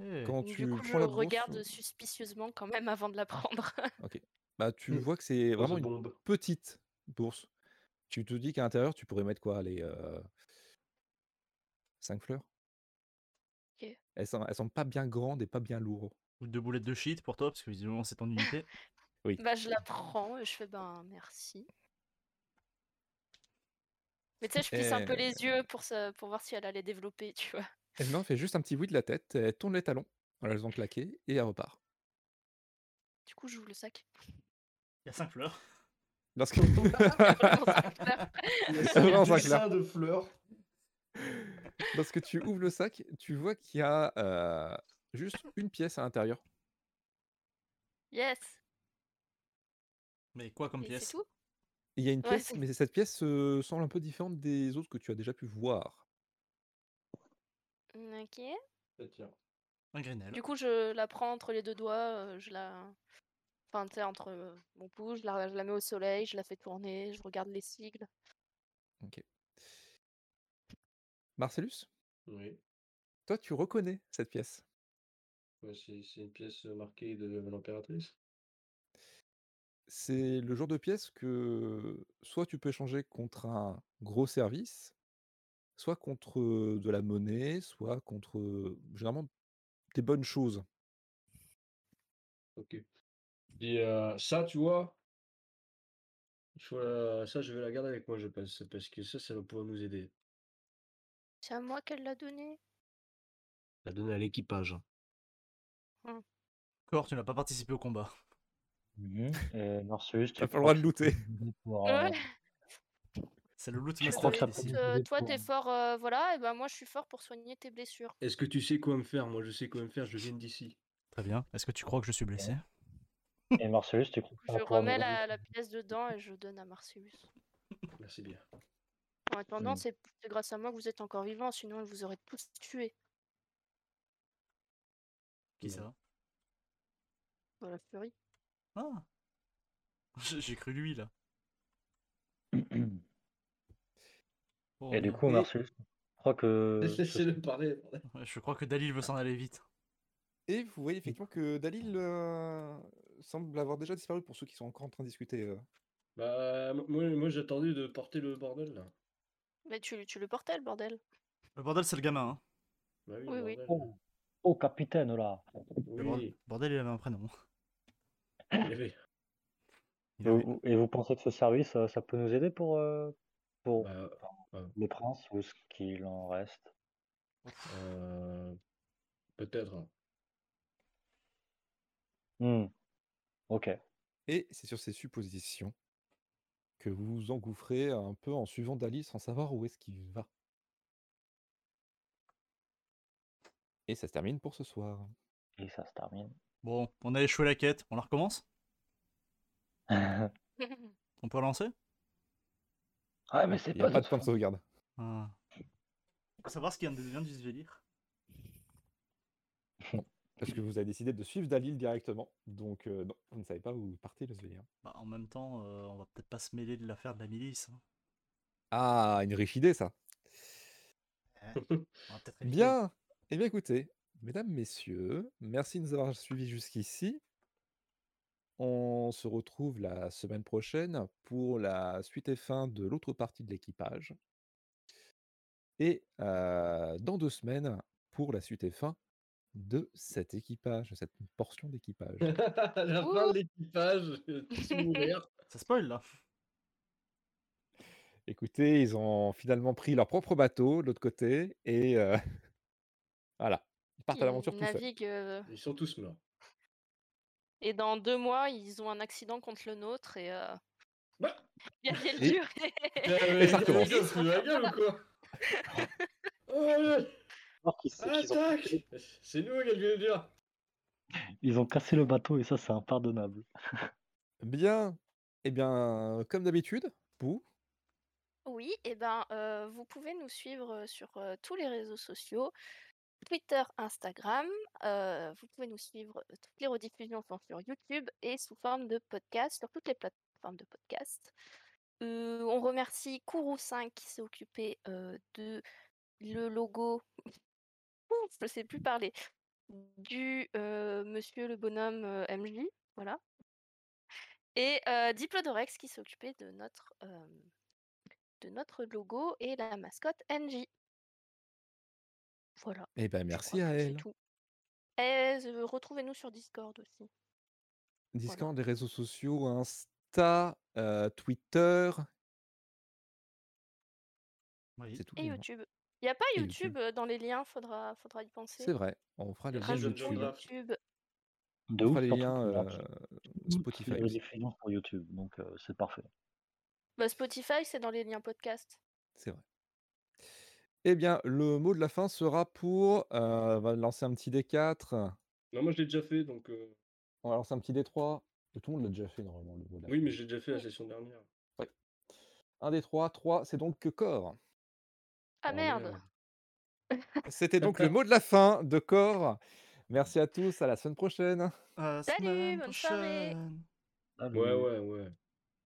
Speaker 2: Eh,
Speaker 4: Quand
Speaker 3: Donc,
Speaker 4: tu
Speaker 3: Mmh. du coup, je
Speaker 4: prends la euh
Speaker 3: le
Speaker 4: bourse,
Speaker 3: regarde suspicieusement quand même avant de la prendre.
Speaker 4: bah, tu
Speaker 3: mmh.
Speaker 5: Hmm.
Speaker 4: vois que c'est
Speaker 5: Grosse
Speaker 4: vraiment une
Speaker 5: bombe.
Speaker 4: petite bourse. Tu te dis qu'à l'intérieur, tu pourrais mettre quoi Les 5 fleurs
Speaker 3: Ok.
Speaker 4: elles, sont, elles sont pas bien grandes et pas bien lourdes.
Speaker 2: Deux boulettes de shit pour toi, parce que visiblement c'est ton unité.
Speaker 3: bah, je la prends et je fais ben merci. Mais tu sais, je plisse un peu
Speaker 4: Euh,
Speaker 3: les yeux pour, ça- pour voir si elle allait développer, tu vois.
Speaker 4: Elle Eh ben, fait juste un petit bruit de la tête, elle tourne les talons, elles ont claqué et elle repart.
Speaker 3: Du coup, j'ouvre le sac.
Speaker 2: Il y a cinq fleurs.
Speaker 4: Lorsque...
Speaker 3: Dans un fleur.
Speaker 5: Il y a
Speaker 4: C'est vraiment
Speaker 5: cinq
Speaker 4: ça,
Speaker 5: dessins
Speaker 4: Claire.
Speaker 5: de fleurs.
Speaker 4: Lorsque tu ouvres le sac, tu vois qu'il y a euh, juste une pièce à l'intérieur.
Speaker 3: yes
Speaker 2: Mais quoi comme
Speaker 3: Et
Speaker 2: pièce
Speaker 3: C'est tout
Speaker 4: Il y a une
Speaker 3: Ouais,
Speaker 4: pièce,
Speaker 3: c'est-
Speaker 4: mais cette pièce euh, semble un peu différente des autres que tu as déjà pu voir.
Speaker 3: Mm, Ok.
Speaker 5: Ça tient.
Speaker 2: Un grenelle.
Speaker 3: Du coup, je la prends entre les deux doigts, euh, je la. Enfin, tu sais, entre euh, mon pouce, je la, je la mets au soleil, je la fais tourner, je regarde les sigles.
Speaker 4: Marcellus,
Speaker 5: Oui.
Speaker 4: toi tu reconnais cette pièce.
Speaker 5: Ouais, c'est c'est une pièce euh, marquée de l'impératrice.
Speaker 4: c'est le genre de pièce que soit tu peux échanger contre un gros service, soit contre de la monnaie, soit contre euh, généralement des bonnes choses.
Speaker 5: Ok. Et euh, ça, tu vois, il faut la- ça, je vais la garder avec moi, je pense, parce que ça, ça va pouvoir nous aider.
Speaker 3: C'est à moi qu'elle l'a donné.
Speaker 5: La donner à l'équipage.
Speaker 2: Corps, tu n'as pas participé au combat.
Speaker 1: Mhm. Et Marcellus, tu
Speaker 4: T'as pas le
Speaker 1: crois
Speaker 4: droit de
Speaker 1: que ça peut
Speaker 4: looter.
Speaker 1: l'aider pour, euh,
Speaker 3: Ouais.
Speaker 2: C'est le loot
Speaker 3: Je
Speaker 1: crois que
Speaker 2: master
Speaker 1: ça
Speaker 2: qui
Speaker 1: peut-
Speaker 2: décide.
Speaker 3: Euh,
Speaker 1: Vous êtes
Speaker 3: toi,
Speaker 1: pour,
Speaker 3: t'es
Speaker 1: hein.
Speaker 3: fort, euh, voilà, et ben moi, je suis fort pour soigner tes blessures.
Speaker 5: Est-ce que tu sais quoi me faire Moi, je sais quoi me faire, je viens d'ici.
Speaker 2: Très bien. Est-ce que tu crois que je suis blessé
Speaker 1: Et Marcellus, tu crois que ça
Speaker 3: Je
Speaker 1: va pouvoir
Speaker 3: remets
Speaker 1: nous aider
Speaker 3: la, la pièce dedans et je donne à Marcellus.
Speaker 5: Merci bien.
Speaker 3: En attendant,
Speaker 1: Hmm.
Speaker 3: c'est c'est grâce à moi que vous êtes encore vivants, sinon elle vous aurait tous tués.
Speaker 2: Qui ça
Speaker 3: Voilà, Fury.
Speaker 2: Ah J'ai j'ai cru lui là. Oh,
Speaker 1: Et du
Speaker 2: non.
Speaker 1: coup, Marcellus, je crois
Speaker 4: Euh,
Speaker 1: que. ce-
Speaker 5: Laissez-le parler. bordel.
Speaker 2: Ouais, Je crois que Dalil veut s'en aller vite.
Speaker 4: Et vous
Speaker 1: Mmh.
Speaker 4: voyez effectivement que Dalil euh, semble avoir déjà disparu pour ceux qui sont encore en train de discuter. euh.
Speaker 5: Bah, m- moi, moi j'ai attendu de porter le bordel là.
Speaker 3: Mais tu, tu le portais, le bordel.
Speaker 2: Le bordel, c'est le gamin. Hein.
Speaker 5: Bah oui,
Speaker 3: Oui, oui.
Speaker 5: bordel.
Speaker 1: Oh, oh, capitaine, là
Speaker 2: Le bordel-
Speaker 5: Oui,
Speaker 2: bordel, il avait un prénom.
Speaker 5: il y avait-
Speaker 2: Il
Speaker 1: et
Speaker 2: avait-
Speaker 1: vous, et vous pensez que ce service, euh, ça peut nous aider pour, euh, pour
Speaker 5: bah,
Speaker 1: le prince ou ce qu'il en reste
Speaker 5: euh, Peut-être. hein.
Speaker 1: Hmm. Ok.
Speaker 4: Et c'est sur ces suppositions que vous vous engouffrez un peu en suivant Dalil sans savoir où est-ce qu'il va. Et ça se termine pour ce soir.
Speaker 1: Et ça se termine.
Speaker 2: Bon, on a échoué la quête. On la recommence
Speaker 1: ah,
Speaker 2: On peut lancer
Speaker 1: mais c'est
Speaker 4: Il n'y a
Speaker 1: pas,
Speaker 4: pas de point de sauvegarde.
Speaker 2: ah. Faut savoir ce qui devient du Svelir.
Speaker 4: Parce que vous avez décidé de suivre Dalil directement. Donc, euh, non, vous ne savez pas où partez le hein. Svelir.
Speaker 2: Bah, en même temps, euh, on va peut-être pas se mêler de l'affaire de la milice. hein.
Speaker 4: Ah, une riche idée, ça.
Speaker 2: On va peut-être éviter.
Speaker 4: Bien Eh bien, écoutez, Mesdames, Messieurs, merci de nous avoir suivis jusqu'ici. On se retrouve la semaine prochaine pour la suite et fin de l'autre partie de l'équipage. Et euh, dans deux semaines pour la suite et fin de cet équipage, cette portion d'équipage.
Speaker 5: la fin
Speaker 3: Ouh.
Speaker 5: de l'équipage, tout ouvert.
Speaker 2: Ça spoil là.
Speaker 4: Écoutez, ils ont finalement pris leur propre bateau de l'autre côté et euh, voilà, ils partent à l'aventure tout seuls.
Speaker 3: naviguent, euh,
Speaker 5: Ils sont tous morts.
Speaker 3: Et dans deux mois, ils ont un accident contre le nôtre et. euh,
Speaker 5: Bah.
Speaker 3: bien, bien
Speaker 4: Et-
Speaker 3: dur.
Speaker 5: Et
Speaker 4: ça recommence.
Speaker 5: Ça se fout de ma gueule ou quoi Oh là là,
Speaker 1: Alors qu'ils- qu'ils ont-
Speaker 5: Attaque C'est nous qu'elle vient de dire.
Speaker 1: Ils ont cassé le bateau et ça, c'est impardonnable.
Speaker 4: Bien, et bien, comme d'habitude, vous,
Speaker 3: Oui, et ben euh, vous pouvez nous suivre euh, sur euh, tous les réseaux sociaux, Twitter, Instagram. euh, vous pouvez nous suivre euh, toutes les rediffusions sont sur YouTube et sous forme de podcast sur toutes les plateformes de podcast. Euh, on remercie Kourou 5 qui s'est occupé euh, de le logo. Ouh, Je ne sais plus parler du euh, Monsieur le bonhomme euh, MJ, voilà. Et euh, Diplodorex qui s'est occupé de notre euh, de notre logo et la mascotte NJ. Voilà.
Speaker 4: et bien
Speaker 3: je
Speaker 4: merci
Speaker 3: crois
Speaker 4: à
Speaker 3: que c'est
Speaker 4: elle.
Speaker 3: tout. Et euh, retrouvez-nous sur Discord aussi.
Speaker 4: Discord, les réseaux sociaux, Insta, euh, Twitter,
Speaker 2: Oui.
Speaker 4: c'est tout.
Speaker 3: Et
Speaker 4: les noms.
Speaker 3: YouTube. Il n'y a pas
Speaker 4: Mmh. Et
Speaker 3: YouTube,
Speaker 4: YouTube.
Speaker 3: euh, dans les liens, faudra, faudra y penser.
Speaker 4: C'est vrai, on fera les liens
Speaker 5: Rajoute
Speaker 4: YouTube,
Speaker 5: Jean-Grave.
Speaker 3: YouTube.
Speaker 1: De
Speaker 4: on
Speaker 1: ouf,
Speaker 4: fera les
Speaker 1: surtout
Speaker 4: liens
Speaker 1: qu'on a
Speaker 4: euh,
Speaker 1: toutes
Speaker 4: Spotify.
Speaker 1: les
Speaker 4: aussi,
Speaker 1: rediffusions sur YouTube, donc euh, c'est parfait.
Speaker 3: Bah, Spotify, c'est dans les liens podcast.
Speaker 4: C'est vrai. Eh bien, le mot de la fin sera pour. euh, on va lancer un petit D4.
Speaker 5: Non, moi je l'ai déjà fait, donc. euh,
Speaker 4: On va lancer un petit D3. Tout le monde l'a déjà fait normalement. Le mot de la
Speaker 5: Oui,
Speaker 4: fin.
Speaker 5: mais j'ai déjà fait la session dernière.
Speaker 4: Un des trois, trois, c'est donc que corps.
Speaker 3: Ah
Speaker 5: Oh,
Speaker 3: merde
Speaker 5: merde.
Speaker 4: C'était donc le mot de la fin de corps. Merci à tous, à la semaine prochaine.
Speaker 2: À la
Speaker 3: Salut,
Speaker 2: Euh, semaine
Speaker 3: bonne soirée.
Speaker 2: prochaine.
Speaker 1: Ah, le-
Speaker 5: Ouais, ouais, ouais.